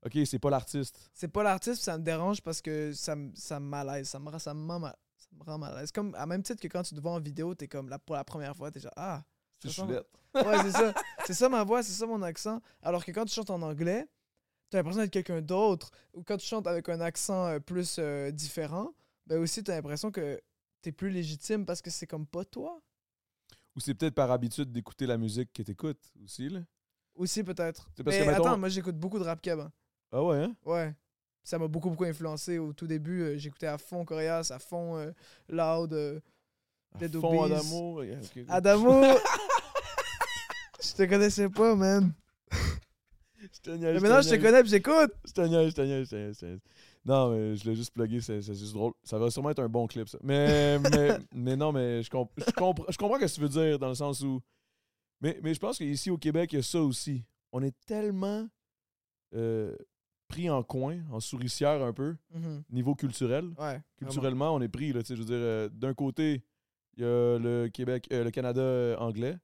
S2: Ok, c'est pas l'artiste.
S3: C'est pas l'artiste, ça me dérange parce que ça me ça me malaise, ça me, rend- ça me, rend mal- ça me rend mal à l'aise. Comme, à même titre que quand tu te vois en vidéo, t'es comme, là, pour la première fois, t'es genre, ah,
S2: C'est
S3: Ça sent-
S2: Choulette.
S3: ouais, c'est
S2: *laughs*
S3: ça. C'est ça ma voix, c'est ça mon accent. Alors que quand tu chantes en anglais, t'as l'impression d'être quelqu'un d'autre. Ou quand tu chantes avec un accent euh, plus euh, différent, ben aussi, t'as l'impression que t'es plus légitime parce que c'est comme pas toi.
S2: Ou c'est peut-être par habitude d'écouter la musique que t'écoutes aussi, là.
S3: Aussi, peut-être.
S2: C'est parce
S3: Mais
S2: que, mettons-
S3: attends, moi, j'écoute beaucoup de rap keb. hein.
S2: Ah ouais, hein?
S3: Ouais. Ça m'a beaucoup, beaucoup influencé. Au tout début, euh, j'écoutais à fond Corias, à fond euh, Loud, euh, Dead
S2: Fond
S3: Obese. Ah,
S2: Adamo. ok. *laughs*
S3: Adamo. Je te connaissais pas, man.
S2: Je te niaise,
S3: Mais
S2: je
S3: maintenant, je
S2: te
S3: te
S2: niaise.
S3: connais, puis j'écoute.
S2: Je te niaise, je te niaise, je te niaise, je te niaise. Non, mais je l'ai juste plugué, c'est c'est juste drôle. Ça va sûrement être un bon clip, ça.
S3: *laughs*
S2: Mais, mais, mais non, mais je, comp- je, compre- je comprends ce que tu veux dire, dans le sens où... Mais, mais je pense qu'ici, au Québec, il y a ça aussi. On est tellement euh, pris en coin, en souricière un peu,
S3: Mhm.
S2: niveau culturel.
S3: Ouais. vraiment.
S2: Culturellement, on est pris, là, tu sais, je veux dire, euh, d'un côté, il y a le Québec, euh, le Canada euh, anglais.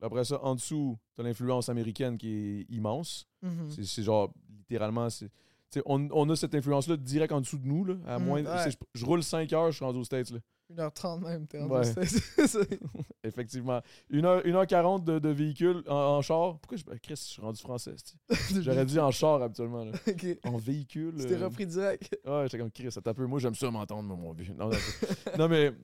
S2: Après ça, en dessous, t'as l'influence américaine qui est immense.
S3: Mhm.
S2: C'est- C'est genre, littéralement, c'est. tu sais, on, on a cette influence-là direct en dessous de nous. Là, à
S3: Mm,
S2: moins,
S3: ouais.
S2: c'est- je, je roule 5 heures, je suis rendu aux States. Là. *laughs*
S3: 1h30 même, t'es en
S2: Ouais.
S3: *laughs* C'est-
S2: Effectivement. 1 heure, 1h40 de, de véhicule en, en char. Pourquoi je. ah, Chris, je suis rendu français. c'ti. J'aurais dit en char habituellement. là.
S3: *laughs* Ok. Tu
S2: En véhicule.
S3: t'es
S2: euh,
S3: repris direct.
S2: Ouais, j'étais comme Chris, ça tape un peu. Moi, j'aime ça m'entendre, moi, mon vieux. Non, non,
S3: *laughs*
S2: c'est- non, mais. tu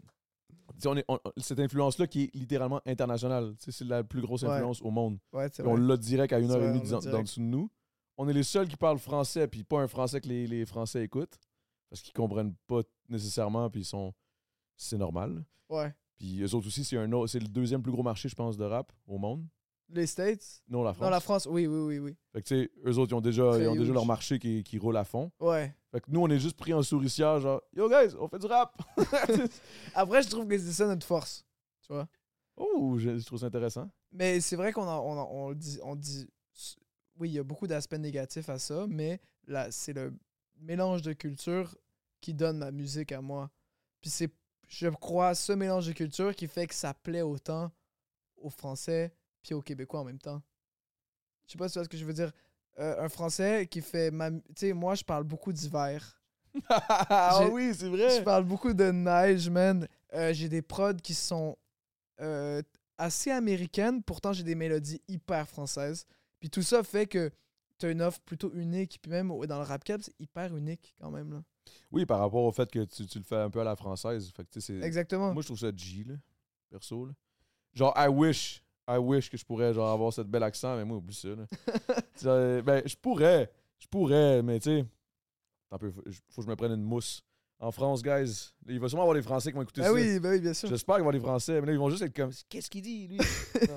S2: sais, On est, on- cette influence-là qui est littéralement internationale. Tu sais, C'est la plus grosse
S3: Ouais.
S2: influence au monde.
S3: Ouais, c'est
S2: Puis on
S3: vrai.
S2: l'a direct à une
S3: C'est
S2: heure et
S3: vrai,
S2: demie
S3: on l'a
S2: d'en-
S3: direct.
S2: d'en dessous de nous. On est les seuls qui parlent français, puis pas un français que les, les Français écoutent, parce qu'ils comprennent pas nécessairement, puis ils sont. C'est normal.
S3: Ouais.
S2: Puis eux autres aussi, c'est un autre- c'est le deuxième plus gros marché, je pense, de rap au monde.
S3: Les States
S2: Non, la France.
S3: Non, la France, oui, oui, oui, oui.
S2: Fait que, tu sais, eux autres, ils ont déjà,
S3: Très
S2: ils ont déjà
S3: huge.
S2: leur marché qui, qui roule à fond.
S3: Ouais.
S2: Fait que nous, on est juste pris en souricière, genre, yo guys, on fait du
S3: *laughs*
S2: rap. *laughs*
S3: Après, je trouve que c'est ça notre force. Tu vois?
S2: oh, je, je trouve ça intéressant.
S3: Mais c'est vrai qu'on en- on, en- on le dit, on dit. Oui, il y a beaucoup d'aspects négatifs à ça, mais là, c'est le mélange de culture qui donne ma musique à moi. Puis c'est, je crois, ce mélange de culture qui fait que ça plaît autant aux Français puis aux Québécois en même temps. Je sais pas si tu vois ce que je veux dire. Euh, un Français qui fait ma. mu- Tu sais, moi, je parle beaucoup d'hiver.
S2: ah
S3: J'ai-
S2: oui, c'est
S3: Je
S2: vrai.
S3: parle beaucoup de neige, man. Euh, j'ai des prods qui sont euh, assez américaines, pourtant j'ai des mélodies hyper françaises. Puis tout ça fait que t'as une offre plutôt unique. Puis même au- dans le rap cap, c'est hyper unique quand même. Là.
S2: Oui, par rapport au fait que tu, tu le fais un peu à la française. Fait que, tu sais, c'est-
S3: Exactement.
S2: Euh, Moi, je trouve ça G, là, perso. Là. Genre, I wish, I wish que je pourrais genre, avoir cette bel accent, mais moi, oublie ça. Là. Tu sais, euh, ben, je pourrais, je pourrais, mais tu sais, attends un peu, faut, je- faut que je me prenne une mousse. En France, guys, il va sûrement avoir des Français qui vont écouter
S3: Ah
S2: ça.
S3: oui, bah oui, bien sûr.
S2: J'espère qu'il va y avoir des Français, mais là, ils vont juste être comme, qu'est-ce qu'il dit, lui? Non.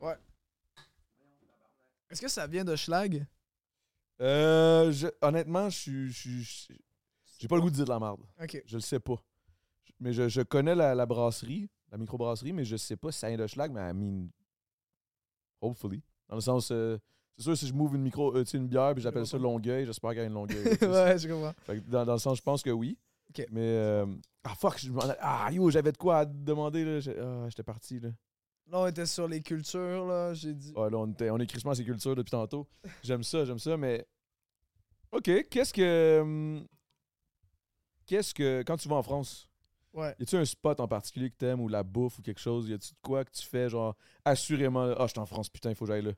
S3: Ouais. Est-ce que ça vient de Schlag
S2: Euh, je- honnêtement, je suis. je suis- je- J'ai pas le goût de dire de la merde.
S3: Ok.
S2: Je le sais pas. Je- Mais je, je connais la, la brasserie, la microbrasserie, mais je sais pas si ça vient de Schlag, mais I mean. Hopefully. Dans le sens. euh, c'est sûr, si je m'ouvre une micro, euh, tu sais, une bière, puis j'appelle ça Longueuil, j'espère qu'il y a une Longueuil. tu sais.
S3: *laughs* ouais, je comprends.
S2: Fait que dans, dans le sens, je pense que oui.
S3: Ok.
S2: Mais. euh, ah fuck, je m'en allais- Ah yo, j'avais de quoi à te demander, là. J'ai- ah, j'étais parti, là.
S3: Là, on était sur les cultures, là. J'ai dit.
S2: Ouais, là, on, était- on est crissement à ces cultures depuis tantôt. J'aime ça, j'aime ça, mais. OK, qu'est-ce que. hum, Qu'est-ce que. Quand tu vas en France,
S3: Ouais.
S2: y a-tu un spot en particulier que t'aimes ou la bouffe ou quelque chose Y a-tu de quoi que tu fais, genre, assurément, là, ah, je suis en France, putain, il faut que j'aille là.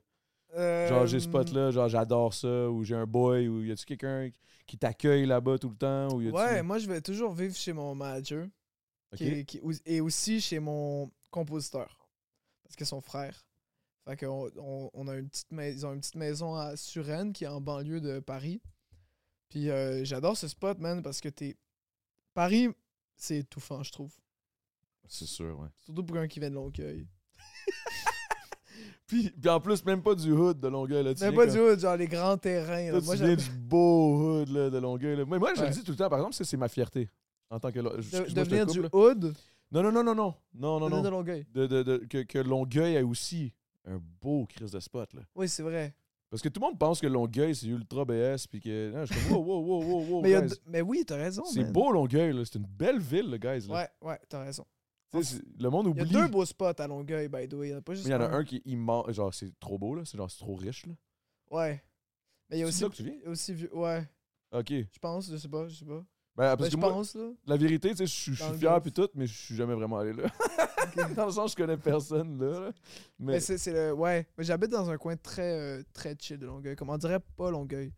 S2: Genre,
S3: Euh,
S2: j'ai ce spot-là, genre, j'adore ça, ou j'ai un boy, ou y a-tu quelqu'un qui t'accueille là-bas tout le temps, ou y a-tu.
S3: Ouais, moi, je vais toujours vivre chez mon manager.
S2: Ok.
S3: qui est- qui- ou- et aussi chez mon compositeur parce que son frère fait que on, on- on a une petite mais- ils ont une petite maison à Suresnes qui est en banlieue de Paris puis euh, j'adore ce spot man parce que t'es Paris c'est étouffant je trouve
S2: C'est sûr, ouais.
S3: surtout pour un qui vient de Longueuil
S2: Puis, puis en plus, même pas du hood de Longueuil, là. tu
S3: mais
S2: viens
S3: pas
S2: comme-
S3: du tout genre les grands terrains là.
S2: Toi,
S3: moi
S2: tu viens
S3: j'aime-
S2: du beau hood là, de Longueuil. là. Moi, moi, je
S3: Ouais.
S2: le dis tout le temps, par exemple, ça, c'est ma fierté. en tant que. lo-
S3: De-
S2: excuse-moi, je te
S3: devenir
S2: coupe,
S3: du
S2: là.
S3: hood,
S2: Non, non, non, non, non. Non, non,
S3: devenir de
S2: non.
S3: Longueuil.
S2: De, de, de- que, que Longueuil a aussi un beau crise de spot, là.
S3: Oui, c'est vrai.
S2: Parce que tout le monde pense que Longueuil, c'est ultra BS, puis que. Non, je suis comme, wow, wow, wow, wow, wow,
S3: *laughs* mais, il y a
S2: guys.
S3: d- mais oui, t'as raison.
S2: C'est
S3: man.
S2: beau, Longueuil, là. C'est une belle ville, le guys, là.
S3: Ouais, ouais, t'as raison.
S2: Tu sais, c'est- Le monde
S3: Il y a
S2: oublie.
S3: deux beaux spots à Longueuil, by the way. Il y en a pas juste.
S2: Mais il y en a un qui est immense. Genre, c'est trop beau, là. C'est genre, c'est trop riche, là.
S3: Ouais. Mais il y a
S2: C'est
S3: aussi.
S2: de là que tu viens?
S3: il y a aussi vieux- Ouais,
S2: OK.
S3: je pense, je sais pas, je sais pas.
S2: Ben,
S3: Ben,
S2: parce
S3: je
S2: que moi,
S3: pense, là.
S2: la vérité, tu sais, je suis- je
S3: Dans
S2: suis
S3: le
S2: fier
S3: golf.
S2: puis tout, mais je suis jamais vraiment allé là.
S3: *laughs* Ok.
S2: *laughs* Dans le sens, je connais personne, là. là. Mais,
S3: Mais c'est c'est le. Ouais. Mais j'habite dans un coin très, euh, très chill de Longueuil. Comme on dirait pas Longueuil.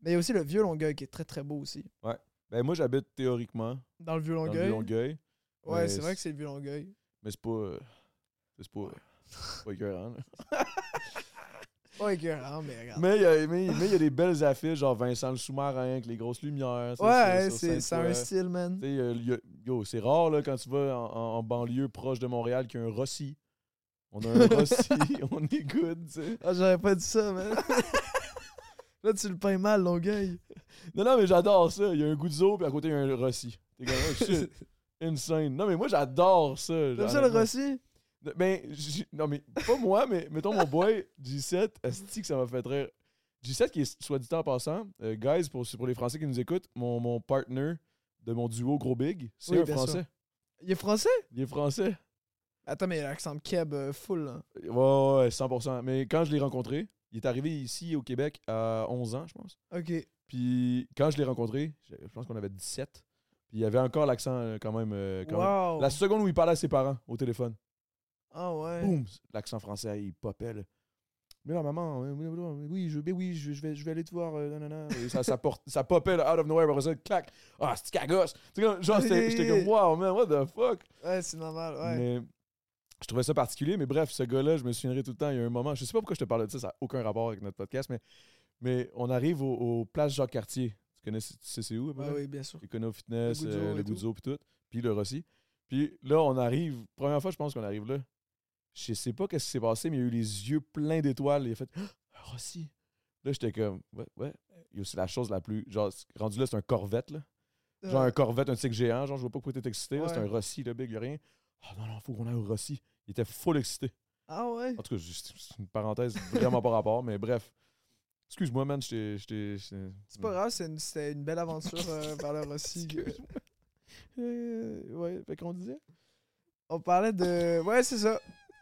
S3: Mais il y a aussi le vieux Longueuil qui est très, très beau aussi.
S2: ben, moi, j'habite théoriquement
S3: Dans le vieux
S2: dans le
S3: Longueuil.
S2: Longueuil,
S3: Ouais,
S2: mais
S3: c'est vrai
S2: c'est-
S3: que c'est le vieux Longueuil.
S2: mais c'est pas. euh, C'est pas. c'est pas écœurant, là.
S3: Ouais, écœurant, mais regarde.
S2: Mais il y, a- mais- mais il y a des belles affiches, genre Vincent le sous-marin, avec les grosses lumières. tu sais,
S3: ouais,
S2: sur- sur
S3: c'est c'est un
S2: Sainte-Foy.
S3: style, man.
S2: Tu sais, euh, y a- yo, c'est rare là, quand tu vas en, en- en banlieue proche de Montréal qu'il y a un Rossi. On a
S3: *laughs*
S2: un Rossi, *laughs* on est good, tu sais.
S3: Ah, j'aurais pas dit ça, man. *laughs* Là, tu le peins mal, Longueuil.
S2: Non, non, mais j'adore ça. Il y a un goût de zoo, puis à côté, il y a un Rossi. T'es comme, oh,
S3: *laughs*
S2: shit, insane. Non, mais moi, j'adore ça.
S3: T'aimes ça le
S2: honnêtement.
S3: Rossi?
S2: Ben, j- non, mais pas moi, mais mettons mon boy G7, Asti, que ça m'a fait rire. G7, qui est, soit dit en passant, euh, guys, pour, pour les Français qui nous écoutent, mon, mon partner de mon duo Gros Big, c'est
S3: Oui,
S2: un
S3: bien sûr.
S2: Français.
S3: Il est français?
S2: Il est Français.
S3: Attends, mais il a l'accent keb euh, full, là.
S2: Ouais, ouais, ouais, 100%. Mais quand je l'ai rencontré, il est arrivé ici au Québec à 11 ans, je pense.
S3: Ok.
S2: Puis quand je l'ai rencontré, je je pense qu'on avait 17. Puis il avait encore l'accent euh, quand même. euh, quand même.
S3: Wow.
S2: La seconde où il parlait à ses parents au téléphone,
S3: Ah ouais.
S2: boum, l'accent français, il popait. là. Mais là, maman, euh, oui, oui, oui, je, mais oui, je, je vais, je vais aller te voir. euh, nanana. Et ça, ça, porte- ça popait là, out of nowhere, après ça, clac. Ah, c'est cagos. Tu sais, comme- Genre, j'étais j'étais
S3: *laughs*
S2: comme, wow, man, what the fuck.
S3: Ouais, c'est normal, ouais.
S2: Mais je trouvais ça particulier. Mais bref, ce gars-là, je me souviendrai tout le temps. Il y a un moment, je sais pas pourquoi je te parle de ça, ça n'a aucun rapport avec notre podcast, mais, mais on arrive au, au Place Jacques-Cartier. Tu connais, tu sais c'est où? à peu
S3: Ouais,
S2: près?
S3: oui, bien sûr.
S2: Econo Fitness,
S3: Le Guzzo
S2: euh,
S3: et
S2: le
S3: tout.
S2: Guzzo, puis tout. Puis le Rossi. Puis là, on arrive. Première fois, je pense qu'on arrive là. Je sais pas qu'est-ce qui s'est passé, mais il a eu les yeux pleins d'étoiles. Il a fait Ah, un Rossi. Là, j'étais comme Ouais, ouais. Yo, C'est la chose la plus. Genre, c'est- rendu là, c'est un Corvette, là. Genre
S3: Euh,
S2: un Corvette, un tic géant. Genre, je vois pas pourquoi t'es excité. là. C'est
S3: Ouais.
S2: un Rossi, le big, y a rien. Ah non, non, faut qu'on aille au Rossi. Il était full excité.
S3: Ah ouais.
S2: En tout cas, juste- c'est une parenthèse vraiment pas rapport, mais bref. Excuse-moi, man, je t'ai- je t'ai. je t'ai-
S3: C'est pas grave, c'est une- c'était une, belle aventure
S2: *laughs*
S3: euh, vers le Rossi. que- *laughs*
S2: Excuse-moi. Euh, ouais, fait qu'on disait.
S3: On parlait de. Ouais, c'est ça.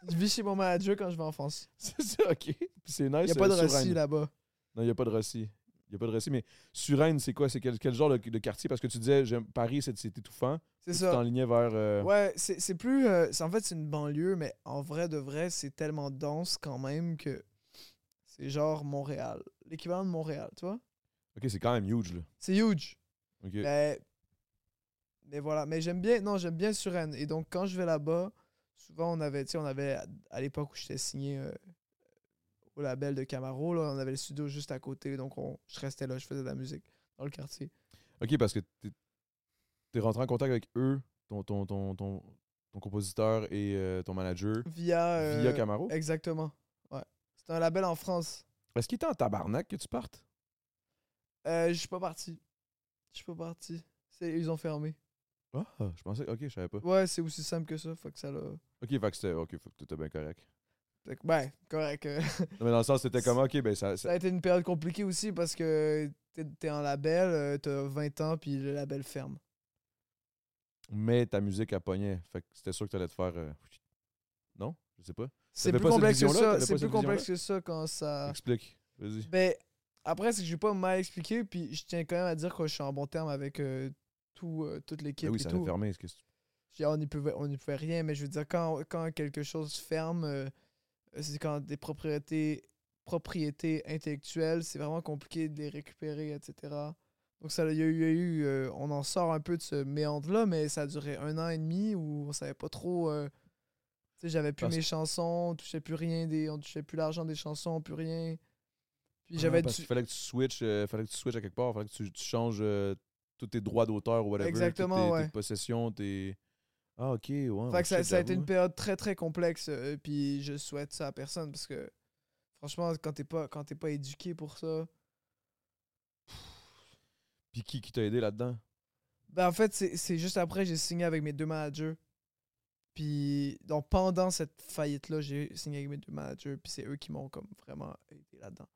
S3: Je vis chez mon manager quand je vais en France.
S2: *laughs* C'est ça, ok. Puis c'est nice.
S3: Il n'y a pas de
S2: euh,
S3: Rossi
S2: Suresnes.
S3: là-bas.
S2: Non, il n'y a pas de Rossi. Il n'y a pas de Rossi, mais Suresnes, c'est quoi C'est quel, quel genre de, de quartier Parce que tu disais, j'aime- Paris, c'est c'est étouffant.
S3: C'est
S2: Tu
S3: ça.
S2: t'enlignais vers. euh,
S3: Ouais, c'est c'est plus. euh, c'est- en fait, c'est une banlieue, mais en vrai de vrai, c'est tellement dense quand même que c'est genre Montréal. L'équivalent de Montréal, tu vois.
S2: Ok, c'est quand même huge, là.
S3: C'est huge.
S2: Ok.
S3: Mais, mais Ben, voilà, mais j'aime bien, non, j'aime bien Suresnes. Et donc, quand je vais là-bas, souvent, on avait, tu sais, on avait, à- à l'époque où j'étais signé euh, au label de Camaro, là, on avait le studio juste à côté, donc on, je restais là, je faisais de la musique dans le quartier.
S2: Ok, parce que t'es es rentré en contact avec eux, ton, ton, ton, ton, ton compositeur et euh, ton manager,
S3: Via, euh,
S2: via Camaro.
S3: Exactement, ouais. C'était un label en France.
S2: Est-ce qu'il était en tabarnak que tu partes
S3: Euh, je suis pas parti. Je suis pas parti. C'est- Ils ont fermé.
S2: Ah, je pensais. Ok, je savais pas.
S3: Ouais, c'est aussi simple que ça, faut que ça l'a...
S2: Ok, fait que c'était. Ok, fait que t'étais bien correct.
S3: Fait que, Ouais, correct. euh. *laughs*
S2: Non, mais dans le sens, c'était comme, ok, ben ça.
S3: Ça a
S2: ça-
S3: été une période compliquée aussi parce que t'es t'es en label, euh, t'as 20 ans, puis le label ferme.
S2: Mais ta musique, elle pognait. Fait que c'était sûr que t'allais te faire. euh, Non Je sais pas.
S3: C'est
S2: T'avais
S3: plus
S2: pas cette
S3: complexe que
S2: vision-là?
S3: ça.
S2: T'avais pas
S3: C'est plus
S2: cette
S3: complexe que ça quand ça.
S2: Explique. Vas-y.
S3: Ben, après, c'est que je vais pas mal expliquer, puis je tiens quand même à dire que je suis en bon terme avec euh, tout, euh, toute l'équipe.
S2: Ah oui,
S3: et
S2: ça
S3: tout.
S2: allait fermer. est-ce que c'est-
S3: Je dis, on n'y pouvait, on n'y pouvait rien, mais je veux dire, quand, quand quelque chose ferme, euh, c'est quand des propriétés, propriétés intellectuelles, c'est vraiment compliqué de les récupérer, etc. Donc, ça, il y a eu, il y a eu, euh, on en sort un peu de ce méandre-là, mais ça a duré un an et demi où on savait pas trop. euh, tu sais, j'avais plus
S2: Parce
S3: mes
S2: que-
S3: chansons, on touchait plus rien, des, on touchait plus l'argent des chansons, plus rien. Puis
S2: Ah,
S3: j'avais
S2: parce
S3: dû-
S2: qu'il fallait que tu switches, euh, fallait que tu switches à quelque part, fallait que tu, tu changes euh, tous tes droits d'auteur ou whatever, toutes
S3: Exactement,
S2: tes,
S3: ouais.
S2: tes possessions, tes Ah OK, ouais.
S3: Fait
S2: ouais,
S3: que ça,
S2: shit,
S3: ça a été
S2: j'avoue,
S3: une
S2: ouais.
S3: période très très complexe, euh, puis je souhaite ça à personne parce que franchement, quand t'es pas quand t'es pas éduqué pour ça,
S2: Puis qui, qui t'a aidé là-dedans
S3: Ben, en fait, c'est c'est juste après, j'ai signé avec mes deux managers. Puis, donc, pendant cette faillite-là, j'ai signé avec mes deux managers. Puis, c'est eux qui m'ont comme vraiment aidé là-dedans.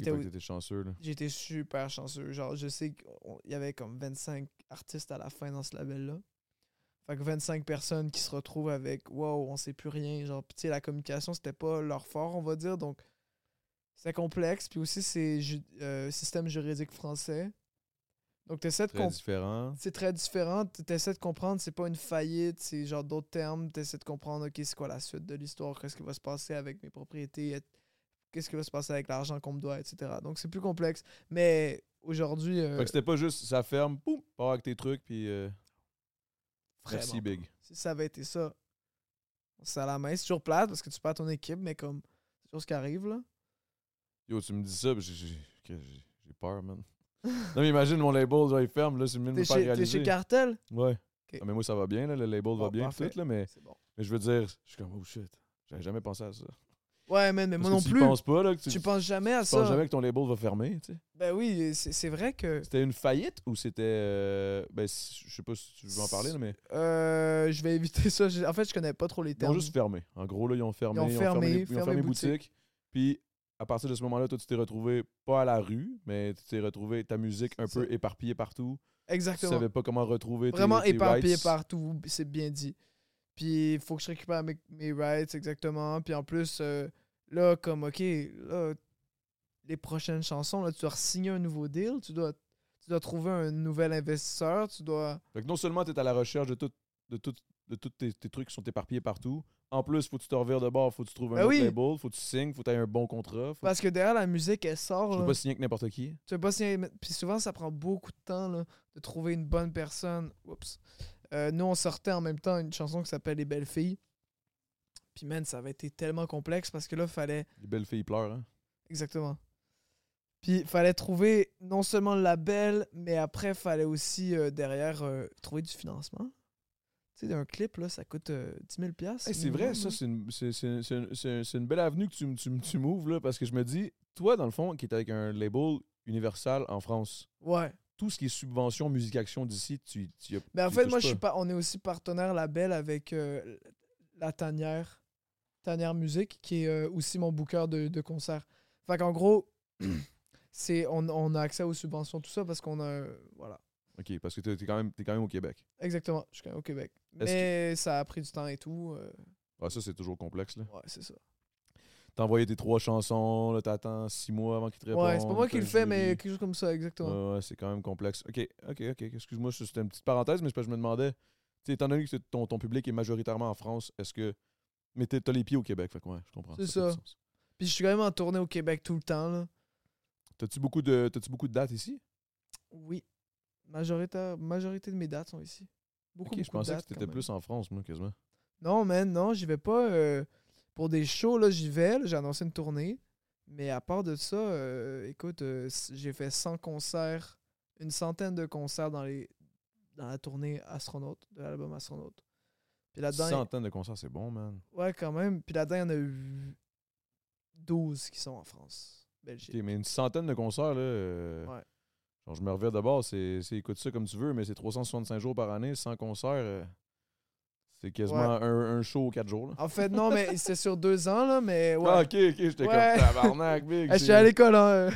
S2: Fait
S3: étaient
S2: que
S3: au-
S2: T'étais chanceux, là.
S3: J'ai été super chanceux. Genre, je sais qu'il y avait comme 25 artistes à la fin dans ce label-là. Fait que 25 personnes qui se retrouvent avec Wow, on sait plus rien. Genre, pis tu sais, la communication, c'était pas leur fort, on va dire. Donc, c'est complexe. Puis aussi, c'est ju- euh, système juridique français. Donc, t'essaies de
S2: Très
S3: comprendre
S2: différent.
S3: c'est très différent. Tu essaies de comprendre, c'est pas une faillite, c'est genre d'autres termes. Tu essaies de comprendre, OK, c'est quoi la suite de l'histoire, qu'est-ce qui va se passer avec mes propriétés, et- qu'est-ce qui va se passer avec l'argent qu'on me doit, etc. Donc, c'est plus complexe. Mais aujourd'hui, euh,
S2: Fait que c'était pas juste ça ferme, boum, pars avec tes trucs, puis euh,
S3: vraiment,
S2: merci, Ben. Big.
S3: si ça avait été ça, c'est à la main. C'est toujours plate parce que tu perds ton équipe, mais comme, c'est toujours ce qui arrive, là.
S2: Yo, tu me dis ça, puis j'ai- j'ai que j'ai- j'ai peur,
S3: *laughs*
S2: man. Non, mais imagine mon label, genre, il ferme, là, c'est le mieux de
S3: T'es
S2: me faire
S3: chez, t'es chez
S2: réaliser.
S3: Cartel?
S2: Ouais. Ah, mais moi, ça va bien, là, le label
S3: Bon,
S2: va bien, pis
S3: parfait.
S2: tout, là, mais,
S3: C'est bon.
S2: mais je veux dire, je suis comme, oh shit, j'avais jamais pensé à ça.
S3: Ouais, man, mais
S2: Parce
S3: moi
S2: que
S3: non
S2: tu y
S3: plus.
S2: penses pas, là, que tu,
S3: tu penses jamais à
S2: tu
S3: ça.
S2: penses jamais que ton label va fermer, tu sais.
S3: Ben oui, c'est c'est vrai que.
S2: C'était une faillite ou c'était. euh, ben, si- je sais pas si tu veux en parler, là, mais.
S3: Euh, je vais éviter ça. Je- En fait, je connais pas trop les
S2: Ils
S3: termes.
S2: ont juste fermé. En gros, là, ils ont fermé. Ils ont fermé, les- ils ont
S3: fermé
S2: fermé
S3: boutique.
S2: boutique. Puis, à partir de ce moment-là, toi, tu t'es retrouvé pas à la rue, mais tu t'es retrouvé ta musique un
S3: C'est
S2: peu
S3: ça.
S2: éparpillée partout. Tu
S3: Exactement.
S2: savais pas comment retrouver tes-
S3: Vraiment
S2: tes
S3: éparpillé
S2: rights.
S3: partout, c'est bien dit. Puis il faut que je récupère mes, mes rights, exactement. Puis en plus, euh, là, comme, OK, là, les prochaines chansons, là, tu dois signer un nouveau deal, tu dois, tu dois trouver un nouvel investisseur, tu dois.
S2: Fait que non seulement tu es à la recherche de tout, de tout, de tous tes, tes trucs qui sont éparpillés partout, en plus, faut que tu te revires de bord, faut que tu trouves un
S3: Ben
S2: autre
S3: oui.
S2: label, faut que tu signes, faut que tu aies un bon contrat. Faut...
S3: Parce euh, que derrière la musique, elle
S2: je
S3: sort.
S2: peux
S3: là.
S2: pas signer avec n'importe qui.
S3: Tu veux pas signer- Puis souvent, ça prend beaucoup de temps là, de trouver une bonne personne. Oups. Euh, nous, on sortait en même temps une chanson qui s'appelle Les Belles Filles. Puis, man, ça avait été tellement complexe parce que là, fallait.
S2: Les belles filles pleurent. Hein.
S3: Exactement. Puis, fallait trouver non seulement le label, mais après, fallait aussi, euh, derrière, euh, trouver du financement. Tu sais, un clip, là, ça coûte euh, 10 000
S2: Hey, Eh, c'est vrai,
S3: minimum,
S2: ça,
S3: là.
S2: c'est une, c'est- c'est- c'est une- c'est- c'est une belle avenue que tu, m- tu, m- tu m'ouvres, là, parce que je me dis, toi, dans le fond, qui est avec un label universal en France,
S3: Ouais.
S2: tout ce qui est subvention, musique, action d'ici, tu, tu y as-
S3: Mais Ben, en
S2: tu y
S3: fait,
S2: touches
S3: moi, je
S2: pas.
S3: suis pas. On est aussi partenaire label avec euh, la Tanière, Tanière Musique, qui est euh, aussi mon booker de, de concert. Fait qu'en gros,
S2: *coughs*
S3: c'est on, on a accès aux subventions, tout ça, parce qu'on a. euh, Voilà.
S2: Ok, parce que t'es t'es quand, même- t'es quand même au Québec.
S3: Exactement. Je suis quand même au Québec.
S2: Est-ce
S3: Mais ça a pris du temps et tout. euh,
S2: Ah, ça, c'est toujours complexe, là.
S3: ouais, c'est ça.
S2: T'as envoyé tes trois chansons, là, t'attends six mois avant qu'ils te répondent.
S3: Ouais, c'est pas moi qui
S2: t'as
S3: le fais,
S2: jury.
S3: mais quelque chose comme ça, exactement.
S2: Ouais, ouais, c'est quand même complexe. Ok, ok, ok. Excuse-moi, c'est- c'était une petite parenthèse, mais c'est parce que je me demandais, tu sais, étant donné que c'est- ton, ton public est majoritairement en France, est-ce que. Mais t'es- t'as les pieds au Québec, fait que ouais, je comprends.
S3: C'est
S2: fait du
S3: ça.
S2: sens.
S3: Puis je suis quand même en tournée au Québec tout le temps, là.
S2: T'as-tu beaucoup, de, t'as-tu beaucoup de dates ici?
S3: Oui. Majoritaire, majorité de mes dates sont ici. Beaucoup,
S2: Ok, je
S3: beaucoup de
S2: pensais que
S3: dates, quand
S2: t'étais
S3: même.
S2: plus en France, moi, quasiment.
S3: Non, man, non, j'y vais pas. euh, pour des shows, là, j'y vais. là, J'ai annoncé une tournée. Mais à part de ça, euh, écoute, euh, s- j'ai fait 100 concerts, une centaine de concerts dans, les, dans la tournée Astronaute, de l'album Astronaute. Puis là-dedans, il-
S2: Centaines de concerts, c'est bon, man.
S3: ouais, quand même. Puis là-dedans, il y en a eu 12 qui sont en France, Belgique.
S2: Ok, mais une centaine de concerts, là. euh,
S3: Ouais.
S2: genre, je me reviens d'abord, c'est, c'est écoute ça comme tu veux, mais c'est 365 jours par année, 100 concerts. euh, c'est quasiment un, un show aux 4 jours, là.
S3: En fait, non, mais c'est sur deux ans, là, mais ouais.
S2: Ah, ok, ok, j'étais
S3: Ouais.
S2: comme tabarnak, big.
S3: Eh, je suis
S2: c'est-
S3: à l'école, hein. euh.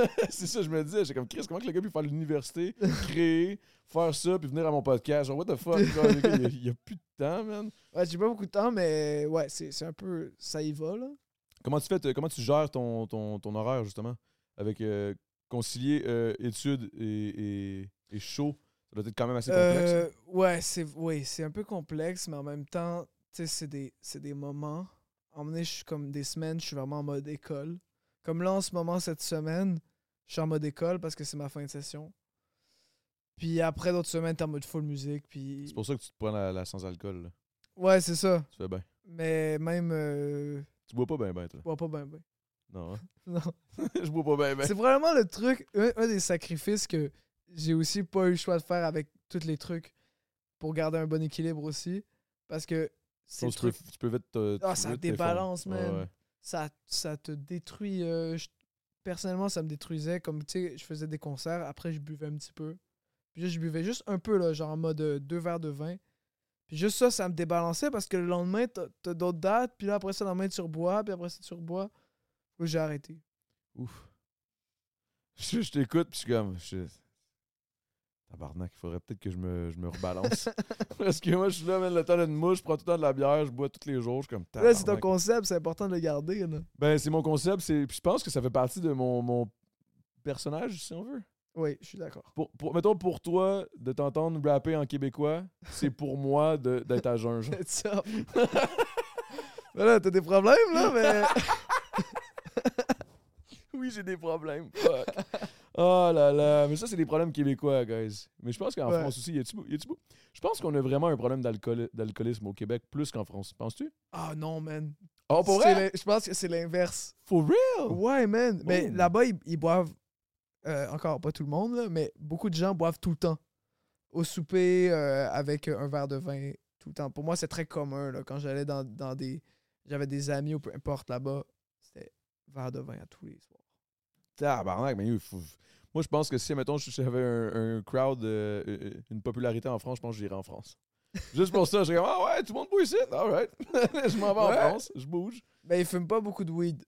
S2: *laughs* c'est ça, je me disais, j'étais comme Chris, comment que le gars peut faire l'université, créer, faire ça, puis venir à mon podcast? Genre, what the fuck? Genre, le gars, il y a- il y a, plus de temps, man.
S3: Ouais, j'ai pas beaucoup de temps, mais ouais, c'est c'est un peu. Ça y va, là.
S2: Comment tu fais, t- comment tu gères ton, ton, ton horaire, justement, avec euh, concilier euh, études et, et, et show? Ça doit être quand même assez complexe. hein.
S3: Euh, ouais, c'est oui, c'est un peu complexe, mais en même temps, tu sais, c'est des, c'est des moments. En donné, je suis comme des semaines, je suis vraiment en mode école. Comme là, en ce moment, cette semaine, je suis en mode école parce que c'est ma fin de session. Puis après, d'autres semaines, t'es en mode full musique. Puis...
S2: C'est pour ça que tu te prends la, la sans-alcool, là.
S3: Ouais, c'est ça.
S2: Tu fais bien.
S3: Mais même, euh,
S2: Tu bois pas bien, ben, toi.
S3: je bois pas ben ben.
S2: Non, hein?
S3: *laughs*
S2: *laughs*
S3: Non.
S2: Je bois pas bien, ben.
S3: C'est probablement le truc, un, un des sacrifices que j'ai aussi pas eu le choix de faire avec tous les trucs pour garder un bon équilibre aussi. Parce que c'est
S2: Tu peux, tu peux vite te.
S3: Ah,
S2: tu
S3: ça
S2: peux vite t'effondrer.
S3: débalance,
S2: Ouais,
S3: man.
S2: ouais.
S3: ça, ça te détruit. euh, je- personnellement, ça me détruisait. Comme, tu sais, je faisais des concerts, après, je buvais un petit peu. Puis là, je buvais juste un peu, là, genre en mode euh, deux verres de vin. Puis juste ça, ça me débalançait parce que le lendemain, t'as t'as d'autres dates. Puis là, après ça, le lendemain, tu rebois. Puis après ça, tu rebois. Là, j'ai arrêté.
S2: Ouf. Je, je t'écoute, puis je suis comme. Je... Tabarnak, il faudrait peut-être que je me, je me
S3: *laughs*
S2: rebalance. Parce que moi, je suis là, man, le temps d'une mouche, je prends tout le temps de la bière, je bois tous les jours, je suis comme.
S3: Là, c'est ton
S2: tabarnak.
S3: concept, c'est important de le garder. Là.
S2: Ben, c'est mon concept, c'est... puis je pense que ça fait partie de mon, mon personnage, si on veut.
S3: Oui, je suis d'accord.
S2: Pour, pour- mettons, pour toi, de t'entendre rapper en québécois, c'est pour moi de- d'être à jeun.
S3: *laughs*
S2: genre.
S3: C'est ça. voilà, t'as des problèmes, là, mais.
S2: *laughs* oui, j'ai des problèmes. Fuck. *laughs* Oh là là. Mais ça, c'est des problèmes québécois, guys. Mais je pense qu'en
S3: Ouais.
S2: France aussi, y a-tu beau- y a-tu beau? Je pense qu'on a vraiment un problème d'alcool- d'alcoolisme au Québec plus qu'en France. Penses-tu?
S3: Ah non, man.
S2: Oh, pour
S3: C'est
S2: vrai?
S3: l'in- Je pense que c'est l'inverse.
S2: For real?
S3: Oh. Ouais, man. Mais
S2: Oh.
S3: là-bas, ils, ils boivent. euh, encore pas tout le monde, là, mais beaucoup de gens boivent tout le temps. Au souper, euh, avec un verre de vin, tout le temps. Pour moi, c'est très commun. Là, quand j'allais dans, dans des. J'avais des amis ou peu importe là-bas, c'était verre de vin à tous les soirs.
S2: Tabarnak, mais il faut- Moi, je pense que si, mettons, j'avais un, un crowd, euh, euh, une popularité en France, je pense que j'irais en France. Juste pour ça, je serais comme, ah ouais, tout le monde bouge ici, alright. *laughs* je m'en vais
S3: Ouais.
S2: en France, je bouge.
S3: Ben, ils fument pas beaucoup de weed.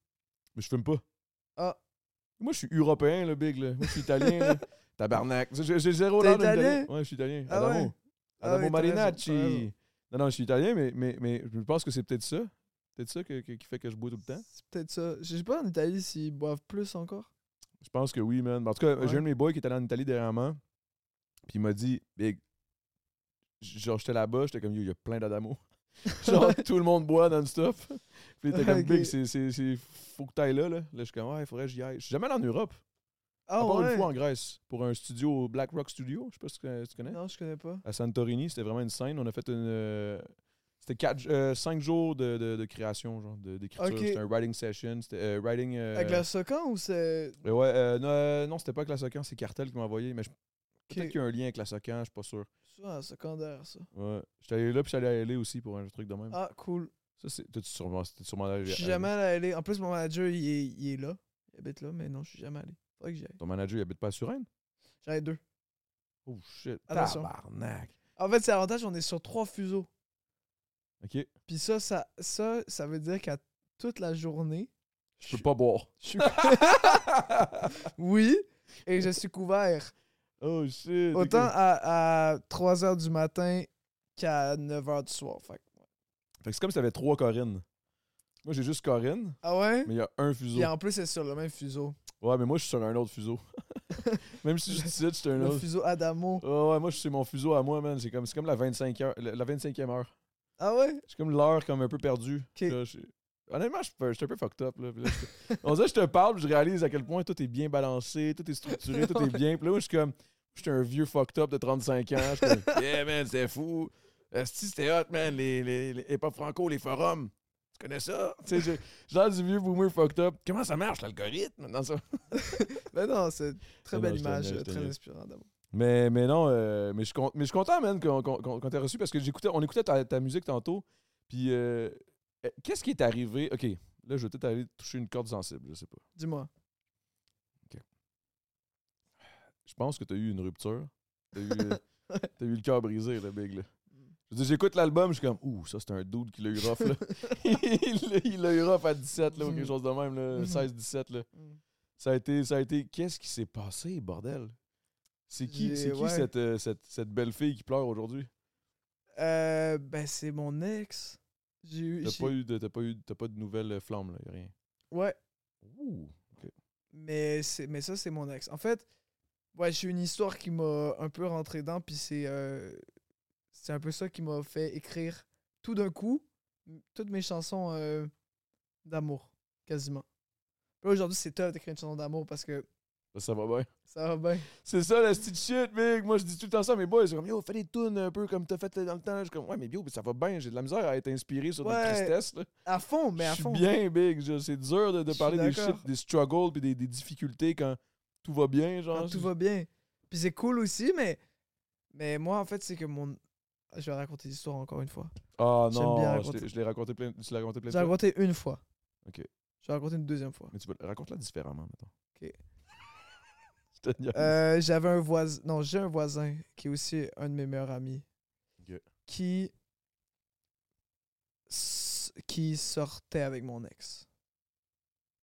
S2: Mais je fume pas.
S3: Ah.
S2: Moi, je suis européen, le big, là. Moi, je suis italien,
S3: *laughs*
S2: là. Tabarnak. J'ai j'ai zéro
S3: T'es
S2: l'air d'un
S3: italien?
S2: italien. Ouais, je suis italien.
S3: Ah ouais?
S2: Adamo.
S3: Ah
S2: Adamo
S3: ouais, t'as raison, t'as raison.
S2: Marinacci. Non, non, je suis italien, mais, mais, mais je pense que c'est peut-être ça. Peut-être ça que- que- qui fait que je bois tout le temps.
S3: C'est peut-être ça. Je sais pas en Italie s'ils boivent plus encore.
S2: Je pense que oui, man. En tout cas,
S3: Ouais.
S2: j'ai un de mes boys qui est allé en Italie dernièrement. Puis il m'a dit, Big, genre, j'étais là-bas, j'étais comme, yo, il y a plein
S3: *laughs*
S2: d'Adamo. genre, tout le monde boit non-stop. Puis il était comme,
S3: Ok.
S2: Big, c'est, c'est, c'est- faut que t'ailles là, là. Là, je suis comme, ouais, il faudrait que j'y aille. Je suis jamais allé en Europe.
S3: Ah
S2: à part
S3: ouais?
S2: une fois en Grèce, pour un studio, au Black Rock Studio, je sais pas si tu connais- tu connais.
S3: Non, je connais pas.
S2: À Santorini, c'était vraiment une scène. On a fait une. euh, c'était quatre, euh, cinq jours de, de- de création, genre, de- d'écriture.
S3: Ok.
S2: C'était un writing session. C'était euh, writing. euh,
S3: Avec la Socan ou c'est.
S2: euh, ouais, euh, non, euh, non, c'était pas avec la Socan, c'est Cartel qui m'a envoyé, mais je-
S3: Ok.
S2: peut-être qu'il y a un Hum. lien avec la Socan, je suis pas sûr.
S3: Souvent un secondaire, ça.
S2: Ouais. J'étais allé là, puis j'allais à LA aussi pour un truc de même.
S3: Ah, cool.
S2: Ça, c'est. T'es sûrement, t'es sûrement allé.
S3: Je suis
S2: à-
S3: jamais allé. En plus, mon manager, il est, il est là. Il habite là, mais non, je suis jamais allé. Faudrait que j'y aille.
S2: Ton manager, il habite pas à Suresnes?
S3: J'en ai deux.
S2: Oh shit.
S3: Attention.
S2: Tabarnak.
S3: En fait, c'est l'avantage, on est sur trois fuseaux.
S2: Ok.
S3: Puis ça, ça, ça, ça veut dire qu'à toute la journée,
S2: Je peux pas
S3: *laughs*
S2: boire.
S3: je suis.
S2: *laughs*
S3: oui, et je suis couvert.
S2: oh shit. ok.
S3: Autant à, à 3 h du matin qu'à 9 h du soir. Fait. que-
S2: Fait que c'est comme si t'avais trois Corinne. Moi, j'ai juste Corinne,
S3: Ah ouais?
S2: mais il y a un fuseau.
S3: Et en plus, c'est sur le même fuseau.
S2: Ouais, mais moi, je suis sur un autre
S3: *laughs*
S2: fuseau. *laughs* Même si je décide, je suis un
S3: Le
S2: autre.
S3: fuseau Adamo.
S2: Ah ouais, moi, je suis mon fuseau à moi, man. C'est comme, c'est comme la, 25 heure, la, la 25e heure.
S3: Ah ouais? *laughs*
S2: C'est comme l'heure comme un peu perdue. Là, je- Honnêtement, je suis peu- je suis un peu fucked up. Là. Puis là, je- On dirait que je te parle, puis je réalise à quel point tout est bien balancé, tout est structuré,
S3: *laughs*
S2: tout est bien. Puis là, moi, je suis comme, je suis un vieux fucked up de 35 ans. Je suis
S3: *laughs*
S2: comme, yeah, man, c'était fou. Esti, c'était hot, man. Les, les, les hip-hop franco, les forums. Tu connais ça? Tu sais, j'ai- j'ai l'air du vieux boomer fucked up. Comment ça marche, l'algorithme? Dans ça.
S3: Mais Ben non, c'est très
S2: Non,
S3: belle
S2: non, je te
S3: image,
S2: niaise, je
S3: euh,
S2: te
S3: très
S2: niaise.
S3: inspirant d'abord.
S2: Mais, mais non, euh, mais, je suis con- mais je suis content, man, qu'on qu'on- qu'on- qu'on t'ait reçu parce que j'écoutais, on écoutait ta, ta musique tantôt. Puis, euh, euh, qu'est-ce qui est arrivé? OK, là, je vais peut-être aller toucher une corde sensible, je sais pas.
S3: Dis-moi.
S2: Je pense que t'as eu une rupture. T'as eu,
S3: *laughs*
S2: euh, t'as eu le cœur brisé, le big, là.
S3: Mm.
S2: Je veux dire, j'écoute l'album, je suis comme, ouh, ça, c'est un dude qui l'a eu rough, là. *laughs* il l'a- il l'a eu rough à 17, là, ou quelque chose de même, là,
S3: Mhm.
S2: 16-17, là.
S3: Mm.
S2: Ça a été, ça a été, qu'est-ce qui s'est passé, bordel? C'est qui,
S3: J'ai-
S2: c'est qui
S3: ouais.
S2: cette, euh, cette, cette belle fille qui pleure aujourd'hui?
S3: *laughs* Euh, ben, c'est mon ex. J'ai eu.
S2: T'as
S3: j'ai-
S2: pas eu de, t'as pas eu, t'as pas de nouvelles euh, flammes, là, y a rien.
S3: Ouais,
S2: Ouh.
S3: mais, c'est- mais ça, c'est mon ex. En fait, ouais, j'ai eu une histoire qui m'a un peu rentré dedans, puis c'est euh, c'est un peu ça qui m'a fait écrire tout d'un coup m- toutes mes chansons euh, d'amour, quasiment. Là, aujourd'hui, c'est tough d'écrire une chanson d'amour parce que
S2: Ça, ça va bien. *laughs*
S3: ça va bien.
S2: C'est ça, la petite shit, big. Moi, je dis tout le temps ça à mes boys. C'est comme, yo, fais des tunes un peu comme t'as fait euh, dans le temps. Je suis comme, ouais, mais bio, ça va bien. J'ai de la misère à être inspiré sur
S3: Ouais.
S2: notre tristesse. Là.
S3: À fond, mais à
S2: je suis
S3: fond.
S2: bien, big. Je- C'est dur de, de
S3: Je suis
S2: parler des
S3: d'accord.
S2: shit, des struggles puis des, des difficultés quand tout va bien, genre.
S3: quand tout va bien. Puis c'est cool aussi, mais, mais moi, en fait, c'est que mon. Je vais raconter l'histoire encore une fois.
S2: Ah
S3: J'aime bien
S2: non, je
S3: raconter.
S2: l'ai- je l'ai raconté plein, tu l'as raconté plein
S3: Je
S2: de
S3: l'ai
S2: fois.
S3: raconté une fois.
S2: Ok.
S3: Je l'ai raconté une deuxième fois.
S2: *laughs* Mais tu peux raconte-la différemment, mettons.
S3: Ok.
S2: te niaise.
S3: Euh, J'avais un voisin. Non, j'ai un voisin qui est aussi un de mes meilleurs amis.
S2: Ok.
S3: Qui. s- Qui sortait avec mon ex.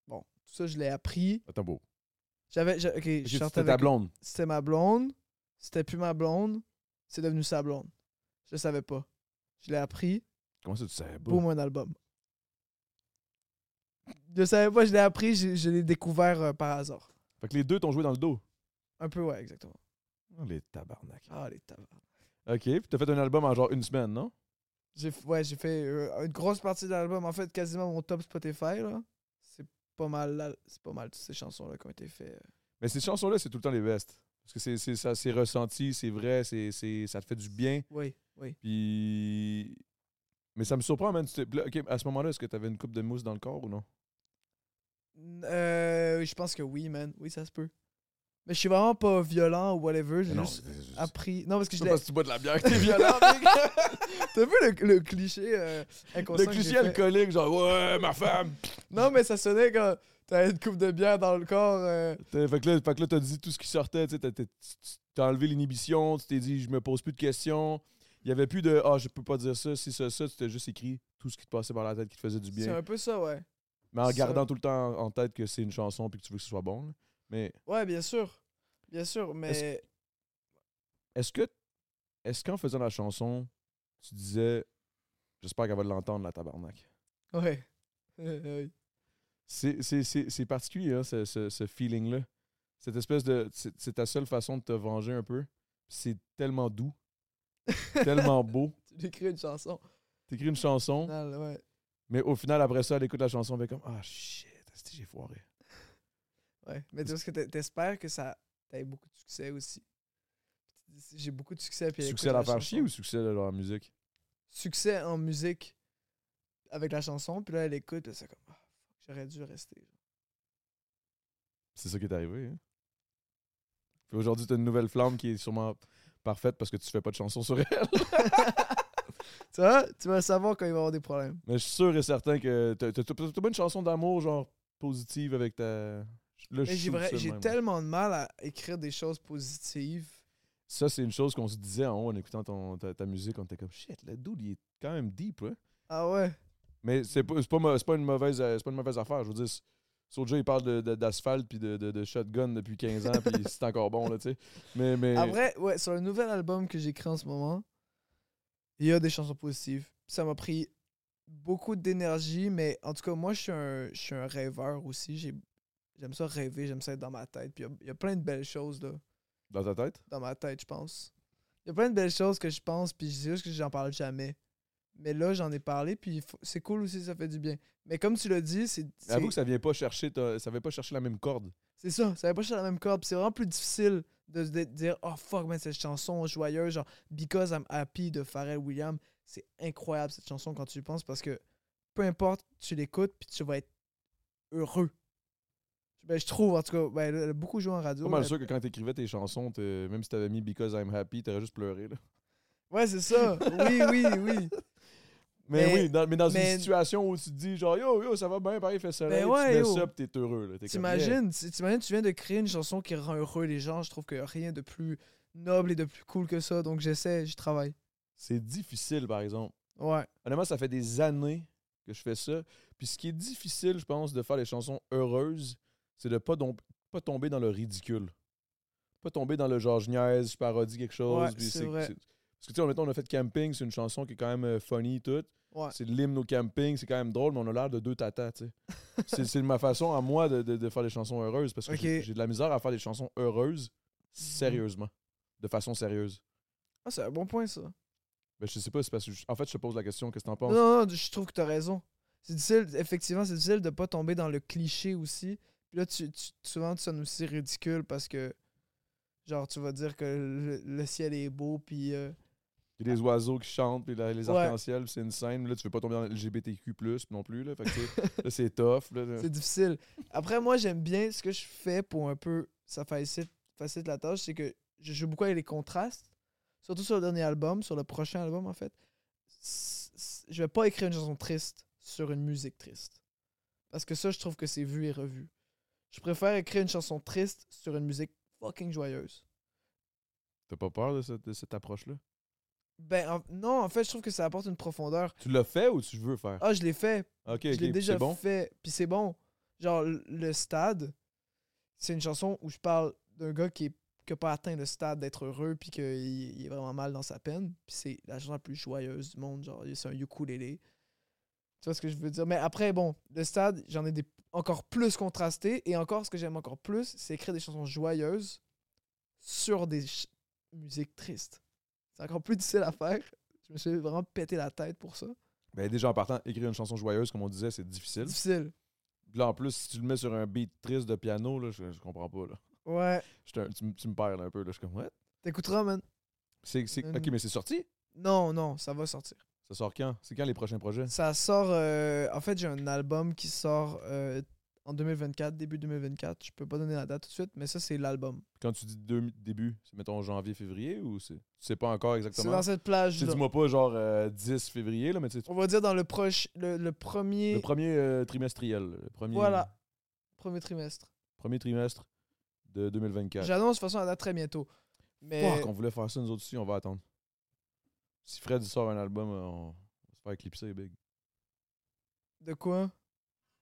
S3: Bon, tout ça, je l'ai appris.
S2: Attends, beau.
S3: J'avais. j'a- Ok, je
S2: J'ai
S3: sortais
S2: c'était ta
S3: avec.
S2: blonde.
S3: C'était ma blonde. C'était plus ma blonde. C'est devenu sa blonde. Je le savais pas. Je l'ai appris.
S2: Comment ça, tu savais pas?
S3: Boum, un album. Je savais pas, je l'ai appris, je, je l'ai découvert euh, par hasard.
S2: Fait que les deux t'ont joué dans le dos.
S3: Un peu, ouais, exactement.
S2: Oh, les tabarnak.
S3: Ah, les tabards.
S2: OK, puis t'as fait un album en genre une semaine, non?
S3: J'ai f- ouais, j'ai fait euh, une grosse partie de l'album. En fait, quasiment mon top Spotify, là. C'est pas mal, là- c'est pas mal toutes ces chansons-là qui ont été faites. euh.
S2: Mais ces chansons-là, c'est tout le temps les best. Parce que c'est, c'est, ça, c'est ressenti, c'est vrai, c'est, c'est, ça te fait du bien.
S3: Oui, oui.
S2: Puis. Mais ça me surprend, man. tu t'es- là, OK, à ce moment-là, est-ce que t'avais une coupe de mousse dans le corps ou non?
S3: N- euh, je pense que oui, man. Oui, ça se peut. Mais je suis vraiment pas violent ou whatever. J'ai
S2: non,
S3: juste
S2: c'est- c'est-
S3: appris. Non, parce que
S2: C'est
S3: je
S2: pas
S3: l'ai.
S2: parce que tu bois de la bière que *laughs* t'es violent,
S3: *laughs*
S2: mec.
S3: T'as vu le, le cliché euh, inconscient
S2: Le
S3: que
S2: cliché
S3: j'ai fait?
S2: alcoolique, genre, ouais, ma femme.
S3: Non, mais ça sonnait quand t'avais une coupe de bière dans le corps. euh,
S2: T'as- Fait que là, fait que là, t'as dit tout ce qui sortait, tu sais, t'as- t'as- tu- t'as enlevé l'inhibition, tu t'es dit, je me pose plus de questions. Il n'y avait plus de, ah, je peux pas dire ça, si ça, ça, tu t'es juste écrit tout ce qui te passait par la tête qui te faisait du
S3: C'est
S2: bien.
S3: un peu ça, ouais.
S2: Mais en
S3: ça.
S2: gardant tout le temps en tête que c'est une chanson puis que tu veux que ce soit bon. là. Mais
S3: Ouais, bien sûr. Bien sûr, mais.
S2: est-ce que, est-ce qu'en faisant la chanson, tu disais, j'espère qu'elle va l'entendre, la tabarnak?
S3: Ouais. *laughs* Ouais.
S2: C'est- C'est c'est- c'est particulier, hein, ce, ce- ce feeling-là. Cette espèce de. C'est c'est ta seule façon de te venger un peu. C'est tellement doux, tellement *laughs* beau.
S3: *laughs* tu décris une chanson.
S2: T'écris une chanson,
S3: Non, ouais.
S2: mais au final, après ça, elle écoute la chanson, elle fait comme Ah shit, esti, j'ai foiré.
S3: Ouais. Mais tu vois, parce que t'es- t'espères que ça t'aille beaucoup de succès aussi. J'ai beaucoup de succès. Puis elle
S2: Succès à
S3: écoute
S2: la faire
S3: chanson.
S2: chier ou succès de la musique
S3: Succès en musique avec la chanson, puis là, elle écoute, puis c'est comme. Ah, fuck, j'aurais dû rester.
S2: C'est ça qui est arrivé. hein. Puis aujourd'hui, t'as une nouvelle flamme qui est sûrement parfaite parce que tu fais pas de chanson sur elle. *laughs*
S3: *laughs* Tu vois, tu vas savoir quand il va y avoir des problèmes.
S2: Mais je suis sûr et certain que t'as t'as- t'as- t'as pas une chanson d'amour, genre positive avec ta. Là, je
S3: Mais j'ai
S2: shoot
S3: vrai-
S2: ça de
S3: j'ai
S2: même.
S3: tellement de mal à écrire des choses positives.
S2: Ça, c'est une chose qu'on se disait en haut en écoutant ton- ta, ta musique. On était comme shit, le dude, il est quand même deep, hein.
S3: Ah ouais.
S2: Mais c'est pas, c'est pas, mo- c'est pas, une mauvaise, euh, c'est pas une mauvaise affaire. Je veux dire, s- Soulja, il parle de- de- d'asphalte puis de, de- de shotgun depuis 15 ans, puis c'est encore bon, là, tu sais. Mais, mais
S3: Après, ouais, sur le nouvel album que j'écris en ce moment, il y a des chansons positives. Ça m'a pris beaucoup d'énergie, mais en tout cas, moi, je suis un, je suis un rêveur aussi. J'ai- J'aime ça rêver, j'aime ça être dans ma tête. Puis il y a- il y, a plein de belles choses là,
S2: dans ta tête,
S3: dans ma tête, je pense. Il y a plein de belles choses que je pense, puis c'est juste que j'en parle jamais. Mais là, j'en ai parlé, puis il faut- c'est cool aussi, ça fait du bien. Mais comme tu l'as dit, c'est. c'est-
S2: avoue que ça vient pas chercher, ta- ça vient pas chercher la même corde.
S3: C'est ça, ça va pas chercher la même corde. puis C'est vraiment plus difficile de se dé- dire Oh fuck, man, cette chanson joyeuse, genre Because I'm Happy de Pharrell Williams. C'est incroyable cette chanson quand tu y penses parce que peu importe, tu l'écoutes puis tu vas être heureux. Ben, je trouve, en tout cas, ben, elle a beaucoup joué en radio.
S2: Pas mal
S3: mais-
S2: sûr que quand t'écrivais tes chansons, t'es- même si t'avais mis Because I'm Happy, t'aurais juste pleuré, là.
S3: Ouais, c'est ça. oui, oui, oui.
S2: Mais,
S3: Mais-
S2: oui, dans, mais dans
S3: mais-
S2: une situation où tu te dis, genre, yo, yo, ça va bien, pareil, fais soleil,
S3: Ben ouais,
S2: tu mets
S3: yo.
S2: ça, puis t'es heureux, là. T'es comme, yeah.
S3: T'imagines, tu- t'imagines, tu viens de créer une chanson qui rend heureux les gens. Je trouve que rien de plus noble et de plus cool que ça. Donc j'essaie, j'y travaille.
S2: C'est difficile, par exemple.
S3: Ouais.
S2: Honnêtement, ça fait des années que je fais ça. Puis ce qui est difficile, je pense, de faire les chansons heureuses, c'est de pas, dom- pas tomber dans le ridicule. Pas tomber dans le genre je niaise, je parodie quelque chose.
S3: Ouais,
S2: puis
S3: c'est vrai.
S2: Parce que tu sais, mettons, on a fait Camping, c'est une chanson qui est quand même euh, funny et tout.
S3: Ouais.
S2: C'est l'hymne au camping, c'est quand même drôle, mais on a l'air de deux tatas, tu
S3: *laughs*
S2: sais. c'est, c'est ma façon à moi de, de- de faire des chansons heureuses parce que
S3: Ok. Mm-hmm.
S2: j'ai, j'ai de la misère à faire des chansons heureuses sérieusement. De façon sérieuse.
S3: Ah, c'est un bon point ça.
S2: Ben, je sais pas, c'est parce que je- en fait, je te pose la question, qu'est-ce que t'en penses?
S3: Non, non, je trouve que t'as raison. C'est difficile, effectivement, c'est difficile de pas tomber dans le cliché aussi. Puis là, tu, tu- souvent, tu sonnes aussi ridicule parce que, genre, tu vas dire que le, le ciel est beau, puis. euh,
S2: Il y a des oiseaux qui chantent, puis la- les
S3: Ouais.
S2: arcs-en-ciel, puis c'est une scène. Là, tu veux pas tomber dans LGBTQ, non plus. Là, Fait que, tu
S3: *laughs*
S2: sais, là, c'est tough. là.
S3: c'est difficile. Après, moi, j'aime bien ce que je fais pour un peu. Ça facilite, facilite la tâche, c'est que je joue beaucoup avec les contrastes. Surtout sur le dernier album, sur le prochain album, en fait. S- s- Je vais pas écrire une chanson triste sur une musique triste. Parce que ça, je trouve que c'est vu et revu. Je préfère écrire une chanson triste sur une musique fucking joyeuse.
S2: T'as pas peur de, ce- de cette approche-là?
S3: Ben en- non, en fait, je trouve que ça apporte une profondeur.
S2: Tu l'as fait ou tu veux faire?
S3: Ah, je l'ai fait.
S2: ok,
S3: je l'ai
S2: ok.
S3: déjà
S2: C'est bon?
S3: fait. Puis c'est bon. Genre, l- le stade, c'est une chanson où je parle d'un gars qui est qui a pas atteint le stade d'être heureux puis qu'il il est vraiment mal dans sa peine puis c'est la chanson la plus joyeuse du monde genre c'est un ukulélé tu vois ce que je veux dire mais après bon le stade j'en ai des encore plus contrasté et encore ce que j'aime encore plus c'est écrire des chansons joyeuses sur des ch- musiques tristes c'est encore plus difficile à faire je me suis vraiment pété la tête pour ça
S2: Ben, déjà en partant, écrire une chanson joyeuse, comme on disait, c'est difficile.
S3: difficile
S2: Puis Là, en plus, si tu le mets sur un beat triste de piano, là, je, je comprends pas. Là.
S3: ouais
S2: J'étais un- tu, m- tu me perds là, un peu. Là. Je suis comme, what?
S3: t'écouteras man
S2: C'est, c'est-
S3: Hum.
S2: Ok, mais c'est sorti?
S3: Non, non, ça va sortir.
S2: Ça sort quand? C'est quand les prochains projets?
S3: Ça sort. euh, en fait, j'ai un album qui sort euh, en 2024, début 2024. Je peux pas donner la date tout de suite, mais ça, c'est l'album.
S2: Quand tu dis deux- début, c'est mettons janvier, février ou c'est. Tu sais pas encore
S3: C'est
S2: exactement?
S3: dans cette plage.
S2: Tu sais, dis-moi pas genre euh, 10 février, là, mais tu sais,
S3: On va dire dans le proche, le, le premier,
S2: le premier euh, trimestriel. Le premier,
S3: Voilà. premier trimestre.
S2: premier trimestre de 2024.
S3: J'annonce de toute façon la date très bientôt. Mais
S2: Fuck, on voulait faire ça nous autres aussi, on va attendre. Si Fred sort un album, euh, on va se faire éclipser, big.
S3: de quoi *laughs*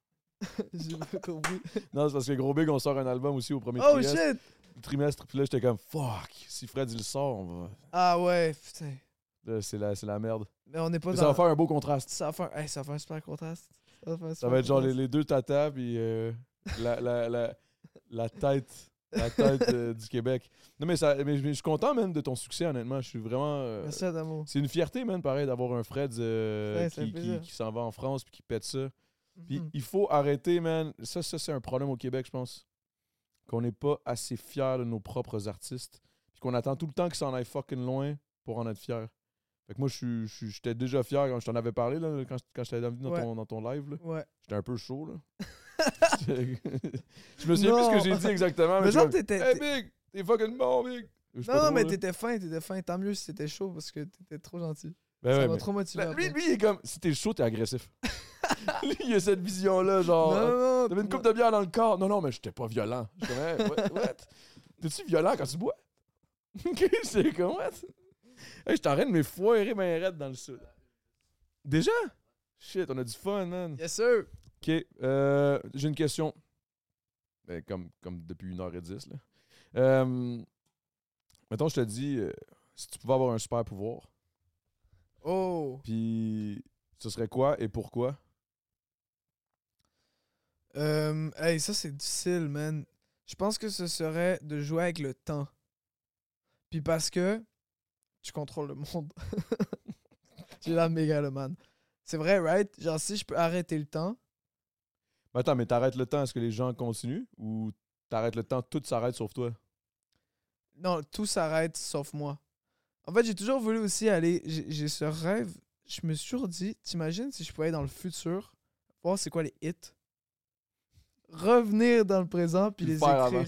S3: J'ai pas
S2: *laughs*
S3: compris.
S2: Non, c'est parce que Gros Big, on sort un album aussi au premier
S3: Oh
S2: trimestre.
S3: shit
S2: trimestre. Puis là, j'étais comme, fuck, si Fred il le sort, on va.
S3: Ah ouais, putain.
S2: Là, c'est la, c'est la merde.
S3: Mais on n'est pas
S2: Mais
S3: dans.
S2: ça va faire un beau contraste.
S3: ça va faire- hey, ça va faire un super contraste. Ça va, faire un
S2: Ça
S3: super
S2: va être genre les,
S3: contraste.
S2: les deux tatas, puis euh, la, la, la, la tête. La tête euh, du Québec. Non, mais, ça, mais je mais je suis content, même, de ton succès, honnêtement. Je suis vraiment.
S3: *laughs*
S2: euh,
S3: Merci à d'amour.
S2: C'est une fierté, man, pareil, d'avoir un Fred euh,
S3: Ouais, ça
S2: qui,
S3: fait
S2: qui-
S3: plaisir.
S2: qui s'en va en France puis qui pète ça. Puis
S3: Mhm.
S2: il faut arrêter, man. Ça, ça c'est un problème au Québec, je pense. Qu'on n'est pas assez fiers de nos propres artistes. Puis qu'on attend tout le temps qu'ils s'en aillent fucking loin pour en être fiers. Fait que moi, je suis- je suis- j'étais déjà fier quand je t'en avais parlé, là, quand, quand j'étais dans, dans
S3: Ouais.
S2: ton, dans ton live. là.
S3: Ouais.
S2: J'étais un peu chaud, là.
S3: *laughs*
S2: *laughs* J'étais- je me souviens plus ce que
S3: Non.
S2: j'ai dit exactement. Ah, Mais, j'étais
S3: Mais genre,
S2: comme,
S3: t'étais-
S2: Hey,
S3: t'es-
S2: Big, t'es fucking bon, Big. Je suis
S3: Non,
S2: pas
S3: non,
S2: trop,
S3: mais
S2: là.
S3: t'étais fin, t'étais fin. Tant mieux si t'étais chaud parce que t'étais trop gentil.
S2: Ben
S3: ça
S2: ouais,
S3: m'a
S2: mais-
S3: trop motivé.
S2: Là, lui,
S3: après.
S2: lui, il est comme, si t'es chaud, t'es
S3: *laughs*
S2: agressif. lui, il a cette vision-là, genre.
S3: non,
S2: euh,
S3: non, non.
S2: T'avais une
S3: non.
S2: coupe de bière dans le corps. Non, non, mais j'étais pas violent. J'étais comme, hey, what? what? T'es-tu violent quand tu bois? *laughs* Ok, c'est comme, what? Hey, j'étais en train de me foirer ma raide dans le sud. Déjà? Shit, on a du fun, man.
S3: Yes, sir.
S2: Ok, euh, j'ai une question. Ben, comme, comme depuis 1h10. Là. Euh, mettons, je te dis, euh, si tu pouvais avoir un super pouvoir,
S3: Oh.
S2: puis ce serait quoi et pourquoi?
S3: Euh, hey, ça, c'est difficile, man. Je pense que ce serait de jouer avec le temps. Puis parce que tu contrôles le monde. *laughs* J'ai la mégalomane. C'est vrai, right? Genre, si je peux arrêter le temps,
S2: Mais attends, mais t'arrêtes le temps, est-ce que les gens continuent ou t'arrêtes le temps, tout s'arrête sauf toi?
S3: Non, tout s'arrête sauf moi. En fait, j'ai toujours voulu aussi aller. J'ai j'ai ce rêve. Je me suis toujours dit, t'imagines si je pouvais aller dans le futur, voir c'est quoi les hits, revenir dans le présent puis
S2: Puis
S3: les
S2: le faire
S3: écrire.
S2: avant. *laughs*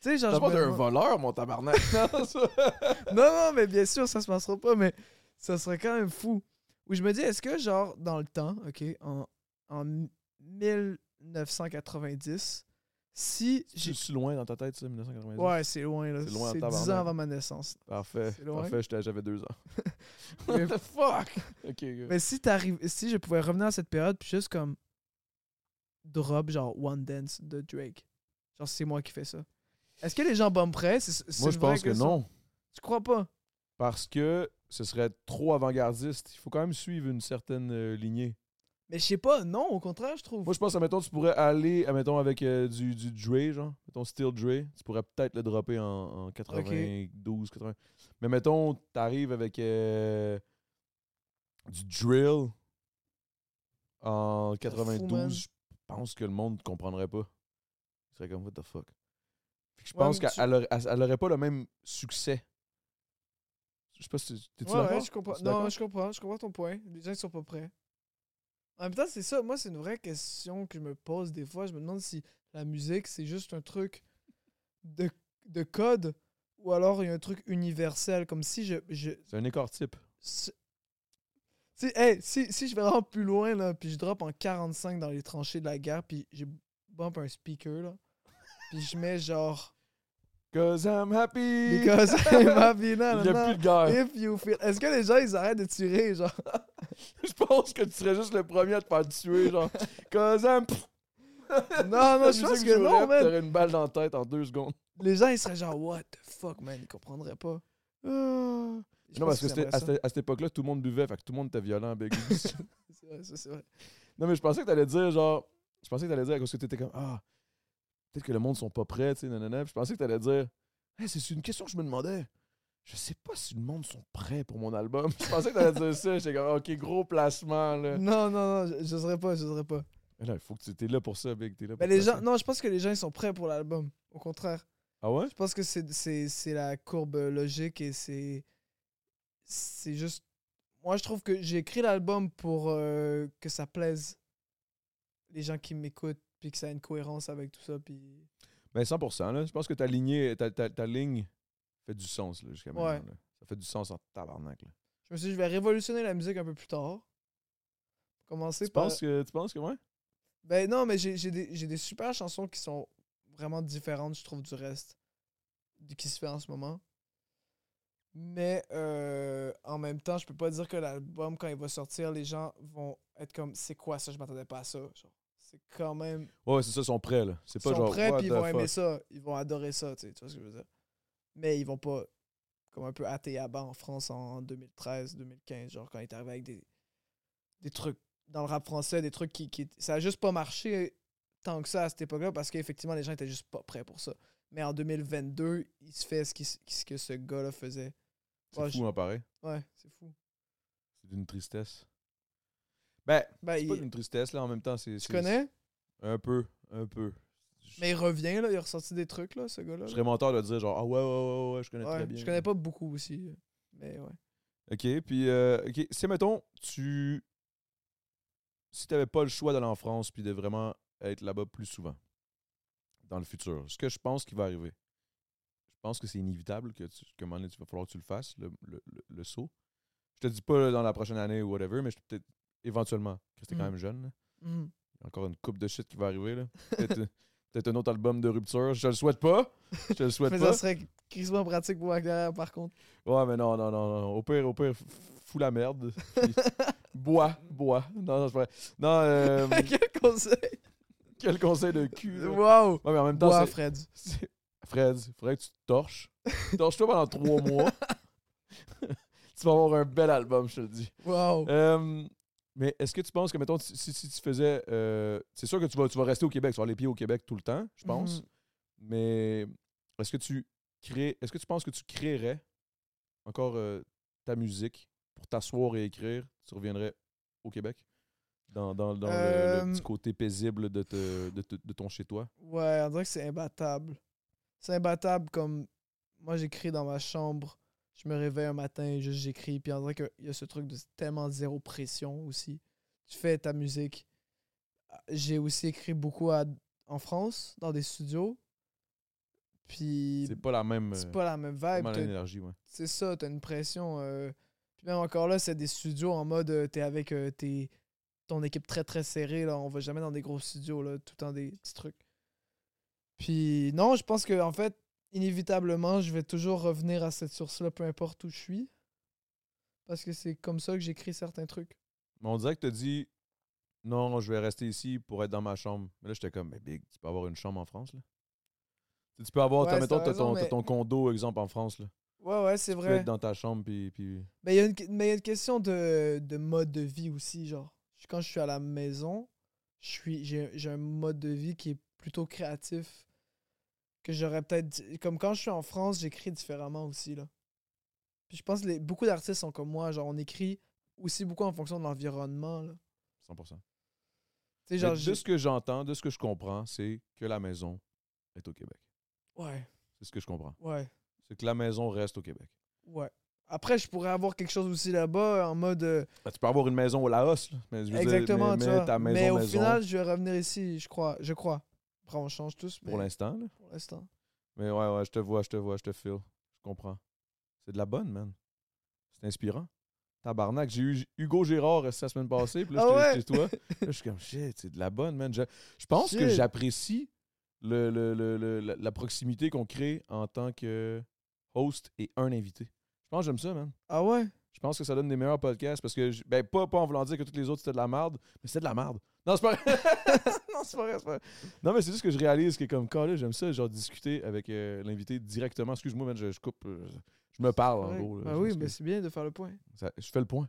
S3: tu sais, genre.
S2: T'as
S3: je
S2: pas
S3: me
S2: d'un
S3: demande-
S2: voleur, mon tabarnak! *laughs* non, ça- *laughs*
S3: non, non, mais bien sûr, ça se passera pas, mais ça serait quand même fou. Où je me dis, est-ce que, genre, dans le temps, OK, en, en 1990, si j'ai.
S2: J'ai si loin dans ta tête, ça, 1990?
S3: Ouais, c'est loin, là.
S2: C'est loin en
S3: C'est 10
S2: tabarnak.
S3: ans avant ma naissance.
S2: Parfait,
S3: C'est loin.
S2: parfait, j'étais- j'avais deux ans.
S3: Mais-
S2: What the fuck? *laughs* Ok, ok.
S3: Mais si t'arrives, si je pouvais revenir à cette période puis juste comme drop genre One Dance de Drake, genre c'est moi qui fais ça. Est-ce que les gens bomberaient C'est- c'est
S2: Moi,
S3: une
S2: je
S3: vraie
S2: pense que
S3: question.
S2: non.
S3: Tu crois pas
S2: parce que ce serait trop avant-gardiste. Il faut quand même suivre une certaine euh, lignée.
S3: Mais je sais pas. Non, au contraire, je trouve.
S2: Moi, je pense, admettons, tu pourrais aller, admettons, avec euh, du, du Dre, genre, mettons, Steel Dre, tu pourrais peut-être le dropper en, en 92, 80. Mais mettons, t'arrives avec euh, du drill en 92,
S3: man.
S2: je pense que le monde comprendrait pas. Il serait comme, what the fuck. Fait que je
S3: Ouais,
S2: pense
S3: mais tu-
S2: qu'elle aurait, elle- elle aurait pas le même succès. Je sais pas si tu
S3: Ouais, ouais, je comprends.
S2: T'es-tu
S3: Non,
S2: d'accord?
S3: je comprends. Je comprends ton point. Les gens ils sont pas prêts. En même temps, c'est ça. Moi, c'est une vraie question que je me pose des fois. Je me demande si la musique c'est juste un truc de, de code ou alors il y a un truc universel comme si je, je
S2: C'est un écart type.
S3: Si, si- hey, si, si je vais vraiment plus loin, là, puis je drop en
S2: *laughs*
S3: 45 dans les tranchées de la guerre, puis je bump un speaker, là, puis je mets genre
S2: Cause I'm happy.
S3: *laughs* Because I'm happy,
S2: Il y a plus de guerre.
S3: If you feel. Est-ce que les gens, ils arrêtent de tirer,
S2: *laughs*
S3: genre?
S2: Je pense que tu serais juste le premier à te faire tuer, genre. Cause I'm.
S3: Non, non, je pense que non,
S2: Tu
S3: man.
S2: T'aurais une balle dans la tête en deux secondes.
S3: Les gens, ils seraient genre, what the fuck, man, ils comprendraient pas.
S2: Ah. non,
S3: Je pense
S2: parce que
S3: qu'ils
S2: c'était-
S3: aimeraient
S2: à,
S3: ça.
S2: cette- à cette époque-là, tout le monde buvait, fait que tout le monde était violent, Big. ah,
S3: C'est vrai, ça, c'est vrai.
S2: *laughs* non, mais je pensais que t'allais dire, genre. Je pensais que t'allais dire, parce que t'étais comme, ah, peut-être que le monde sont pas prêts, tu sais, nanana. Puis je pensais que t'allais dire, hey, c'est une question que je me demandais. Je sais pas si le monde sont prêts pour mon album. *laughs* Je pensais que t'allais dire ça. J'étais comme, ok, gros placement, là.
S3: Non, non, non, je, je serais pas, je serais pas.
S2: Mais là, il faut que tu t'es là pour ça, Big. T'es là pour
S3: Mais les
S2: placer.
S3: gens, non, je pense que les gens, ils sont prêts pour l'album. Au contraire.
S2: Ah ouais?
S3: Je pense que c'est- c'est c'est la courbe logique et c'est. C'est juste. Moi, je trouve que j'ai écrit l'album pour euh, que ça plaise les gens qui m'écoutent, puis que ça ait une cohérence avec tout ça, puis.
S2: Ben 100 là. Je pense que ta lignée, ta, ta, ta ligne fait du sens là, jusqu'à maintenant.
S3: Ouais.
S2: là. Ça fait du sens en tabarnak. Là.
S3: Je me suis dit, je vais révolutionner la musique un peu plus tard. Commencer
S2: Tu,
S3: par.
S2: penses que, tu penses que ouais?
S3: Ben non, mais j'ai j'ai des, j'ai des super chansons qui sont vraiment différentes, je trouve, du reste de qui se fait en ce moment. Mais euh, en même temps, je peux pas dire que l'album, quand il va sortir, les gens vont être comme c'est quoi ça, je m'attendais pas à ça. Genre, C'est quand même.
S2: Ouais, c'est ça, ils sont prêts là. C'est
S3: Ils
S2: pas
S3: sont
S2: genre.
S3: prêts
S2: what
S3: puis ils
S2: the
S3: vont aimer
S2: fuck.
S3: ça. Ils vont adorer ça, tu, sais, tu vois ce que je veux dire. Mais ils vont pas comme un peu athée à bas en France en 2013-2015, genre quand ils étaient arrivés avec des, des trucs dans le rap français, des trucs qui, qui. Ça a juste pas marché tant que ça à cette époque-là parce qu'effectivement les gens étaient juste pas prêts pour ça. Mais en 2022, il se fait ce, qui, ce que ce gars-là faisait.
S2: C'est
S3: Ouais,
S2: fou,
S3: je-
S2: hein, pareil.
S3: Ouais, c'est fou.
S2: C'est d'une tristesse. Ben,
S3: Ben,
S2: c'est pas
S3: il-
S2: d'une tristesse là en même temps. c'est
S3: tu
S2: c'est-
S3: connais?
S2: Un peu, un peu. Je-
S3: Mais il revient, là, il a ressorti des trucs, là, ce gars-là.
S2: Je
S3: là.
S2: serais menteur de dire genre, ah ouais, ouais, ouais, ouais, ouais, je connais
S3: Ouais,
S2: très bien.
S3: je connais pas beaucoup aussi. Mais ouais.
S2: OK, puis euh, OK, si mettons tu si tu pas le choix d'aller en France puis de vraiment être là-bas plus souvent dans le futur, ce que je pense qui va arriver. Je pense que c'est inévitable que tu que à un moment donné, tu vas falloir que tu le fasses le, le- le- le saut. Je te dis pas là, dans la prochaine année ou whatever, mais je- peut-être éventuellement, parce que t'es quand
S3: Mm.
S2: même jeune. là.
S3: Mhm.
S2: Il
S3: *laughs*
S2: y a encore une coupe de shit qui va arriver là. Peut-être euh, peut-être un autre album de rupture, je te le souhaite pas. Je
S3: *laughs*
S2: te le souhaite
S3: Mais
S2: pas.
S3: ça serait crissement pratique pour ma carrière, par contre.
S2: Ouais, mais non, non, non, non. Au pire, au pire, f- fous la merde.
S3: *laughs*
S2: Puis bois, bois. Non, non, c'est pas vrai. Non,
S3: *laughs*
S2: euh,
S3: Quel
S2: *laughs*
S3: conseil!
S2: quel conseil de cul. là. Ouais,
S3: Wow!
S2: mais en même temps,
S3: Bois,
S2: c'est- *laughs*
S3: Fred.
S2: c'est- Fred, il faudrait que tu te torches. Torche-toi pendant
S3: *laughs*
S2: trois mois. tu vas avoir un bel album, je te le dis.
S3: Wow!
S2: Euh, mais est-ce que tu penses que, mettons, si, si- si tu faisais. euh, c'est sûr que tu vas, tu vas rester au Québec, tu vas avoir les pieds au Québec tout le temps, je pense.
S3: Mhm.
S2: Mais est-ce que tu crées. Est-ce que tu penses que tu créerais encore euh, ta musique pour t'asseoir et écrire Tu reviendrais au Québec Dans, dans- dans le- le,
S3: Euh,
S2: petit côté paisible de, te- de te- de ton chez-toi
S3: Ouais, on dirait que c'est imbattable. C'est imbattable comme moi j'écris dans ma chambre, je me réveille un matin, et juste j'écris, puis on dirait qu'il y a ce truc de tellement zéro pression aussi. Tu fais ta musique. J'ai aussi écrit beaucoup à- en France, dans des studios. Puis
S2: C'est pas la même,
S3: c'est
S2: euh,
S3: pas la même
S2: la
S3: vibe.
S2: même
S3: T'as-
S2: énergie, ouais.
S3: c'est ça, t'as une pression. euh, Puis même encore là, c'est des studios en mode euh, t'es avec euh, tes- ton équipe très très serrée, là. On va jamais dans des gros studios, là, tout le temps des petits trucs. Puis non, je pense que en fait, inévitablement, je vais toujours revenir à cette source-là, peu importe où je suis. Parce que c'est comme ça que j'écris certains trucs.
S2: Mais on dirait que t'as dit. Non, je vais rester ici pour être dans ma chambre. Mais là, j'étais comme, mais Big, tu peux avoir une chambre en France, là? Tu sais, tu peux avoir,
S3: Ouais,
S2: t'as-
S3: c'est
S2: mettons,
S3: ta
S2: t'as
S3: raison,
S2: ton, t'as
S3: mais-
S2: ton condo, exemple, en France, là.
S3: Ouais, ouais, c'est
S2: Tu peux
S3: vrai.
S2: être dans ta chambre, puis... puis...
S3: Mais il y a une, que- mais il y a une question de, de mode de vie aussi, genre. Je- Quand je suis à la maison, je suis j'ai j'ai un mode de vie qui est plutôt créatif. Que j'aurais peut-être. di- Comme quand je suis en France, j'écris différemment aussi, là. Puis je pense que les- beaucoup d'artistes sont comme moi, genre on écrit aussi beaucoup en fonction de l'environnement, là.
S2: 100%.
S3: Tu sais,
S2: Mais
S3: genre.
S2: de
S3: j'ai-
S2: ce que j'entends, de ce que je comprends, c'est que la maison est au Québec.
S3: Ouais,
S2: C'est ce que je comprends.
S3: ouais,
S2: C'est que la maison reste au Québec.
S3: ouais. Après, je pourrais avoir quelque chose aussi là-bas en mode. euh,
S2: Ben, tu peux avoir une maison au Laos, là, mais je veux dire,
S3: exactement,
S2: mais-
S3: tu
S2: mais
S3: vois.
S2: ta maison,
S3: mais au
S2: maison,
S3: final, je vais revenir ici, je crois. Je crois. Après, on change tous.
S2: pour
S3: mais
S2: l'instant. là.
S3: pour l'instant.
S2: Mais ouais, ouais, je te vois, je te vois, je te feel. Je comprends. C'est de la bonne, man. C'est inspirant. Tabarnak, j'ai eu Hugo Gérard euh, la semaine passée, puis là,
S3: Ah
S2: j'étais chez
S3: ouais?
S2: toi. Là, je suis comme, shit, c'est de la bonne, man. Je, je pense que
S3: Shit.
S2: j'apprécie le, le- le- le- la, la proximité qu'on crée en tant que host et un invité. Je pense que j'aime ça, man.
S3: Ah ouais?
S2: Je pense que ça donne des meilleurs podcasts parce que, j- ben, pas, pas en voulant dire que tous les autres c'était de la merde, mais c'était de la merde. Non, c'est pas vrai. *laughs* non, c'est pas vrai, c'est pas vrai. Non, mais c'est juste que je réalise que, comme, quand j'aime ça, genre, discuter avec euh, l'invité directement. Excuse-moi, man, je, je coupe. euh, je me parle, en
S3: Ouais.
S2: gros. là.
S3: Bah
S2: Je
S3: oui,
S2: m'excuse.
S3: mais c'est bien de faire
S2: *laughs*
S3: le point.
S2: Ça- je fais le point.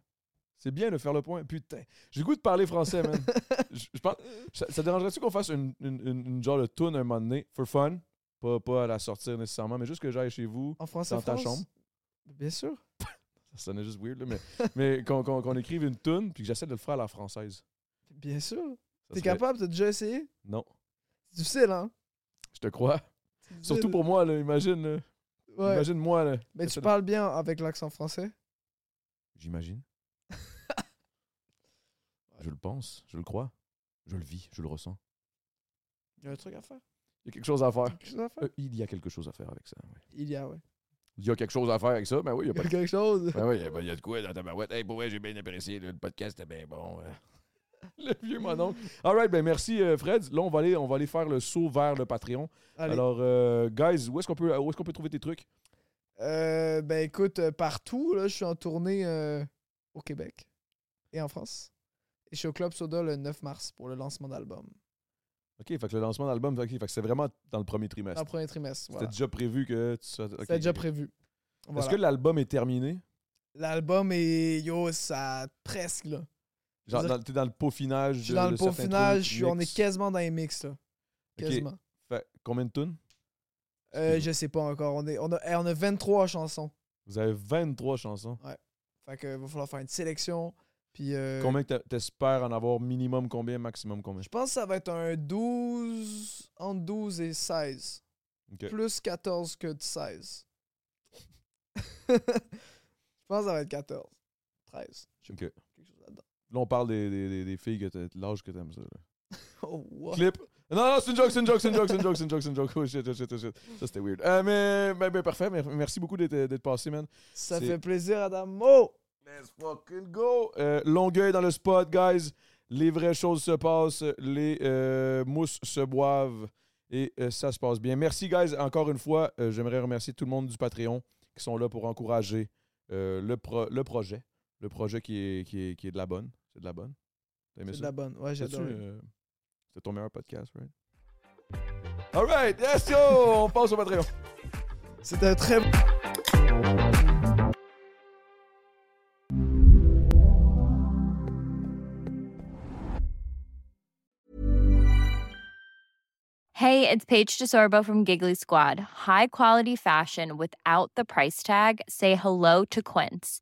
S2: C'est bien de faire le point. Putain. J'ai le goût de parler français, man. *laughs* je, je pense, ça, ça dérangerait-tu qu'on fasse une, une- une- une genre de tune un moment donné, for fun? Pas, pas à la sortir nécessairement, mais juste que j'aille chez vous,
S3: En français,
S2: dans ta
S3: France?
S2: chambre.
S3: Bien sûr.
S2: Ça sonnait juste weird, là, mais, *laughs* mais qu'on qu'on- qu'on écrive une tune puis que j'essaie de le faire à la française.
S3: Bien sûr.
S2: Ça
S3: T'es
S2: serait-
S3: capable, t'as déjà essayé?
S2: Non.
S3: C'est difficile, hein?
S2: Je te crois.
S3: C'est difficile.
S2: Surtout pour moi, là, imagine. là.
S3: Ouais.
S2: Imagine-moi, là.
S3: Mais
S2: Essaie
S3: tu
S2: de-
S3: parles bien avec l'accent français? *laughs*
S2: J'imagine. je le pense, je le crois, je le vis, je le ressens.
S3: Il y a un truc à faire.
S2: Il y a quelque chose à faire.
S3: Quelque chose à faire?
S2: Euh, il y a quelque chose à faire avec ça. oui.
S3: Il y a, ouais.
S2: Euh, Il y a quelque chose à faire avec ça, ben oui, il y a
S3: Il y
S2: pas
S3: a
S2: de... *laughs*
S3: quelque chose.
S2: Ben oui, il y a- ben, il y, a de quoi dans ta barouette. Hey, pour vrai, j'ai bien apprécié, là, le podcast était bien bon. hein. *laughs* le vieux mononcle. All right, ben merci euh, Fred. Là, on va, aller, on va aller faire le saut vers le Patreon.
S3: Allez.
S2: Alors, euh, guys, où est-ce qu'on peut, où est-ce qu'on peut trouver tes trucs?
S3: Euh, ben écoute, euh, partout, là, je suis en tournée euh, au Québec et en France. Et je suis au Club Soda le 9 mars pour le lancement d'album.
S2: Ah, OK, fait que le lancement d'album, ok, fait que c'est vraiment dans le premier
S3: Dans
S2: trimestre.
S3: le premier trimestre.
S2: C'était
S3: Voilà.
S2: déjà prévu que tu sois...
S3: C'était déjà prévu.
S2: Est-ce
S3: Voilà.
S2: que l'album est terminé?
S3: L'album est yo, ça presque là.
S2: Genre,
S3: Je veux dire-
S2: dans- t'es dans le peaufinage?
S3: Je suis dans le peaufinage, je suis- on est
S2: quasiment.
S3: quasiment dans les mix là. Quasiment.
S2: combien de tunes?
S3: Euh, je sais pas encore. On, est, on, a, eh, on a 23 chansons.
S2: Vous avez 23 chansons.
S3: Fait que va falloir faire une sélection. Puis, euh,
S2: Combien que t'a- t'espères en avoir minimum combien, maximum combien?
S3: Je pense que ça va être un 12, entre 12 et 16.
S2: Ok.
S3: Plus 14 que de 16. *laughs* Je pense que ça va être 14. 13. Je sais
S2: Ok.
S3: pas, quelque chose là-dedans.
S2: Là, on parle des, des, des, des filles que t'as- l'âge que t'aimes ça. là.
S3: Oh, wow.
S2: Clip. Non, non, c'est une joke, c'est une joke, c'est une joke, c'est une joke, c'est une joke, c'est une joke. Oh shit, oh shit, oh shit. Ça, c'était weird. Euh, mais, mais, mais parfait. Mer- Merci beaucoup d'être d'être passé, man.
S3: Ça
S2: C'est-
S3: fait plaisir, Oh! Adamo!
S2: Let's fucking go! Euh, Longueuil dans le spot, guys. Les vraies choses se passent, les euh, mousses se boivent et euh, ça se passe bien. Merci, guys. Encore une fois, euh, j'aimerais remercier tout le monde du Patreon qui sont là pour encourager euh, le, pro- le projet. Le projet qui est, qui est, qui est de la bonne. C'est de la bonne. T'as aimé
S3: C'est
S2: ça?
S3: de
S2: euh,
S3: la bonne. Ouais,
S2: C'était
S3: j'adore.
S2: ton meilleur podcast, right? All right, yes, yo! On passe au Patreon.
S3: C'était un très
S4: Hey, it's Paige DeSorbo from Giggly Squad. High quality fashion without the price tag. Say hello to Quince.